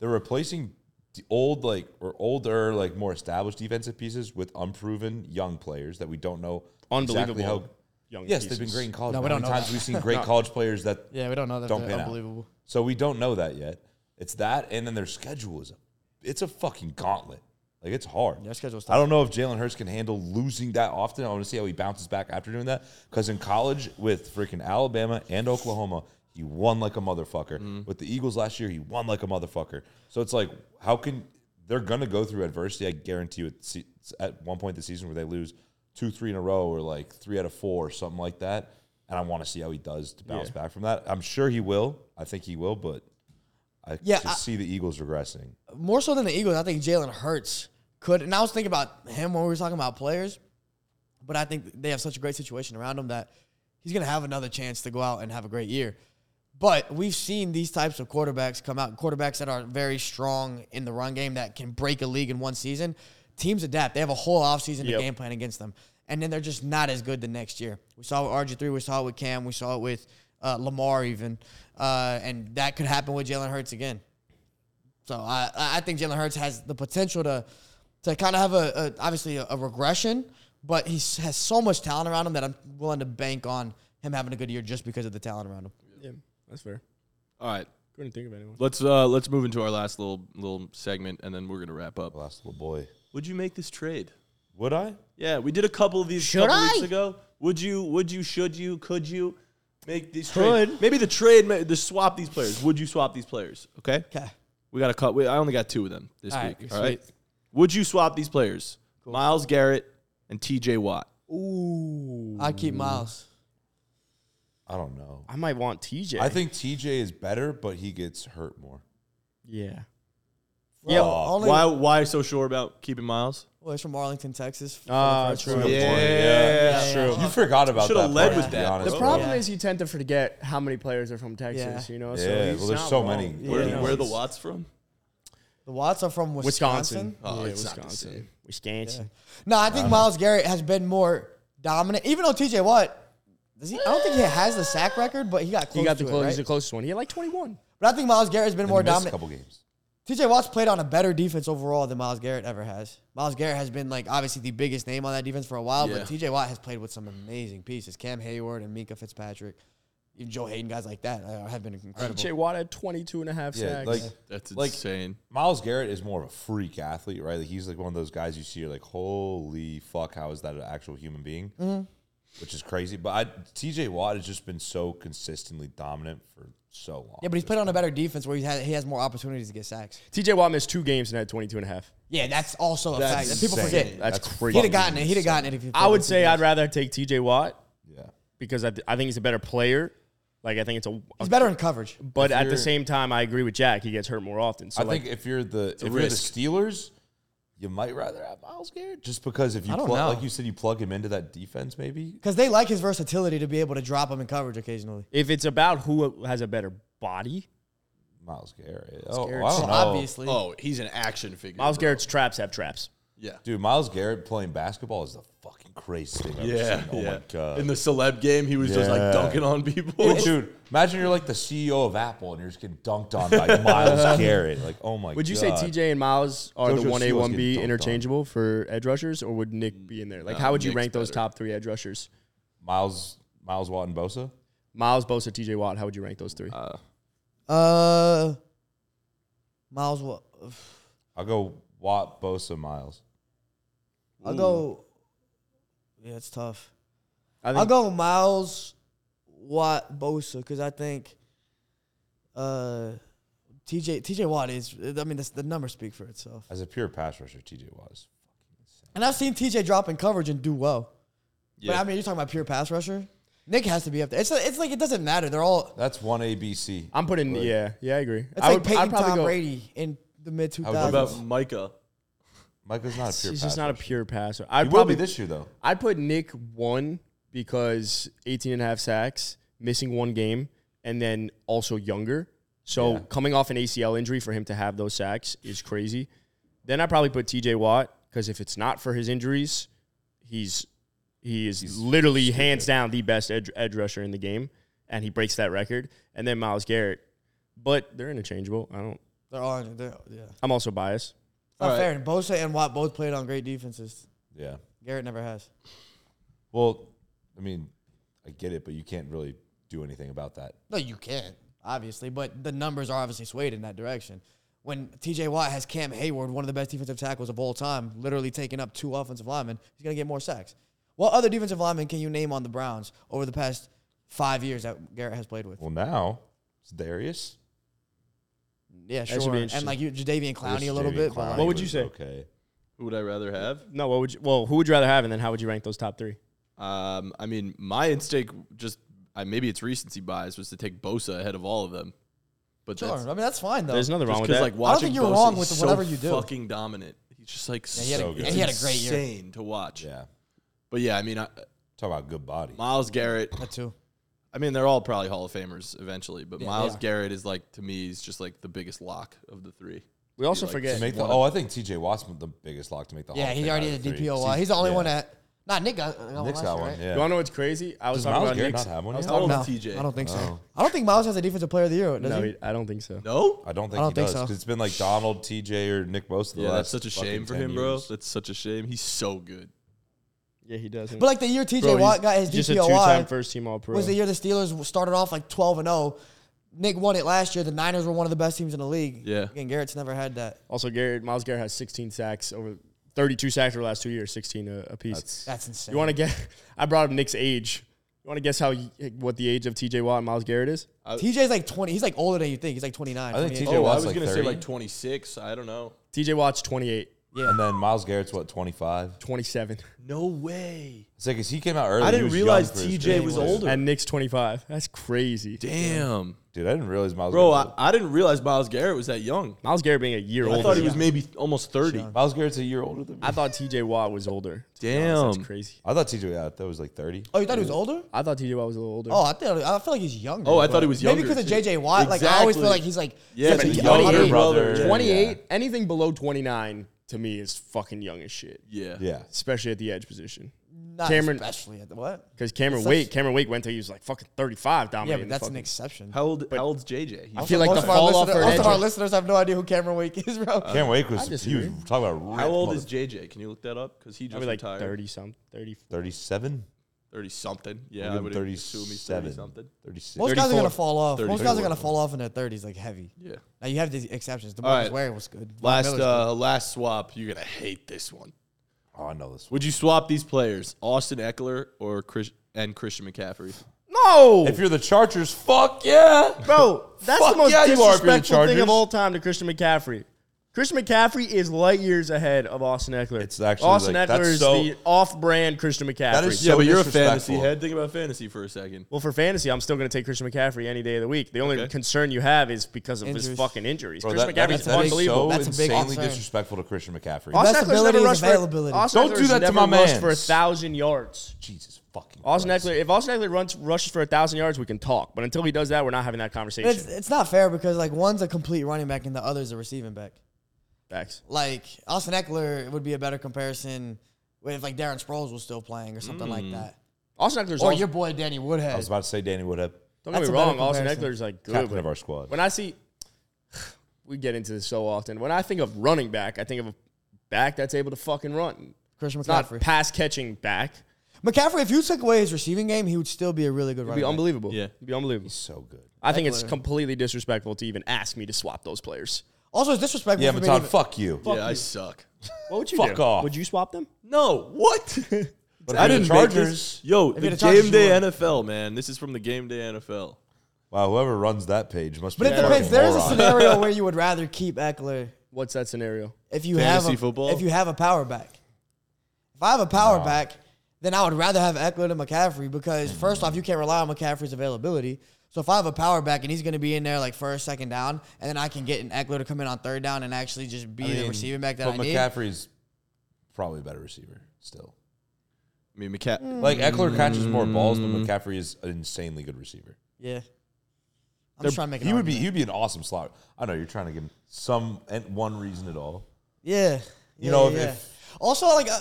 Speaker 3: They're replacing the old like or older like more established defensive pieces with unproven young players that we don't know
Speaker 2: Unbelievable.
Speaker 3: exactly how.
Speaker 2: young
Speaker 3: Yes,
Speaker 2: pieces.
Speaker 3: they've been great in college.
Speaker 4: No,
Speaker 3: but
Speaker 4: we
Speaker 3: how
Speaker 4: don't
Speaker 3: many
Speaker 4: know
Speaker 3: times
Speaker 4: that.
Speaker 3: we've seen great college players that
Speaker 4: Yeah, we don't know that.
Speaker 3: don't
Speaker 4: They're
Speaker 3: pan out.
Speaker 4: unbelievable.
Speaker 3: So we don't know that yet. It's that, and then their schedule is a, it's a fucking gauntlet. Like it's hard.
Speaker 4: Their schedule's
Speaker 3: I don't know if Jalen Hurts can handle losing that often. I want to see how he bounces back after doing that. Because in college with freaking Alabama and Oklahoma, he won like a motherfucker.
Speaker 4: Mm-hmm.
Speaker 3: With the Eagles last year, he won like a motherfucker. So it's like, how can they're gonna go through adversity? I guarantee you. At, se- at one point this season, where they lose two, three in a row, or like three out of four, or something like that. And I want to see how he does to bounce back from that. I'm sure he will. I think he will, but I
Speaker 4: Yeah,
Speaker 3: just
Speaker 4: I-
Speaker 3: see the Eagles regressing.
Speaker 4: more so than the Eagles, I think Jalen Hurts could. And I was thinking about him when we were talking about players, but I think they have such a great situation around him that he's going to have another chance to go out and have a great year. But we've seen these types of quarterbacks come out, quarterbacks that are very strong in the run game that can break a league in one season. Teams adapt. They have a whole offseason to
Speaker 2: Yep.
Speaker 4: game plan against them. And then they're just not as good the next year. We saw it with RG3. We saw it with Cam. We saw it with uh, Lamar, even. Uh, and that could happen with Jalen Hurts again. So I I I think Jalen Hurts has the potential to to kind of have a, a obviously a, a regression, but he s- has so much talent around him that I'm willing to bank on him having a good year just because of the talent around him.
Speaker 2: Yeah, that's fair.
Speaker 1: All right,
Speaker 2: Couldn't think of anyone.
Speaker 1: let's uh, let's move into our last little little segment, and then we're gonna wrap up.
Speaker 3: Last little boy.
Speaker 1: Would you make this trade?
Speaker 3: Would I?
Speaker 1: Yeah, we did a couple of these
Speaker 4: Should
Speaker 1: couple
Speaker 4: I?
Speaker 1: weeks ago. Would you? Would you? Should you? Could you make these trade?
Speaker 2: Could.
Speaker 1: Maybe the trade. ma- The swap these players. Would you swap these players? Okay.
Speaker 4: Okay.
Speaker 1: We got a cut. I only got two of them this
Speaker 4: All
Speaker 1: week.
Speaker 4: right,
Speaker 1: all right.
Speaker 4: sweet.
Speaker 1: Would you swap these players? Miles Garrett and T.J. Watt.
Speaker 2: Ooh,
Speaker 4: I keep Miles.
Speaker 3: I don't know.
Speaker 2: I might want TJ.
Speaker 3: I think TJ is better, but he gets hurt more.
Speaker 2: Yeah.
Speaker 4: Yeah,
Speaker 3: Well,
Speaker 4: only
Speaker 1: Why? Why so sure about keeping Miles?
Speaker 4: well, he's from Arlington, Texas.
Speaker 2: Ah,
Speaker 4: For the first
Speaker 2: true.
Speaker 4: one.
Speaker 3: Yeah.
Speaker 4: that's true.
Speaker 3: You forgot about
Speaker 1: Shoulda
Speaker 3: that.
Speaker 1: led
Speaker 3: part,
Speaker 1: with
Speaker 3: to be
Speaker 1: that.
Speaker 3: honest.
Speaker 2: The
Speaker 1: Oh,
Speaker 2: problem
Speaker 4: yeah.
Speaker 2: is you tend to forget how many players are from Texas.
Speaker 4: Yeah.
Speaker 2: You know,
Speaker 3: Yeah,
Speaker 2: so he's
Speaker 3: well, there's
Speaker 2: not
Speaker 3: so
Speaker 2: wrong.
Speaker 3: many.
Speaker 2: Yeah,
Speaker 1: Where,
Speaker 2: no,
Speaker 1: where are the
Speaker 2: he's-
Speaker 1: Watts from?
Speaker 4: The Watts are from Wisconsin.
Speaker 2: Wisconsin. Uh-huh.
Speaker 1: Oh,
Speaker 2: yeah,
Speaker 1: it's not the
Speaker 2: Wisconsin.
Speaker 1: same.
Speaker 2: Wisconsin.
Speaker 4: No, I think Miles Garrett has been more dominant. Even though TJ Watt, does he? I don't think he has the sack record, but he got close.
Speaker 2: He got the
Speaker 4: to it,
Speaker 2: close.
Speaker 4: right?
Speaker 2: He's the closest one. He had like 21.
Speaker 4: But I think Miles Garrett has been
Speaker 3: And
Speaker 4: more
Speaker 3: he missed
Speaker 4: dominant.
Speaker 3: A couple games.
Speaker 4: TJ Watt's played on a better defense overall than Miles Garrett ever has. Miles Garrett has been like obviously the biggest name on that defense for a while,
Speaker 1: Yeah.
Speaker 4: but TJ Watt has played with some amazing pieces. Cam Hayward and Mika Fitzpatrick, even Joe Hayden, guys like that uh, have been incredible.
Speaker 2: J. Watt had 22 and a half
Speaker 3: Yeah,
Speaker 2: sacks.
Speaker 3: like
Speaker 1: That's
Speaker 3: Like-
Speaker 1: insane.
Speaker 3: Miles Garrett is more of a freak athlete, right? Like he's like one of those guys you see, you're like, holy fuck, how is that an actual human being?
Speaker 4: Mm-hmm.
Speaker 3: Which is crazy. But I, TJ Watt has just been so consistently dominant for so long.
Speaker 4: yeah, but he's played on a better defense where he has, he has more opportunities to get sacks.
Speaker 2: TJ Watt missed two games and had 22 and a half.
Speaker 4: Yeah, that's also a fact that people
Speaker 3: insane.
Speaker 4: forget.
Speaker 2: That's crazy.
Speaker 4: He'd have gotten it. He'd have gotten it if he.
Speaker 2: I would say I'd rather take TJ Watt
Speaker 3: Yeah.
Speaker 2: because I, th- I think he's a better player. Like I think it's a,
Speaker 4: He's better in coverage.
Speaker 2: but at the
Speaker 3: you're-
Speaker 2: same time I agree with Jack. He gets hurt more often. So
Speaker 3: I
Speaker 2: like
Speaker 3: think if you're the if you're the
Speaker 1: risk.
Speaker 3: Steelers, you might rather have Miles Garrett just because if you
Speaker 4: I don't
Speaker 3: plug,
Speaker 4: know.
Speaker 3: like you said, you plug him into that defense, maybe.
Speaker 4: Because they like his versatility to be able to drop him in coverage occasionally.
Speaker 2: if it's about who has a better body,
Speaker 3: Miles Garrett. Oh,
Speaker 2: Garrett's
Speaker 3: I
Speaker 4: So
Speaker 3: don't know.
Speaker 4: obviously,
Speaker 1: Oh, he's an action figure.
Speaker 2: Miles
Speaker 1: bro.
Speaker 2: Garrett's traps have traps.
Speaker 1: Yeah.
Speaker 3: Dude, Miles Garrett playing basketball is the fucking craziest thing I've
Speaker 1: Yeah,
Speaker 3: ever seen. Oh
Speaker 1: yeah.
Speaker 3: my god.
Speaker 1: In the celeb game, he was just
Speaker 3: Yeah.
Speaker 1: like dunking on people.
Speaker 3: Dude, dude, imagine you're like the CEO of Apple and you're just getting dunked on by Miles Garrett. Like, oh my god.
Speaker 2: Would you say TJ and Miles are
Speaker 3: Jojo
Speaker 2: the one A
Speaker 3: Steele's
Speaker 2: one B
Speaker 3: getting dunked on.
Speaker 2: interchangeable for edge rushers, or would Nick be in there? Like
Speaker 1: No,
Speaker 2: how would you
Speaker 1: Nick's
Speaker 2: rank those
Speaker 1: better.
Speaker 2: top three edge rushers?
Speaker 3: Miles Miles Watt and Bosa?
Speaker 2: Miles Bosa, TJ Watt. How would you rank those three?
Speaker 4: uh, Miles. Wa-
Speaker 3: I'll go Watt, Bosa, Miles.
Speaker 4: I'll go. Yeah, it's tough.
Speaker 2: I
Speaker 4: I'll go Miles Watt Bosa because I think uh, TJ TJ Watt is. I mean, that's, the numbers speak for itself.
Speaker 3: As a pure pass rusher, TJ Watt is
Speaker 4: And I've seen TJ drop in coverage and do well. But
Speaker 1: Yeah.
Speaker 4: I mean, you're talking about pure pass rusher. Nick has to be up there. It's it's like it doesn't matter. They're all.
Speaker 3: that's one ABC.
Speaker 2: I'm putting yeah, yeah, I agree.
Speaker 4: It's
Speaker 2: I
Speaker 4: like
Speaker 2: would- I'd
Speaker 4: Peyton
Speaker 2: probably
Speaker 4: Tom
Speaker 2: go-
Speaker 4: Brady in the mid
Speaker 1: What
Speaker 4: 2000s.
Speaker 1: about Micah?
Speaker 3: Michael's not a pure
Speaker 2: He's
Speaker 3: pass
Speaker 2: just not a
Speaker 3: rusher.
Speaker 2: pure passer. I'd
Speaker 3: He will
Speaker 2: probably
Speaker 3: be this year though.
Speaker 2: I'd put Nick one because 18 and a half sacks, missing one game, and then also younger. So coming off an ACL injury for him to have those sacks is crazy. Then I probably put TJ Watt because if it's not for his injuries, he's he is literally hands down the best edge, edge rusher in the game, and he breaks that record. And then Miles Garrett, but they're interchangeable. I don't
Speaker 4: They're all. They're, yeah.
Speaker 2: I'm also biased.
Speaker 4: It's not
Speaker 1: All right.
Speaker 4: fair. And Bosa and Watt both played on great defenses.
Speaker 3: Yeah.
Speaker 4: Garrett never has.
Speaker 3: Well, I mean, I get it, but you can't really do anything about that.
Speaker 4: No, you can't, obviously, but the numbers are obviously swayed in that direction. When TJ Watt has Cam Hayward, one of the best defensive tackles of all time, literally taking up two offensive linemen, he's going to get more sacks. What other defensive lineman can you name on the Browns over the past five years that Garrett has played with?
Speaker 3: Well, now it's Darius.
Speaker 4: Yeah,
Speaker 2: should be
Speaker 4: sure. And
Speaker 2: interesting.
Speaker 4: like you, Jadavian Clowney
Speaker 3: This
Speaker 4: a little
Speaker 3: Jadavion
Speaker 4: bit. but,
Speaker 3: Clowney
Speaker 4: like,
Speaker 2: What would you
Speaker 3: was
Speaker 2: say?
Speaker 3: Okay.
Speaker 1: Who would I rather have?
Speaker 2: No, what would you? Well, who would you rather have, and then how would you rank those top three?
Speaker 1: Um, I mean, my instinct just I, maybe it's recency bias was to take Bosa ahead of all of them. But
Speaker 4: sure. I
Speaker 1: that's
Speaker 4: mean, that's fine though.
Speaker 2: There's nothing
Speaker 1: just
Speaker 2: wrong with
Speaker 1: 'cause,
Speaker 2: that.
Speaker 1: like
Speaker 4: I don't
Speaker 1: watching
Speaker 4: think you were
Speaker 1: Bosa
Speaker 4: wrong
Speaker 1: is
Speaker 4: with
Speaker 1: so
Speaker 4: whatever you do.
Speaker 1: Fucking dominant. He's just like
Speaker 4: he had a-
Speaker 1: so
Speaker 3: and
Speaker 1: good.
Speaker 4: he had a great year.
Speaker 1: Insane to watch.
Speaker 3: Yeah.
Speaker 1: But yeah, I mean, I,
Speaker 3: Talk about good body.
Speaker 1: Miles Garrett.
Speaker 4: that too.
Speaker 1: I mean, they're all probably Hall of Famers eventually, but
Speaker 4: Yeah, they
Speaker 1: Miles
Speaker 4: are.
Speaker 1: Garrett is like to me, he's just like the biggest lock of the three.
Speaker 2: We also
Speaker 1: like,
Speaker 2: forget.
Speaker 3: To make the, oh, I think TJ Watt's the biggest lock to make the Hall
Speaker 4: Yeah,
Speaker 3: of
Speaker 4: he's
Speaker 3: Fame
Speaker 4: already
Speaker 3: out
Speaker 4: in
Speaker 3: of
Speaker 4: the
Speaker 3: three.
Speaker 4: DPO. He's the only
Speaker 3: yeah.
Speaker 4: one that. Not Nick got, got
Speaker 3: Nick's
Speaker 4: one last
Speaker 3: got one.
Speaker 4: year, right?
Speaker 3: Yeah.
Speaker 2: You want to know what's crazy? I was
Speaker 3: Does
Speaker 2: talking
Speaker 3: Miles
Speaker 2: about
Speaker 3: Garrett
Speaker 2: Nick's-
Speaker 3: not have one yet?
Speaker 1: How old
Speaker 4: No,
Speaker 1: is TJ?
Speaker 4: I don't think so.
Speaker 3: Oh.
Speaker 4: I don't think Miles has a defensive player of the year. Does
Speaker 2: No,
Speaker 4: he?
Speaker 2: he- I don't think so.
Speaker 1: No?
Speaker 3: I don't think
Speaker 4: I don't think
Speaker 3: he does.
Speaker 4: so.
Speaker 3: 'cause It's been like Donald, TJ, or Nick Bosa. The
Speaker 1: Yeah, that's
Speaker 3: last
Speaker 1: such a shame
Speaker 3: fucking
Speaker 1: for
Speaker 3: 10
Speaker 1: him, bro.
Speaker 3: years.
Speaker 1: That's such a shame. He's so good.
Speaker 2: Yeah, he doesn't.
Speaker 4: But like the year TJ
Speaker 2: Bro, he's
Speaker 4: Watt got his
Speaker 2: just a two-time
Speaker 4: DPOY
Speaker 2: first team All Pro.
Speaker 4: was the year the Steelers started off like 12 and 0. Nick won it last year. The Niners were one of the best teams in the league.
Speaker 1: Yeah.
Speaker 4: Again, Garrett's never had that.
Speaker 2: Also, Garrett Miles Garrett has 16 sacks over 32 sacks over the last two years, 16 a, a piece.
Speaker 4: That's insane.
Speaker 2: you want to guess? I brought up Nick's age. You want to guess how what the age of T.J. Watt and Miles Garrett is?
Speaker 4: TJ's Uh, like 20. He's like older than you think. He's like 29.
Speaker 3: I think
Speaker 4: 28.
Speaker 3: TJ
Speaker 1: Oh, I
Speaker 3: Watt's
Speaker 1: was
Speaker 3: like
Speaker 1: gonna say
Speaker 3: 30.
Speaker 1: like 26. I don't know.
Speaker 2: T.J. Watt's 28,
Speaker 3: And then Miles Garrett's what, 25?
Speaker 2: 27,
Speaker 1: No way.
Speaker 3: It's like, cause he came out early.
Speaker 1: I
Speaker 3: he
Speaker 1: didn't
Speaker 3: was
Speaker 1: realize
Speaker 3: young for his
Speaker 1: TJ
Speaker 3: age.
Speaker 1: was older.
Speaker 2: and Nick's 25. That's crazy.
Speaker 1: Damn,
Speaker 3: Dude, I didn't realize Miles.
Speaker 1: bro,
Speaker 3: Garrett
Speaker 1: I, I didn't realize Miles Garrett was that young.
Speaker 2: Miles Garrett being a year
Speaker 1: I
Speaker 2: older.
Speaker 1: thought he was maybe almost 30.
Speaker 3: Miles Garrett's a year older than me.
Speaker 2: I thought T.J. Watt was older. to be honest.
Speaker 1: Damn.
Speaker 2: that's crazy.
Speaker 3: I thought TJ Watt that was like 30.
Speaker 4: oh, you thought he was older?
Speaker 2: I thought T.J. Watt was a little older.
Speaker 4: Oh, I thought I feel like he's younger.
Speaker 1: Oh, I thought
Speaker 4: but
Speaker 1: he was
Speaker 4: Maybe
Speaker 1: younger,
Speaker 4: because of
Speaker 1: too.
Speaker 4: JJ Watt. Like I always feel
Speaker 1: Exactly.
Speaker 4: like he's like
Speaker 1: Yeah,
Speaker 4: such
Speaker 1: but
Speaker 4: a
Speaker 1: the
Speaker 4: kid.
Speaker 1: younger
Speaker 2: 28,
Speaker 1: brother.
Speaker 3: Yeah.
Speaker 2: 28. Anything below 29 to me is fucking young as shit.
Speaker 1: Yeah.
Speaker 3: Yeah.
Speaker 2: especially at the edge position.
Speaker 4: Not
Speaker 2: Cameron-
Speaker 4: especially at the what?
Speaker 2: Because Cameron
Speaker 4: Such-
Speaker 2: Wake, Cameron Wake went to he was like fucking thirty five.
Speaker 4: Yeah,
Speaker 2: Dominating
Speaker 4: but
Speaker 2: the
Speaker 4: that's an
Speaker 2: fucking-
Speaker 4: exception.
Speaker 1: How old? How old's JJ?
Speaker 2: I feel like
Speaker 4: most
Speaker 2: the
Speaker 4: of our
Speaker 2: fall off
Speaker 4: listener-
Speaker 2: for an
Speaker 4: most of our
Speaker 2: edge.
Speaker 4: listeners have no idea who Cameron Wake is, bro.
Speaker 1: Uh,
Speaker 3: Cam Wake was, he was
Speaker 2: disagree.
Speaker 3: talking about
Speaker 1: How old is JJ? Can you look that up? Because he just
Speaker 2: Probably like
Speaker 1: retired.
Speaker 2: thirty something, thirty.
Speaker 3: 37?
Speaker 1: 30 something. Yeah, I would assume he's 30 something.
Speaker 3: 36.
Speaker 4: Most guys are
Speaker 2: 34.
Speaker 4: gonna fall off. Most guys
Speaker 1: 34.
Speaker 4: are gonna fall off in their 30s, like heavy.
Speaker 1: Yeah.
Speaker 4: Now you have these exceptions. The
Speaker 1: All
Speaker 4: Marcus
Speaker 1: right.
Speaker 4: Ware was good. Von
Speaker 1: Last
Speaker 4: Miller's
Speaker 1: uh, last swap. You're gonna hate this one.
Speaker 3: Oh, I know this one.
Speaker 1: Would you swap these players, Austin Eckler or Chris and Christian McCaffrey?
Speaker 2: No,
Speaker 3: If you're the Chargers, fuck yeah.
Speaker 2: bro, that's
Speaker 3: Fuck
Speaker 2: the most
Speaker 3: yeah, you are if you're
Speaker 2: disrespectful
Speaker 3: the
Speaker 2: thing
Speaker 3: Chargers.
Speaker 2: of all time to Christian McCaffrey. Christian McCaffrey is light years ahead of Austin Eckler.
Speaker 3: It's actually,
Speaker 2: Austin
Speaker 3: like,
Speaker 2: Eckler
Speaker 3: that's
Speaker 2: is
Speaker 3: so-
Speaker 2: the off-brand Christian McCaffrey.
Speaker 3: is
Speaker 1: yeah,
Speaker 3: So
Speaker 1: but you're a fantasy
Speaker 3: disrespectful.
Speaker 1: head. Think about fantasy for a second.
Speaker 2: well, for fantasy, I'm still going to take Christian McCaffrey any day of the week. The only
Speaker 1: Okay.
Speaker 2: concern you have is because of his
Speaker 4: Injuries.
Speaker 2: fucking injuries.
Speaker 3: Bro,
Speaker 2: Christian
Speaker 3: that, that,
Speaker 2: McCaffrey's
Speaker 3: is, that is so
Speaker 2: unbelievable.
Speaker 4: That's a big
Speaker 3: insanely
Speaker 4: concern.
Speaker 3: disrespectful to Christian
Speaker 2: Austin
Speaker 3: McCaffrey.
Speaker 2: Eckler's
Speaker 4: Best
Speaker 2: never
Speaker 4: ability is
Speaker 2: rushed
Speaker 4: availability.
Speaker 2: For, Austin
Speaker 3: Don't do
Speaker 2: Eckler's
Speaker 3: that to
Speaker 2: never
Speaker 3: my
Speaker 2: rushed for a
Speaker 3: mans.
Speaker 2: thousand yards.
Speaker 3: Jesus fucking
Speaker 2: Austin
Speaker 3: Christ.
Speaker 2: Eckler, if Austin Eckler runs rushes for a thousand yards, we can talk. But until he does that, we're not having that conversation.
Speaker 4: It's, it's not fair because like one's a complete running back and the other's a receiving back.
Speaker 2: Facts.
Speaker 4: Like Austin Eckler would be a better comparison if like Darren Sproles was still playing or something like that,
Speaker 2: Austin Eckler's
Speaker 4: or
Speaker 2: also,
Speaker 4: your boy Danny
Speaker 3: I
Speaker 4: Woodhead.
Speaker 3: was about to say Danny Woodhead,
Speaker 2: don't get
Speaker 4: Oh, that's
Speaker 2: me
Speaker 4: a better
Speaker 2: wrong. Austin
Speaker 4: comparison.
Speaker 2: Eckler's like good.
Speaker 3: captain
Speaker 2: But
Speaker 3: of our squad.
Speaker 2: when I see, we get into this so often. When I think of running back, I think of a back that's able to fucking run.
Speaker 4: Christian
Speaker 2: It's not
Speaker 4: McCaffrey.
Speaker 2: pass catching back.
Speaker 4: McCaffrey, if you took away his receiving game, he would still be a really good
Speaker 2: It'd
Speaker 4: running
Speaker 2: be
Speaker 4: back.
Speaker 2: unbelievable.
Speaker 1: Yeah.
Speaker 2: It'd be unbelievable.
Speaker 3: so good.
Speaker 2: I think it's completely disrespectful to even ask me to swap those players.
Speaker 4: Also, it's disrespectful.
Speaker 3: Yeah,
Speaker 4: for me
Speaker 3: Matan,
Speaker 4: to even-
Speaker 3: fuck you.
Speaker 1: yeah, I suck.
Speaker 2: What would you
Speaker 3: Fuck
Speaker 2: do?
Speaker 3: off.
Speaker 2: Would you swap them?
Speaker 1: No, what? I
Speaker 3: But if you're
Speaker 1: didn't
Speaker 3: the
Speaker 1: make
Speaker 3: Chargers-
Speaker 1: this. Yo,
Speaker 4: you're
Speaker 1: the
Speaker 4: the Chargers,
Speaker 1: game day
Speaker 4: you would.
Speaker 1: NFL, man. This is from the game day NFL.
Speaker 3: Wow, whoever runs that page must be.
Speaker 4: But it
Speaker 3: a
Speaker 4: depends.
Speaker 3: fucking
Speaker 4: There is a
Speaker 3: moron.
Speaker 4: scenario where you would rather keep Eckler
Speaker 2: What's that scenario?
Speaker 4: if you
Speaker 1: Fantasy
Speaker 4: have a,
Speaker 1: football?
Speaker 4: if you have a power back. If I have a power back, then I would rather have Eckler than McCaffrey because first off, you can't rely on McCaffrey's availability. So if I have a power back and he's going to be in there like first, second down, and then I can get an Eckler to come in on third down and actually just be
Speaker 3: I mean,
Speaker 4: the receiving back that
Speaker 3: but
Speaker 4: I need.
Speaker 3: McCaffrey's probably a better receiver still.
Speaker 1: I mean, McCaffrey.
Speaker 3: Like Eckler catches more balls, but McCaffrey is an insanely good receiver.
Speaker 4: yeah, I'm just trying to make. An
Speaker 3: He would be.
Speaker 4: argument.
Speaker 3: He would be an awesome slot. I know you're trying to give him some and one reason at all.
Speaker 4: Yeah,
Speaker 3: You know,
Speaker 4: yeah,
Speaker 3: if-
Speaker 4: yeah.
Speaker 3: if
Speaker 4: Also, like, uh,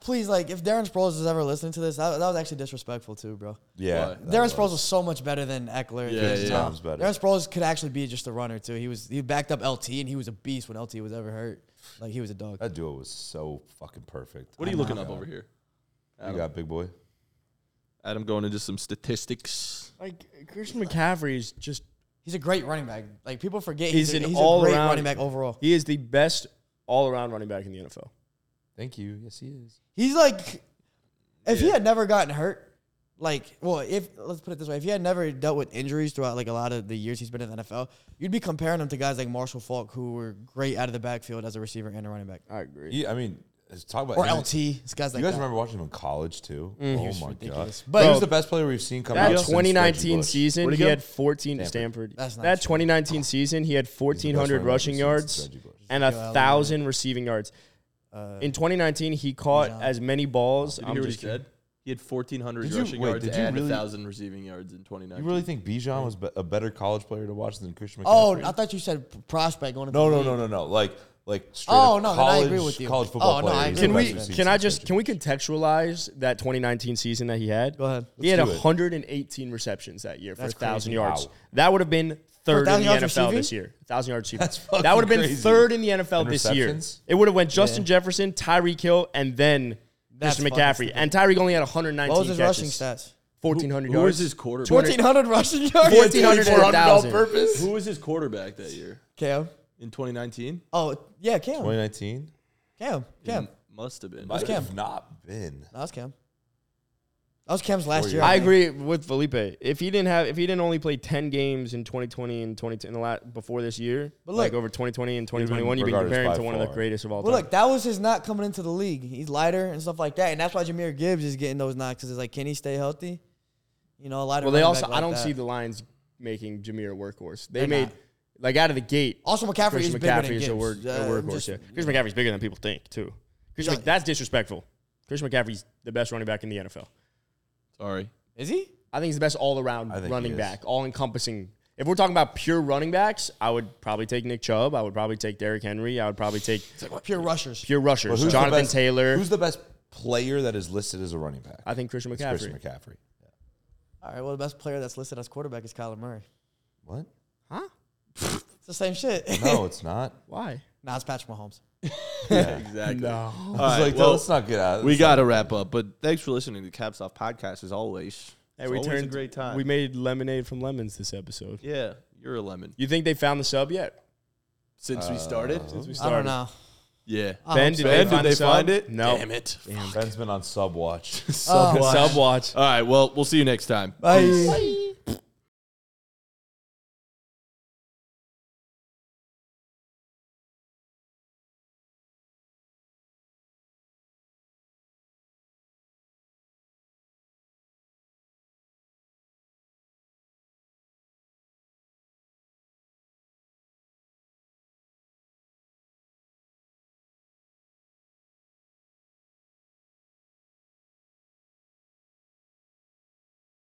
Speaker 4: please, like, if Darren Sproles is ever listening to this, that, that was actually disrespectful too, bro.
Speaker 3: Yeah,
Speaker 1: Why?
Speaker 3: that
Speaker 4: Darren
Speaker 3: was.
Speaker 4: Sproles was so much better than Eckler. and
Speaker 1: Yeah,
Speaker 4: Chris
Speaker 1: yeah.
Speaker 4: Jones.
Speaker 3: Times better.
Speaker 4: Darren Sproles could actually be just a runner too. He was he backed up LT and he was a beast when LT was ever hurt. Like he was a dog.
Speaker 3: That duo was so fucking perfect.
Speaker 1: What are you looking up over here?
Speaker 3: You got big boy.
Speaker 1: Adam going into some statistics.
Speaker 2: Like Christian McCaffrey is just
Speaker 4: He's a great running back. Like people forget
Speaker 2: he's,
Speaker 4: he's, a,
Speaker 2: an
Speaker 4: he's
Speaker 2: all
Speaker 4: a great
Speaker 2: around
Speaker 4: running back overall.
Speaker 2: He is the best all around running back in the NFL.
Speaker 3: Thank you. Yes, he is.
Speaker 4: He's like, if he had never gotten hurt, like, well, if let's put it this way, if he had never dealt with injuries throughout like a lot of the years he's been in the NFL, you'd be comparing him to guys like Marshall Falk, who were great out of the backfield as a receiver and a running back,
Speaker 2: I agree.
Speaker 3: He, I mean, let's talk about
Speaker 4: or
Speaker 3: him.
Speaker 4: LT. It's guys
Speaker 3: You
Speaker 4: like that.
Speaker 3: guys
Speaker 4: Mm,
Speaker 3: remember watching him in college too? oh my god!
Speaker 4: ridiculous.
Speaker 3: But
Speaker 4: But-
Speaker 3: he was the best player we've seen come out.
Speaker 2: That
Speaker 3: since Reggie
Speaker 2: 2019
Speaker 3: Bush.
Speaker 2: season,
Speaker 1: Where'd
Speaker 2: he
Speaker 1: he go?
Speaker 2: had 14 Stanford.
Speaker 4: That's not
Speaker 2: that
Speaker 4: true.
Speaker 2: 2019 season, he had
Speaker 3: He's the best
Speaker 2: 1,400
Speaker 3: running back
Speaker 2: rushing
Speaker 3: since
Speaker 2: yards
Speaker 3: Reggie Bush.
Speaker 2: and a Uh, thousand receiving yards. In 2019, he caught as many balls.
Speaker 1: Did you
Speaker 2: I'm
Speaker 1: hear what he
Speaker 2: just kidding.
Speaker 1: said? He had 1,400
Speaker 3: Did you-
Speaker 1: rushing
Speaker 3: wait,
Speaker 1: yards
Speaker 3: did you
Speaker 1: and
Speaker 3: really-
Speaker 1: 1,000 receiving yards in 2019.
Speaker 3: You really think Bijan was be- a better college player to watch than Christian McCaffrey?
Speaker 4: Oh, I thought you said p- prospect going. Into
Speaker 3: no,
Speaker 4: the
Speaker 3: no,
Speaker 4: league.
Speaker 3: no, no, no. Like, like straight
Speaker 4: Mm. Oh,
Speaker 3: up
Speaker 4: no, then I
Speaker 3: college,
Speaker 4: agree with you.
Speaker 3: college football
Speaker 4: Oh, no, I
Speaker 3: player. He's
Speaker 4: agree
Speaker 3: the
Speaker 2: Can
Speaker 4: with
Speaker 3: best
Speaker 2: we?
Speaker 3: we've seen
Speaker 2: Can I
Speaker 3: since
Speaker 2: just?
Speaker 3: Reggie
Speaker 2: Can we contextualize that 2019 season that he had? Go
Speaker 4: ahead.
Speaker 2: He had
Speaker 3: Let's do it.
Speaker 2: 118 receptions that year for
Speaker 4: That's
Speaker 2: thousand
Speaker 4: crazy.
Speaker 2: yards.
Speaker 3: Wow.
Speaker 2: That would have been third in
Speaker 4: 1,000
Speaker 2: the NFL
Speaker 4: yards receiving?
Speaker 2: this year. Thousand yards receiving.
Speaker 3: That's fucking
Speaker 2: that would have been
Speaker 3: crazy.
Speaker 2: third in the NFL this year.
Speaker 3: Interceptions?
Speaker 2: It would have went Justin Jefferson, Tyreek Hill, and then
Speaker 4: That's
Speaker 2: Christian
Speaker 4: fucking
Speaker 2: McCaffrey.
Speaker 4: stupid.
Speaker 2: And Tyreek only had 119
Speaker 4: What was his
Speaker 2: catches.
Speaker 4: rushing stats?
Speaker 2: 1400
Speaker 1: Who
Speaker 2: yards.
Speaker 1: was his quarterback?
Speaker 2: 200
Speaker 4: 1400 rushing yards.
Speaker 2: 1400 and 1,000.
Speaker 1: Who was his quarterback that year
Speaker 4: Cam.
Speaker 1: in 2019?
Speaker 4: Oh yeah, Cam.
Speaker 3: 2019.
Speaker 4: Cam. Cam.
Speaker 1: Must have been.
Speaker 3: Might
Speaker 4: Cam.
Speaker 3: have not been.
Speaker 4: That was Cam. That was Cam's last year.
Speaker 2: I
Speaker 4: think.
Speaker 2: agree with Felipe. If he didn't have, if he didn't only play 10 games in 2020 and 20 in the la- before this year,
Speaker 4: But
Speaker 2: like
Speaker 4: look-
Speaker 2: over 2020 and 2021, you've been
Speaker 3: regarded as
Speaker 2: comparing
Speaker 3: by
Speaker 2: to one of the
Speaker 3: far.
Speaker 2: greatest of all
Speaker 4: Well,
Speaker 2: time.
Speaker 4: look, that was his not coming into the league. He's lighter and stuff like that, and that's why Jameer Gibbs is getting those knocks. Cause it's like, can he stay healthy? You know, a lighter.
Speaker 2: Well, they
Speaker 4: running
Speaker 2: also.
Speaker 4: back
Speaker 2: I
Speaker 4: like
Speaker 2: don't
Speaker 4: that.
Speaker 2: see the Lions making Jameer a workhorse. They
Speaker 4: They're
Speaker 2: made
Speaker 4: not.
Speaker 2: like out of the gate.
Speaker 4: Also, McCaffrey
Speaker 2: Christian
Speaker 4: is bigger than
Speaker 2: McCaffrey is a,
Speaker 4: Gibbs.
Speaker 2: wor- a
Speaker 4: Uh,
Speaker 2: workhorse.
Speaker 4: just-
Speaker 2: yeah, Christian McCaffrey's bigger than people think too. Christian,
Speaker 4: Yeah.
Speaker 2: Mc- that's disrespectful. Christian McCaffrey's the best running back in the NFL.
Speaker 1: Sorry.
Speaker 4: Is he?
Speaker 2: I think he's the best all around
Speaker 3: I think he
Speaker 2: running
Speaker 3: is.
Speaker 2: back, all encompassing. If we're talking about pure running backs, I would probably take Nick Chubb. I would probably take Derrick Henry. I would probably take
Speaker 4: Pure rushers.
Speaker 2: pure
Speaker 3: But
Speaker 2: rushers,
Speaker 3: who's the
Speaker 2: Jonathan
Speaker 3: best-
Speaker 2: Taylor.
Speaker 3: Who's the best player that is listed as a running back?
Speaker 2: I think Christian
Speaker 3: It's Christian
Speaker 2: McCaffrey.
Speaker 3: McCaffrey. Yeah.
Speaker 4: All right. Well, the best player that's listed as quarterback is Kyler Murray.
Speaker 3: What?
Speaker 2: Huh?
Speaker 4: It's the same shit.
Speaker 3: No, it's not.
Speaker 2: Why?
Speaker 4: nah, it's Patrick Mahomes.
Speaker 1: Exactly. All
Speaker 3: I was
Speaker 1: right,
Speaker 3: like,
Speaker 1: well,
Speaker 3: let's not get out. of
Speaker 1: we
Speaker 3: this.
Speaker 1: got to wrap up, but thanks for listening to Caps Off Podcast as always.
Speaker 2: Hey,
Speaker 1: It's
Speaker 2: we
Speaker 1: always
Speaker 2: turned
Speaker 1: a great time.
Speaker 2: We made lemonade from lemons this episode.
Speaker 1: yeah, you're a lemon.
Speaker 2: You think they found the sub yet?
Speaker 1: Since we started? Since we
Speaker 4: I
Speaker 2: Started.
Speaker 4: don't know.
Speaker 1: Yeah.
Speaker 4: I
Speaker 2: Ben, did
Speaker 4: hope so.
Speaker 2: they
Speaker 1: Oh, Ben,
Speaker 2: find
Speaker 1: did they
Speaker 2: the sub?
Speaker 1: find it?
Speaker 2: No.
Speaker 1: Damn it.
Speaker 3: Ben's been on sub watch.
Speaker 4: Oh.
Speaker 2: Sub watch.
Speaker 1: All right, well, we'll see you next time.
Speaker 4: Bye.
Speaker 1: Peace.
Speaker 4: Oh, Bye.